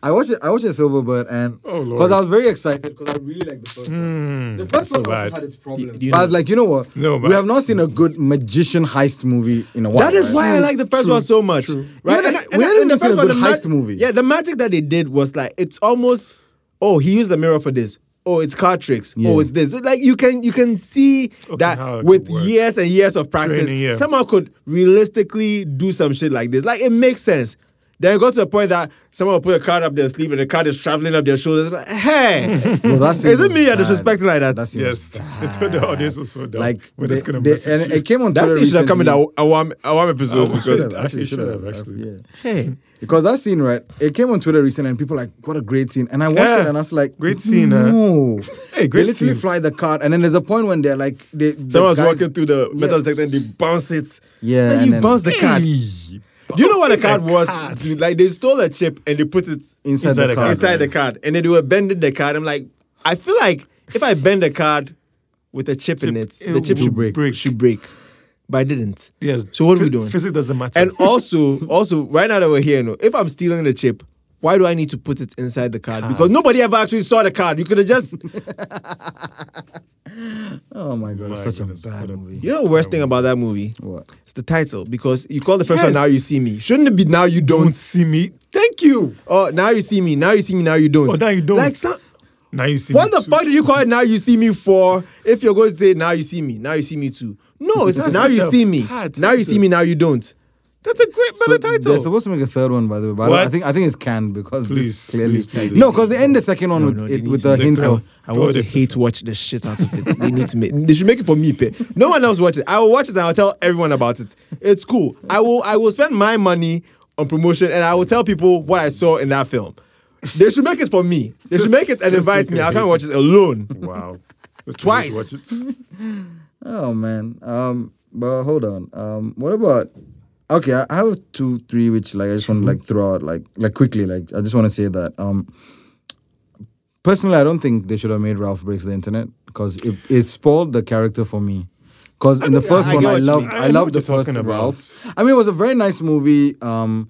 Speaker 1: I watched it. I watched it Silverbird, and
Speaker 3: Oh, Lord.
Speaker 1: because I was very excited because I really liked the first one. The first one
Speaker 3: so
Speaker 1: also
Speaker 3: bad.
Speaker 1: had its problems.
Speaker 2: do Hmm. you
Speaker 1: but I
Speaker 2: know-
Speaker 1: was like, you know what?
Speaker 3: No,
Speaker 1: we
Speaker 3: but-
Speaker 1: have not seen a good magician heist movie in a while.
Speaker 2: That is
Speaker 1: right?
Speaker 2: why I like the first one so much. Right?
Speaker 1: Even if- we haven't
Speaker 2: in
Speaker 1: even seen a good
Speaker 2: the mag-
Speaker 1: heist movie.
Speaker 2: Yeah, the magic that they did was like it's almost oh he used the mirror for this. Oh, it's card tricks.
Speaker 1: Yeah.
Speaker 2: Oh, it's this. Like you can you can see
Speaker 3: how
Speaker 2: that
Speaker 3: it
Speaker 2: with
Speaker 3: could work.
Speaker 2: years and years of practice,
Speaker 3: Training, yeah.
Speaker 2: someone could realistically do some shit like this. Like it makes sense. Then it got to the point that someone will put a card up their sleeve and the card is traveling up their shoulders. Like, hey,
Speaker 1: Bro, that scene
Speaker 2: Is it
Speaker 1: was
Speaker 2: me you're
Speaker 1: bad.
Speaker 2: disrespecting like that?
Speaker 1: That scene
Speaker 3: yes.
Speaker 1: was bad.
Speaker 3: They told the audience was so dumb.
Speaker 1: Like,
Speaker 3: we're
Speaker 1: they,
Speaker 3: just gonna
Speaker 1: they-
Speaker 3: mess with
Speaker 1: and
Speaker 3: you.
Speaker 1: it came on
Speaker 2: that
Speaker 1: Twitter
Speaker 2: scene should have come in
Speaker 1: recently.
Speaker 2: our Awam Awam episodes
Speaker 3: Awam.
Speaker 2: because
Speaker 3: Should've, actually, should've, actually.
Speaker 1: Yeah.
Speaker 2: hey.
Speaker 1: Because that scene, right? It came on Twitter recently, and people like, "What a great scene!" And I watched
Speaker 3: Yeah.
Speaker 1: it, and I was like,
Speaker 3: Great scene, huh?
Speaker 1: No,
Speaker 3: Hey, great
Speaker 1: They literally
Speaker 3: scene.
Speaker 1: fly the card, and then there's a point when they're like, they, the
Speaker 2: Someone's
Speaker 1: guys-
Speaker 2: walking through the metal detector and they bounce it.
Speaker 1: Yeah,
Speaker 2: Then
Speaker 1: and
Speaker 2: you
Speaker 1: then-
Speaker 2: bounce the card.
Speaker 3: Hey,
Speaker 2: Do you know what the
Speaker 3: bouncing
Speaker 2: card
Speaker 3: the
Speaker 2: was?
Speaker 3: card.
Speaker 2: Dude, Like they stole a chip and they put it
Speaker 1: inside,
Speaker 3: Inside
Speaker 1: the
Speaker 3: the
Speaker 1: card.
Speaker 2: inside the card. And then they were bending the card. I'm like, I feel like if I bend the card with a chip, in it, the
Speaker 3: it
Speaker 2: chip
Speaker 3: would
Speaker 2: should break.
Speaker 3: break.
Speaker 2: Should break. But I didn't.
Speaker 3: Yes.
Speaker 2: So what are we
Speaker 3: Phy-
Speaker 2: doing?
Speaker 3: Physics doesn't matter.
Speaker 2: And also, also, right now that we're here, no, if I'm stealing the chip, why do I need to put it inside the card? Because nobody ever actually saw the card. You could have just
Speaker 1: Oh my god, it's
Speaker 3: My
Speaker 1: such
Speaker 3: goodness,
Speaker 1: a bad
Speaker 3: what a-
Speaker 1: movie.
Speaker 2: You know the worst thing about that movie?
Speaker 1: What?
Speaker 2: It's the title because you call the first one
Speaker 3: Yes.
Speaker 2: "Now You See Me." Shouldn't it be "Now You Don't"?
Speaker 3: don't see me. Thank you.
Speaker 2: Oh, now you see me. Now you see me. Now you don't.
Speaker 3: Oh, now you don't.
Speaker 2: Like some,
Speaker 3: Now you see
Speaker 2: what
Speaker 3: me
Speaker 2: the
Speaker 3: too.
Speaker 2: fuck did you call it? Now you see me for? If you're going to say now you see me, now you see me too. No, it's not.
Speaker 3: That's
Speaker 2: now you
Speaker 3: such a
Speaker 2: see me.
Speaker 3: bad
Speaker 2: Now you
Speaker 3: title.
Speaker 2: see me. Now you don't.
Speaker 3: That's a great better
Speaker 1: They're
Speaker 3: title.
Speaker 1: supposed to make a third one, by the way. But I don't- I
Speaker 3: What?
Speaker 1: think I think it's canned because this
Speaker 3: Please,
Speaker 1: clearly.
Speaker 3: please, please.
Speaker 1: no, because they end the second one with it,
Speaker 2: they
Speaker 1: with
Speaker 2: need
Speaker 1: a
Speaker 2: to-
Speaker 1: hint
Speaker 3: they-
Speaker 1: of.
Speaker 2: I want to
Speaker 3: Project.
Speaker 2: hate watch the shit out of it. They need to make. They should make it for me, pay. No one else watch it. I will watch it and I'll tell everyone about it. It's cool. I will. I will spend my money on promotion and I will tell people what I saw in that film. They should make it for me. They should
Speaker 3: Just-
Speaker 2: make it and
Speaker 3: just
Speaker 2: invite
Speaker 3: so
Speaker 2: me. I can't
Speaker 3: hate
Speaker 2: watch
Speaker 3: it.
Speaker 2: it alone.
Speaker 3: Wow. Just
Speaker 2: Twice.
Speaker 3: Watch it.
Speaker 1: Oh man. Um. But hold on. Um. What about? Okay, I I have two, three, which like I just want to like throw out, like like quickly, like I just want to say that. Um. Personally, I don't think they should have made Ralph breaks the internet because it, it spoiled the character for me. Because in the
Speaker 2: I-
Speaker 1: first
Speaker 2: I
Speaker 1: one,
Speaker 2: get
Speaker 1: I
Speaker 2: what you
Speaker 1: loved,
Speaker 3: mean. I
Speaker 1: I
Speaker 3: know
Speaker 1: loved
Speaker 3: what
Speaker 1: the
Speaker 3: you're
Speaker 1: first
Speaker 3: talking about.
Speaker 1: Ralph. I mean, it was a very nice movie. Um,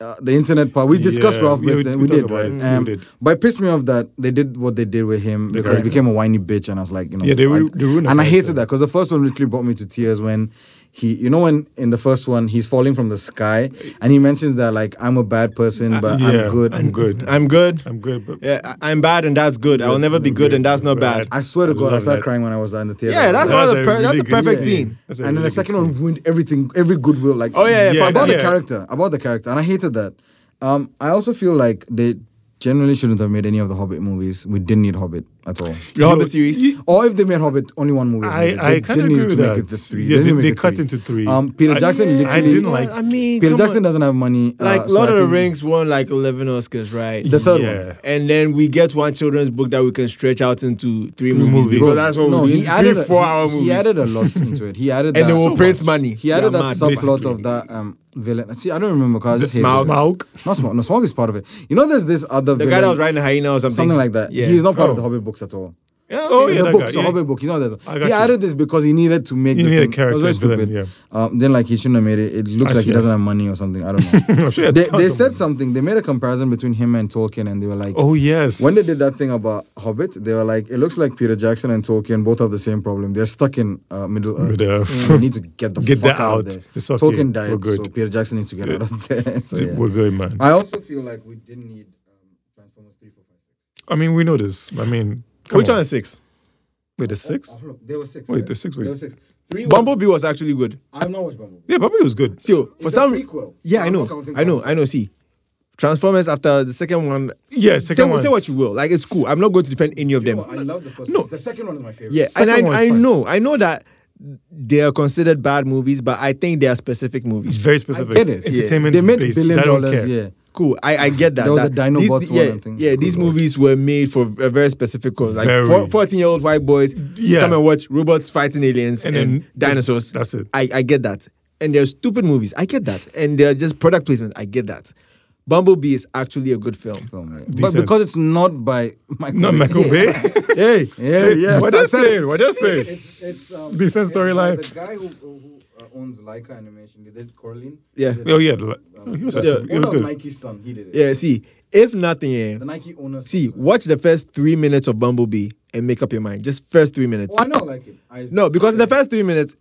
Speaker 1: uh, the internet part. We discussed
Speaker 3: Yeah,
Speaker 1: Ralph
Speaker 3: we-
Speaker 1: breaks
Speaker 3: we-
Speaker 1: the
Speaker 3: we
Speaker 1: we
Speaker 3: talked
Speaker 1: did,
Speaker 3: about
Speaker 1: right?
Speaker 3: it. We
Speaker 1: Um,
Speaker 3: did.
Speaker 1: but it pissed me off that they did what they did with him because he
Speaker 3: character.
Speaker 1: became a whiny bitch, and I was like, you know,
Speaker 3: Yeah, they
Speaker 1: I-
Speaker 3: ru- they ruined the
Speaker 1: and I
Speaker 3: character.
Speaker 1: hated that because Uh, the first one literally brought me to tears when he, you know, when in the first one he's falling from the sky and he mentions that like I'm a bad person, but
Speaker 3: yeah,
Speaker 1: I'm good.
Speaker 3: I'm good.
Speaker 2: I'm good.
Speaker 3: I'm good, but
Speaker 2: Yeah, I- I'm bad and that's good. I will never be good and that's not bad.
Speaker 1: I swear to
Speaker 3: I
Speaker 1: God, I
Speaker 3: love
Speaker 1: started
Speaker 3: that.
Speaker 1: crying when I was in the theater.
Speaker 2: Yeah, that's
Speaker 1: Like,
Speaker 2: one of
Speaker 3: That's
Speaker 2: the per-
Speaker 3: a
Speaker 2: that's
Speaker 3: really
Speaker 2: the
Speaker 3: good
Speaker 2: perfect
Speaker 3: scene.
Speaker 2: scene.
Speaker 3: That's a
Speaker 1: and then the
Speaker 3: really good
Speaker 1: second
Speaker 3: scene.
Speaker 1: one ruined everything, every goodwill. Like,
Speaker 2: Oh, yeah, yeah,
Speaker 3: Yeah,
Speaker 1: about the
Speaker 3: yeah.
Speaker 1: character, about the character, and I hated that. Um, I also feel like they generally shouldn't have made any of the Hobbit movies. We didn't need Hobbit at all.
Speaker 2: The
Speaker 3: Yo,
Speaker 2: Hobbit series.
Speaker 3: you-
Speaker 1: Or if they made Hobbit, only one movie. was
Speaker 3: I-
Speaker 1: made. They
Speaker 3: I kinda
Speaker 1: didn't need
Speaker 3: agree with
Speaker 1: to make
Speaker 3: that.
Speaker 1: it just three.
Speaker 3: Yeah,
Speaker 1: didn't
Speaker 3: they-
Speaker 1: make
Speaker 3: they
Speaker 1: it
Speaker 3: cut into three.
Speaker 1: Um, Peter
Speaker 3: I-
Speaker 1: Jackson
Speaker 3: I
Speaker 1: literally.
Speaker 3: didn't like-
Speaker 2: I
Speaker 1: Peter
Speaker 2: mean, come on.
Speaker 1: Jackson doesn't have money. uh,
Speaker 2: like
Speaker 1: so
Speaker 2: Lord
Speaker 1: I
Speaker 2: of the
Speaker 1: think
Speaker 2: Rings won like eleven Oscars, right?
Speaker 1: The third
Speaker 3: Yeah.
Speaker 1: one.
Speaker 2: and then we get one children's book that we can stretch out into three, movies,
Speaker 3: movies.
Speaker 2: because that's what
Speaker 1: no,
Speaker 2: we do.
Speaker 1: he
Speaker 2: It's
Speaker 1: added
Speaker 2: three
Speaker 1: a-
Speaker 2: four-hour
Speaker 1: he-
Speaker 2: movies.
Speaker 1: He added a lot into it. He added
Speaker 2: and
Speaker 1: that.
Speaker 2: they will
Speaker 3: so
Speaker 2: print
Speaker 3: much.
Speaker 2: money.
Speaker 1: He added
Speaker 2: They are
Speaker 1: that
Speaker 2: mad,
Speaker 1: subplot
Speaker 2: basically.
Speaker 1: of that um, villain. See, I don't remember because I just hated
Speaker 2: Smaug.
Speaker 1: it.
Speaker 3: Smaug.
Speaker 1: Not Smaug. No, Smaug is part of it. You know, there's this other
Speaker 2: The
Speaker 1: villain,
Speaker 2: guy that was riding a hyena or something.
Speaker 1: something like that.
Speaker 2: Yeah.
Speaker 1: He's not part of
Speaker 3: Oh.
Speaker 1: the Hobbit books at all.
Speaker 2: Yeah,
Speaker 3: Oh,
Speaker 2: okay.
Speaker 1: In
Speaker 3: yeah,
Speaker 1: the
Speaker 3: that
Speaker 1: book,
Speaker 3: guy,
Speaker 1: it's a
Speaker 3: yeah.
Speaker 1: Hobbit book. He's not that.
Speaker 3: I
Speaker 1: He
Speaker 3: got you.
Speaker 1: added this because he needed to make
Speaker 3: He
Speaker 1: the
Speaker 3: needed
Speaker 1: film. It was
Speaker 3: character
Speaker 1: very
Speaker 3: as
Speaker 1: stupid.
Speaker 3: villain,
Speaker 1: Um, then like he shouldn't have made it. It looks
Speaker 3: I
Speaker 1: like
Speaker 3: see,
Speaker 1: he
Speaker 3: I
Speaker 1: doesn't
Speaker 3: see.
Speaker 1: have money or something. I don't know.
Speaker 3: I'm sure he had
Speaker 1: they,
Speaker 3: tons
Speaker 1: they
Speaker 3: of
Speaker 1: said
Speaker 3: them.
Speaker 1: something. They made a comparison between him and Tolkien, and they were like,
Speaker 3: Oh yes.
Speaker 1: when they did that thing about Hobbit, they were like, it looks like Peter Jackson and Tolkien both have the same problem. They're stuck in uh, Middle Earth.
Speaker 3: Middle Earth.
Speaker 1: Mm, we need to get the
Speaker 3: Get
Speaker 1: fuck
Speaker 3: that
Speaker 1: out.
Speaker 3: out.
Speaker 1: of there.
Speaker 3: It's okay.
Speaker 1: Tolkien
Speaker 3: We're
Speaker 1: died, so
Speaker 3: good.
Speaker 1: Peter Jackson needs to get out of there. So, yeah.
Speaker 3: We're good, man.
Speaker 2: Uh,
Speaker 3: I,
Speaker 1: I also feel like we didn't need um, Transformers 3, 4, 5, 6.
Speaker 3: mean, we know this. I mean, come
Speaker 2: Which
Speaker 3: on.
Speaker 2: one is six?
Speaker 3: Wait, the six?
Speaker 1: Oh, look, there were six.
Speaker 3: Wait,
Speaker 1: right?
Speaker 3: there's six, wait.
Speaker 1: There were six. Three was,
Speaker 2: Bumblebee was actually good.
Speaker 1: I've not watched Bumblebee.
Speaker 3: Yeah, Bumblebee was good.
Speaker 2: See, oh,
Speaker 1: It's
Speaker 2: for
Speaker 1: a
Speaker 2: some
Speaker 1: prequel.
Speaker 2: yeah,
Speaker 1: I'm
Speaker 2: I
Speaker 1: not
Speaker 2: know,
Speaker 1: counting
Speaker 2: I know,
Speaker 1: Bumblebee.
Speaker 2: I know. See, Transformers after the second one.
Speaker 3: Yeah, second
Speaker 2: say,
Speaker 3: one.
Speaker 2: say what you will, like it's cool. I'm not going to defend any of them.
Speaker 1: Oh, I love the first
Speaker 3: No.
Speaker 1: one. The second one is my favorite.
Speaker 2: Yeah,
Speaker 3: Second
Speaker 2: and
Speaker 3: one's
Speaker 2: I, I
Speaker 3: fine.
Speaker 2: know, I know that they are considered bad movies, but I think they are specific
Speaker 3: It's
Speaker 2: movies.
Speaker 3: very specific.
Speaker 1: get it.
Speaker 2: Yeah.
Speaker 3: Entertainment
Speaker 1: They made
Speaker 3: based.
Speaker 1: billion
Speaker 3: I don't
Speaker 1: dollars,
Speaker 3: care.
Speaker 1: yeah.
Speaker 2: Cool, I, I get that.
Speaker 1: There was
Speaker 2: that
Speaker 1: a Dinobots
Speaker 2: these, yeah,
Speaker 1: one, I think.
Speaker 2: yeah.
Speaker 1: Good
Speaker 2: These
Speaker 1: lord.
Speaker 2: movies were made for a very specific cause, like
Speaker 3: Very.
Speaker 2: fourteen-year-old white boys to
Speaker 3: Yeah.
Speaker 2: come and watch robots fighting aliens and,
Speaker 3: And then
Speaker 2: dinosaurs.
Speaker 3: that's- that's it.
Speaker 2: I, I get that, and they're stupid movies. I get that, and they're just product placement. I get that. Bumblebee is actually a good film.
Speaker 1: Film, right? But
Speaker 3: Decent.
Speaker 1: because it's not by Michael
Speaker 3: Not
Speaker 1: Bay.
Speaker 3: Michael Bay.
Speaker 2: hey,
Speaker 1: Yeah, yes.
Speaker 3: What
Speaker 1: I
Speaker 3: they
Speaker 1: said it.
Speaker 3: saying? What they saying?
Speaker 1: It's, it's, um,
Speaker 3: Decent
Speaker 1: it's by
Speaker 3: storyline.
Speaker 1: The guy who, who uh, owns Leica Animation, they did Coraline.
Speaker 2: Yeah.
Speaker 1: They did-
Speaker 3: Oh yeah, the- he was
Speaker 2: Yeah.
Speaker 3: actually he
Speaker 1: One
Speaker 3: was
Speaker 1: of
Speaker 3: good.
Speaker 1: Nike's son, he did it.
Speaker 2: yeah. See, if nothing, eh,
Speaker 1: The Nike owner.
Speaker 2: see, watch the first three minutes of Bumblebee and make up your mind. Just first three minutes.
Speaker 1: Oh, I not like it. I,
Speaker 2: No, because in the first three minutes,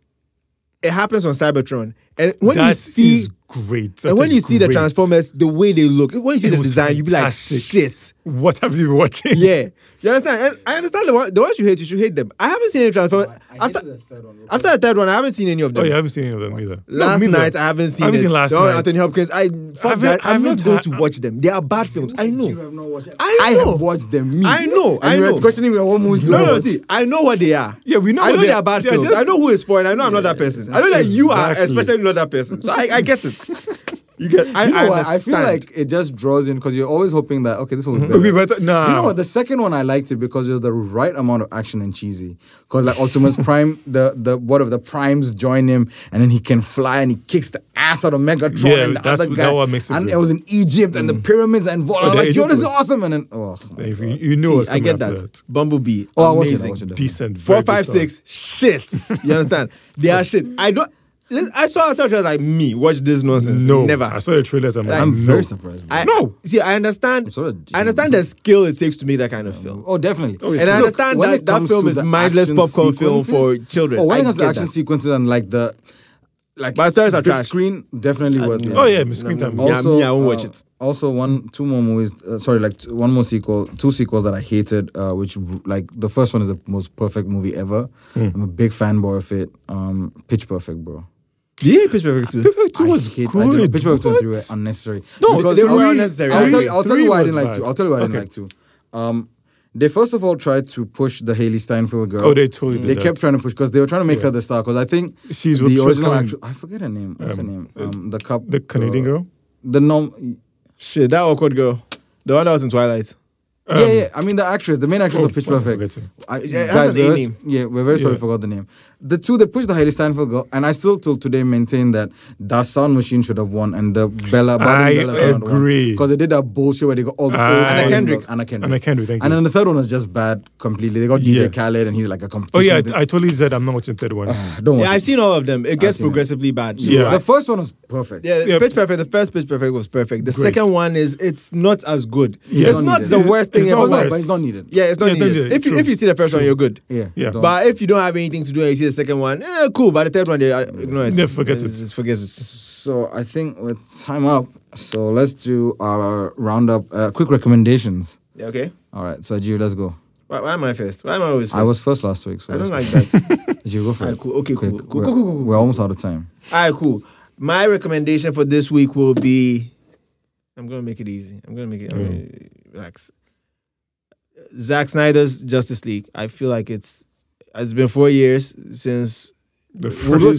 Speaker 2: it happens on Cybertron, and when
Speaker 3: That
Speaker 2: you see
Speaker 3: is great. That's
Speaker 2: and when
Speaker 3: a
Speaker 2: you see the
Speaker 3: great-
Speaker 2: Transformers, the way they look, when you see
Speaker 3: It
Speaker 2: the
Speaker 3: was
Speaker 2: design, you be like,
Speaker 3: fantastic.
Speaker 2: shit.
Speaker 3: what have you been watching?
Speaker 2: Yeah, you understand? And I understand the, one, the ones you hate, you should hate them. I haven't seen any Transformers
Speaker 1: I, I
Speaker 2: after
Speaker 1: after the third one. because
Speaker 2: after the third one. I haven't seen any of
Speaker 3: Oh
Speaker 2: them.
Speaker 3: yeah, I haven't seen any of them either. No,
Speaker 2: Last
Speaker 3: me neither.
Speaker 2: night I haven't seen
Speaker 3: I haven't
Speaker 2: it.
Speaker 3: seen last
Speaker 2: The one with
Speaker 3: night.
Speaker 2: Anthony Hopkins. I fuck
Speaker 3: haven't-
Speaker 2: that.
Speaker 3: I
Speaker 2: I'm not
Speaker 3: haven't
Speaker 2: going
Speaker 3: ha-
Speaker 2: to watch them. They are bad films. I
Speaker 1: You
Speaker 2: know.
Speaker 1: have not watched it.
Speaker 2: I
Speaker 1: I
Speaker 2: know.
Speaker 1: have watched them. Me.
Speaker 2: I know,
Speaker 1: And
Speaker 2: I
Speaker 1: you were
Speaker 2: know.
Speaker 1: Questioning me what movies do
Speaker 2: No,
Speaker 1: I
Speaker 2: no,
Speaker 1: watch?
Speaker 2: see, I know what they are.
Speaker 3: Yeah, we know
Speaker 2: I
Speaker 3: what
Speaker 2: know
Speaker 3: they
Speaker 2: they
Speaker 3: are.
Speaker 2: are bad
Speaker 3: They are
Speaker 2: films.
Speaker 3: just-
Speaker 2: I know who is for it. I know I'm not that person. I know that you are,
Speaker 3: Exactly.
Speaker 2: especially not that person. So I, I get it. You get. I,
Speaker 1: You know
Speaker 2: I
Speaker 1: what?
Speaker 2: understand.
Speaker 1: I feel like it just draws in because you're always hoping that okay, this will be better.
Speaker 3: Mm-hmm. It'll be better. Nah.
Speaker 1: You know what? The second one I liked it because it was the right amount of action and cheesy. Because like Optimus Prime, the the what of the primes join him, and then he can fly and he kicks the ass out of Megatron
Speaker 3: Yeah,
Speaker 1: and the
Speaker 3: that's-
Speaker 1: other guy.
Speaker 3: that what makes it
Speaker 1: and
Speaker 3: good.
Speaker 1: it was in Egypt and the pyramids and Vol-
Speaker 3: Oh,
Speaker 1: I'm
Speaker 3: the
Speaker 1: like yo,
Speaker 3: Egypt
Speaker 1: this is
Speaker 3: was-
Speaker 1: awesome. And then oh, my
Speaker 3: If
Speaker 1: God.
Speaker 3: you, you knew what's
Speaker 2: I
Speaker 3: coming
Speaker 2: get
Speaker 3: after
Speaker 2: that.
Speaker 3: that.
Speaker 2: Bumblebee.
Speaker 1: oh, I watched it. I
Speaker 2: amazing.
Speaker 1: watched it. definitely.
Speaker 3: Decent.
Speaker 2: Four,
Speaker 3: very
Speaker 2: five,
Speaker 3: good
Speaker 2: six. Shit. You understand? They are shit. I don't. Listen, I saw a trailer like me. Watch this nonsense.
Speaker 3: song. No,
Speaker 2: never.
Speaker 3: I saw the trailers. I'm like,
Speaker 1: I'm
Speaker 3: no.
Speaker 1: very surprised. bro.
Speaker 2: I,
Speaker 3: No.
Speaker 2: See, I understand.
Speaker 1: sorry,
Speaker 2: I understand the skill it takes to make that kind of film.
Speaker 1: Oh, definitely.
Speaker 2: yeah. And I understand
Speaker 1: when
Speaker 2: that-
Speaker 1: it
Speaker 2: that
Speaker 1: comes
Speaker 2: film
Speaker 1: to
Speaker 2: is
Speaker 1: the
Speaker 2: mindless
Speaker 1: action
Speaker 2: popcorn film for
Speaker 1: sequences-
Speaker 2: children.
Speaker 1: Oh, when
Speaker 2: I
Speaker 1: it comes to
Speaker 2: get
Speaker 1: action
Speaker 2: that.
Speaker 1: sequences and like the like
Speaker 2: But stories are
Speaker 1: big
Speaker 2: trash.
Speaker 1: Screen definitely worth it.
Speaker 3: Oh yeah, my screen time.
Speaker 2: Yeah,
Speaker 3: Yeah.
Speaker 2: me, I won't watch
Speaker 1: uh,
Speaker 2: it.
Speaker 1: Also, one, two more movies. Uh, sorry, like t- one more sequel, two sequels that I hated. Uh, which v- like the first one is the most perfect movie ever.
Speaker 2: Hmm.
Speaker 1: I'm a big fanboy of it. Um, Pitch Perfect, bro.
Speaker 2: Yeah, Pitch Perfect too.
Speaker 3: Pitch Perfect Two
Speaker 1: I
Speaker 3: was
Speaker 1: hate- I
Speaker 3: good.
Speaker 1: didn't- Pitch Perfect two and
Speaker 3: What?
Speaker 1: three were unnecessary.
Speaker 3: No,
Speaker 1: Because
Speaker 2: they
Speaker 1: I'll-
Speaker 2: were unnecessary.
Speaker 1: I'll tell,
Speaker 2: Three-
Speaker 1: you- I'll tell
Speaker 3: three
Speaker 1: you why I
Speaker 3: was
Speaker 1: didn't like
Speaker 3: bad.
Speaker 1: two. I'll tell you why I didn't
Speaker 3: Okay.
Speaker 1: like two. Um, they first of all tried to push the Haley Steinfeld girl.
Speaker 3: Oh, they totally did
Speaker 1: They
Speaker 3: that.
Speaker 1: kept trying to push because they were trying to make her the star. Because I think
Speaker 3: She's-
Speaker 1: the
Speaker 3: she's
Speaker 1: original
Speaker 3: coming-
Speaker 1: actress. I forget her name. What's her name? Um, the cup.
Speaker 3: The Canadian girl.
Speaker 1: The norm.
Speaker 2: Shit, that awkward girl. The one that was in Twilight.
Speaker 1: yeah, yeah. I mean, the actress, the main actress
Speaker 3: Um, oh,
Speaker 1: of Pitch
Speaker 3: fuck, I
Speaker 1: Perfect.
Speaker 3: forget
Speaker 1: I,
Speaker 2: It has
Speaker 1: guys,
Speaker 2: an
Speaker 1: we're
Speaker 2: A
Speaker 1: very-
Speaker 2: name.
Speaker 1: Yeah, we're very sorry,
Speaker 3: Yeah.
Speaker 1: I forgot the name. The two, they pushed the Hailey Steinfeld girl, and I still till today maintain that that Sound Machine should have won, and the Bella,
Speaker 3: I
Speaker 1: Bella
Speaker 3: agree.
Speaker 1: Because they did that bullshit where they got all the
Speaker 3: I-
Speaker 1: old
Speaker 3: Anna
Speaker 1: Golden
Speaker 2: Kendrick.
Speaker 1: Girls- Anna Kendrick.
Speaker 3: Anna Kendrick, thank
Speaker 1: And
Speaker 3: you.
Speaker 1: then the third one was just bad completely. They got DJ
Speaker 3: Yeah.
Speaker 1: Khaled, and he's like a
Speaker 3: Oh
Speaker 1: competition.
Speaker 3: yeah,
Speaker 1: with
Speaker 3: I, I totally said I'm not watching the third one.
Speaker 1: it. don't watch
Speaker 2: Yeah, I've
Speaker 1: it.
Speaker 2: seen all of them. It gets
Speaker 1: seen it.
Speaker 2: progressively bad. So
Speaker 3: Yeah.
Speaker 1: The
Speaker 2: I-
Speaker 1: first one was perfect.
Speaker 2: Yeah,
Speaker 3: Yeah.
Speaker 2: Pitch Perfect. The first Pitch Perfect was perfect. The
Speaker 3: Great.
Speaker 2: second one is it's not as good.
Speaker 3: Yeah.
Speaker 2: It's not
Speaker 1: It's
Speaker 2: the
Speaker 1: not
Speaker 2: worst
Speaker 3: needed.
Speaker 2: thing
Speaker 3: It's
Speaker 2: ever.
Speaker 3: not
Speaker 1: But
Speaker 3: worse.
Speaker 1: it's not needed.
Speaker 2: Yeah, it's not
Speaker 3: Yeah, don't
Speaker 2: needed.
Speaker 3: do it.
Speaker 2: If you
Speaker 3: True.
Speaker 2: if you see the first one, you're good.
Speaker 1: Yeah.
Speaker 3: Yeah.
Speaker 1: don't.
Speaker 2: But if you don't have anything to do and you see the second one, eh, cool. By the third one, they uh, ignore it.
Speaker 3: Yeah, forget it.
Speaker 2: Just forget it.
Speaker 1: So I think with time up, so let's do our roundup. Uh, quick recommendations.
Speaker 2: Yeah, okay.
Speaker 1: All right, so Gio, let's go.
Speaker 2: Why, why am I first? Why am I always first?
Speaker 1: I was first last week, so
Speaker 2: I don't
Speaker 1: let's
Speaker 2: like that.
Speaker 1: go. Gio, go for
Speaker 2: Ah,
Speaker 1: it.
Speaker 2: cool. Okay,
Speaker 1: Quick.
Speaker 2: cool. Cool,
Speaker 1: we're,
Speaker 2: cool, cool, cool, cool.
Speaker 1: we're almost out of time.
Speaker 2: All right, cool. My recommendation for this week will be. I'm gonna make it easy. I'm gonna make
Speaker 1: Mm.
Speaker 2: it. I'm gonna- relax. Zack Snyder's Justice League. I feel like it's. It's been four years since.
Speaker 3: The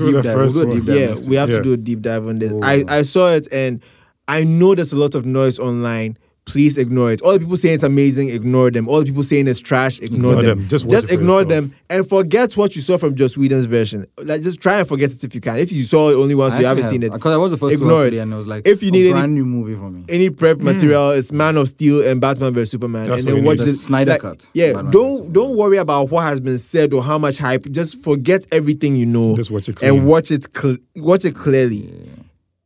Speaker 1: We'll go deep
Speaker 3: first one, the
Speaker 1: dive,
Speaker 3: first
Speaker 1: we'll go
Speaker 3: one.
Speaker 1: deep dive. Yeah,
Speaker 2: yeah,
Speaker 1: next
Speaker 2: we have
Speaker 3: Yeah.
Speaker 2: to do a deep dive on this.
Speaker 1: Oh.
Speaker 2: I I saw it and I know there's a lot of noise online. please ignore it. All the people saying it's amazing, ignore them. All the people saying it's trash, ignore,
Speaker 3: Ignore
Speaker 2: them.
Speaker 3: them. Just watch it for
Speaker 2: ignore
Speaker 3: yourself.
Speaker 2: them and forget what you saw from Joss Whedon's version. Like just try and forget it if you can. If you saw it only once, you haven't seen it.
Speaker 1: Because I was the first to
Speaker 2: ignore
Speaker 1: watch
Speaker 2: it.
Speaker 1: it, and it was like
Speaker 2: if you
Speaker 1: a
Speaker 2: need
Speaker 1: brand
Speaker 2: any,
Speaker 1: new movie for me.
Speaker 2: Mm. any prep material, it's Man of Steel and Batman vs Superman, and
Speaker 3: That's what
Speaker 2: then
Speaker 3: you
Speaker 2: watch
Speaker 3: need.
Speaker 1: The
Speaker 2: the
Speaker 1: Snyder cut.
Speaker 2: Yeah,
Speaker 1: Batman vs
Speaker 2: don't
Speaker 1: Superman.
Speaker 2: don't worry about what has been said or how much hype. Just forget everything you know.
Speaker 3: Just watch it clean.
Speaker 2: and watch it cl- watch it clearly.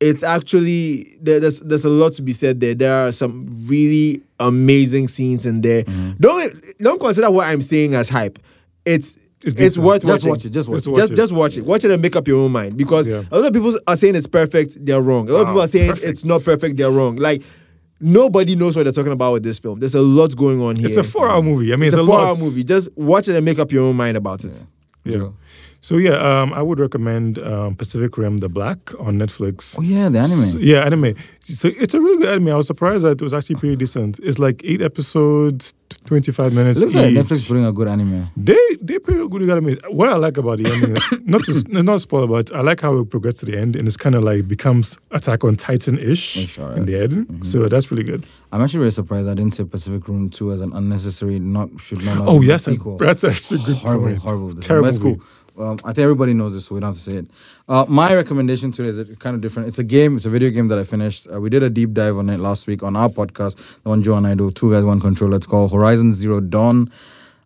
Speaker 2: It's actually there, there's there's a lot to be said there. There are some really amazing scenes in there.
Speaker 1: Mm-hmm.
Speaker 2: Don't don't consider what I'm saying as hype. It's
Speaker 3: It's
Speaker 2: it's,
Speaker 3: decent.
Speaker 2: worth
Speaker 1: Just
Speaker 2: watching.
Speaker 1: watch it. Just watch
Speaker 3: Just
Speaker 1: it.
Speaker 3: watch
Speaker 2: just
Speaker 3: it.
Speaker 2: just watch it. Watch it and make up your own mind because
Speaker 3: Yeah.
Speaker 2: a lot of people are saying it's perfect. They're wrong. A lot of
Speaker 3: Wow,
Speaker 2: people are saying
Speaker 3: perfect.
Speaker 2: it's not perfect. They're wrong. Like nobody knows what they're talking about with this film. There's a lot going on here.
Speaker 3: It's a four-hour movie. I mean,
Speaker 2: It's
Speaker 3: it's,
Speaker 2: a
Speaker 3: a
Speaker 2: four-hour
Speaker 3: lot.
Speaker 2: movie. Just watch it and make up your own mind about it.
Speaker 3: Yeah. So yeah, um, I would recommend um, Pacific Rim: The Black on Netflix.
Speaker 1: Oh yeah, the
Speaker 3: So-
Speaker 1: anime.
Speaker 3: yeah, anime. So it's a really good anime. I was surprised that it was actually pretty decent. It's like eight episodes, t- twenty-five minutes
Speaker 1: It looks like
Speaker 3: each.
Speaker 1: Netflix putting a good anime.
Speaker 3: They they pretty good anime. What I like about the anime, not to not spoil, but I like how it progressed to the end, and it's kind of like becomes Attack on Titan ish
Speaker 1: Ish, alright.
Speaker 3: in the end. So that's really good.
Speaker 1: I'm actually very surprised I didn't say Pacific Room 2 as an unnecessary, not should not. have
Speaker 3: Oh,
Speaker 1: been a
Speaker 3: yes,
Speaker 1: sequel.
Speaker 3: that's actually a good
Speaker 1: horrible,
Speaker 3: point.
Speaker 1: horrible. This
Speaker 3: Terrible
Speaker 1: Terrible. That's cool. Um, I think everybody knows this, so we don't have to say it. Uh, my recommendation today is a- kind of different. It's a game. It's a video game that I finished. Uh, we did a deep dive on it last week on our podcast, the one Joe and I do, two guys, one controller. It's called Horizon Zero Dawn.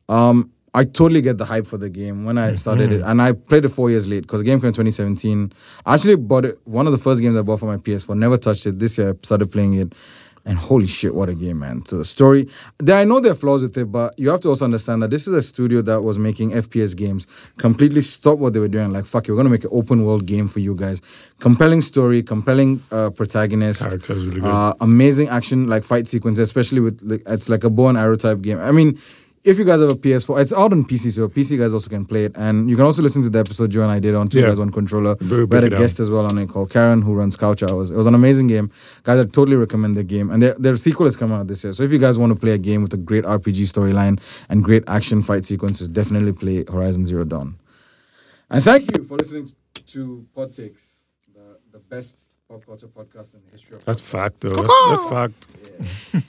Speaker 1: Um, I totally get the hype for the game when
Speaker 3: Mm,
Speaker 1: I started it, and I played it four years late because the game came in 2017. I actually bought it one of the first games I bought for my PS4. Never touched it. This year I started playing it, and holy shit, what a game, man! So the story, there I know there are flaws with it, but you have to also understand that this is a studio that was making FPS games. Completely stopped what they were doing. Like fuck, it, we're gonna make an open world game for you guys. Compelling story, compelling uh, protagonist,
Speaker 3: Character is really good.
Speaker 1: uh, amazing action like fight sequence, especially with like, it's like a bow and arrow type game. I mean, if you guys have a PS4, it's out on PC, so PC guys also can play it, and you can also listen to the episode Joe and I did on Two
Speaker 3: Yeah.
Speaker 1: Guys One Controller.
Speaker 3: Very
Speaker 1: we had a
Speaker 3: break it
Speaker 1: guest as well on it called Karen, who runs Couch Hours. It was an amazing game, guys. I totally recommend the game, and their, their sequel is coming out this year. So if you guys want to play a game with a great RPG storyline and great action fight sequences, definitely play Horizon Zero Dawn. And thank you for listening to Podtakes, the, the best pop culture podcast in the history of
Speaker 3: That's fact though. That's, that's fact.
Speaker 1: yeah.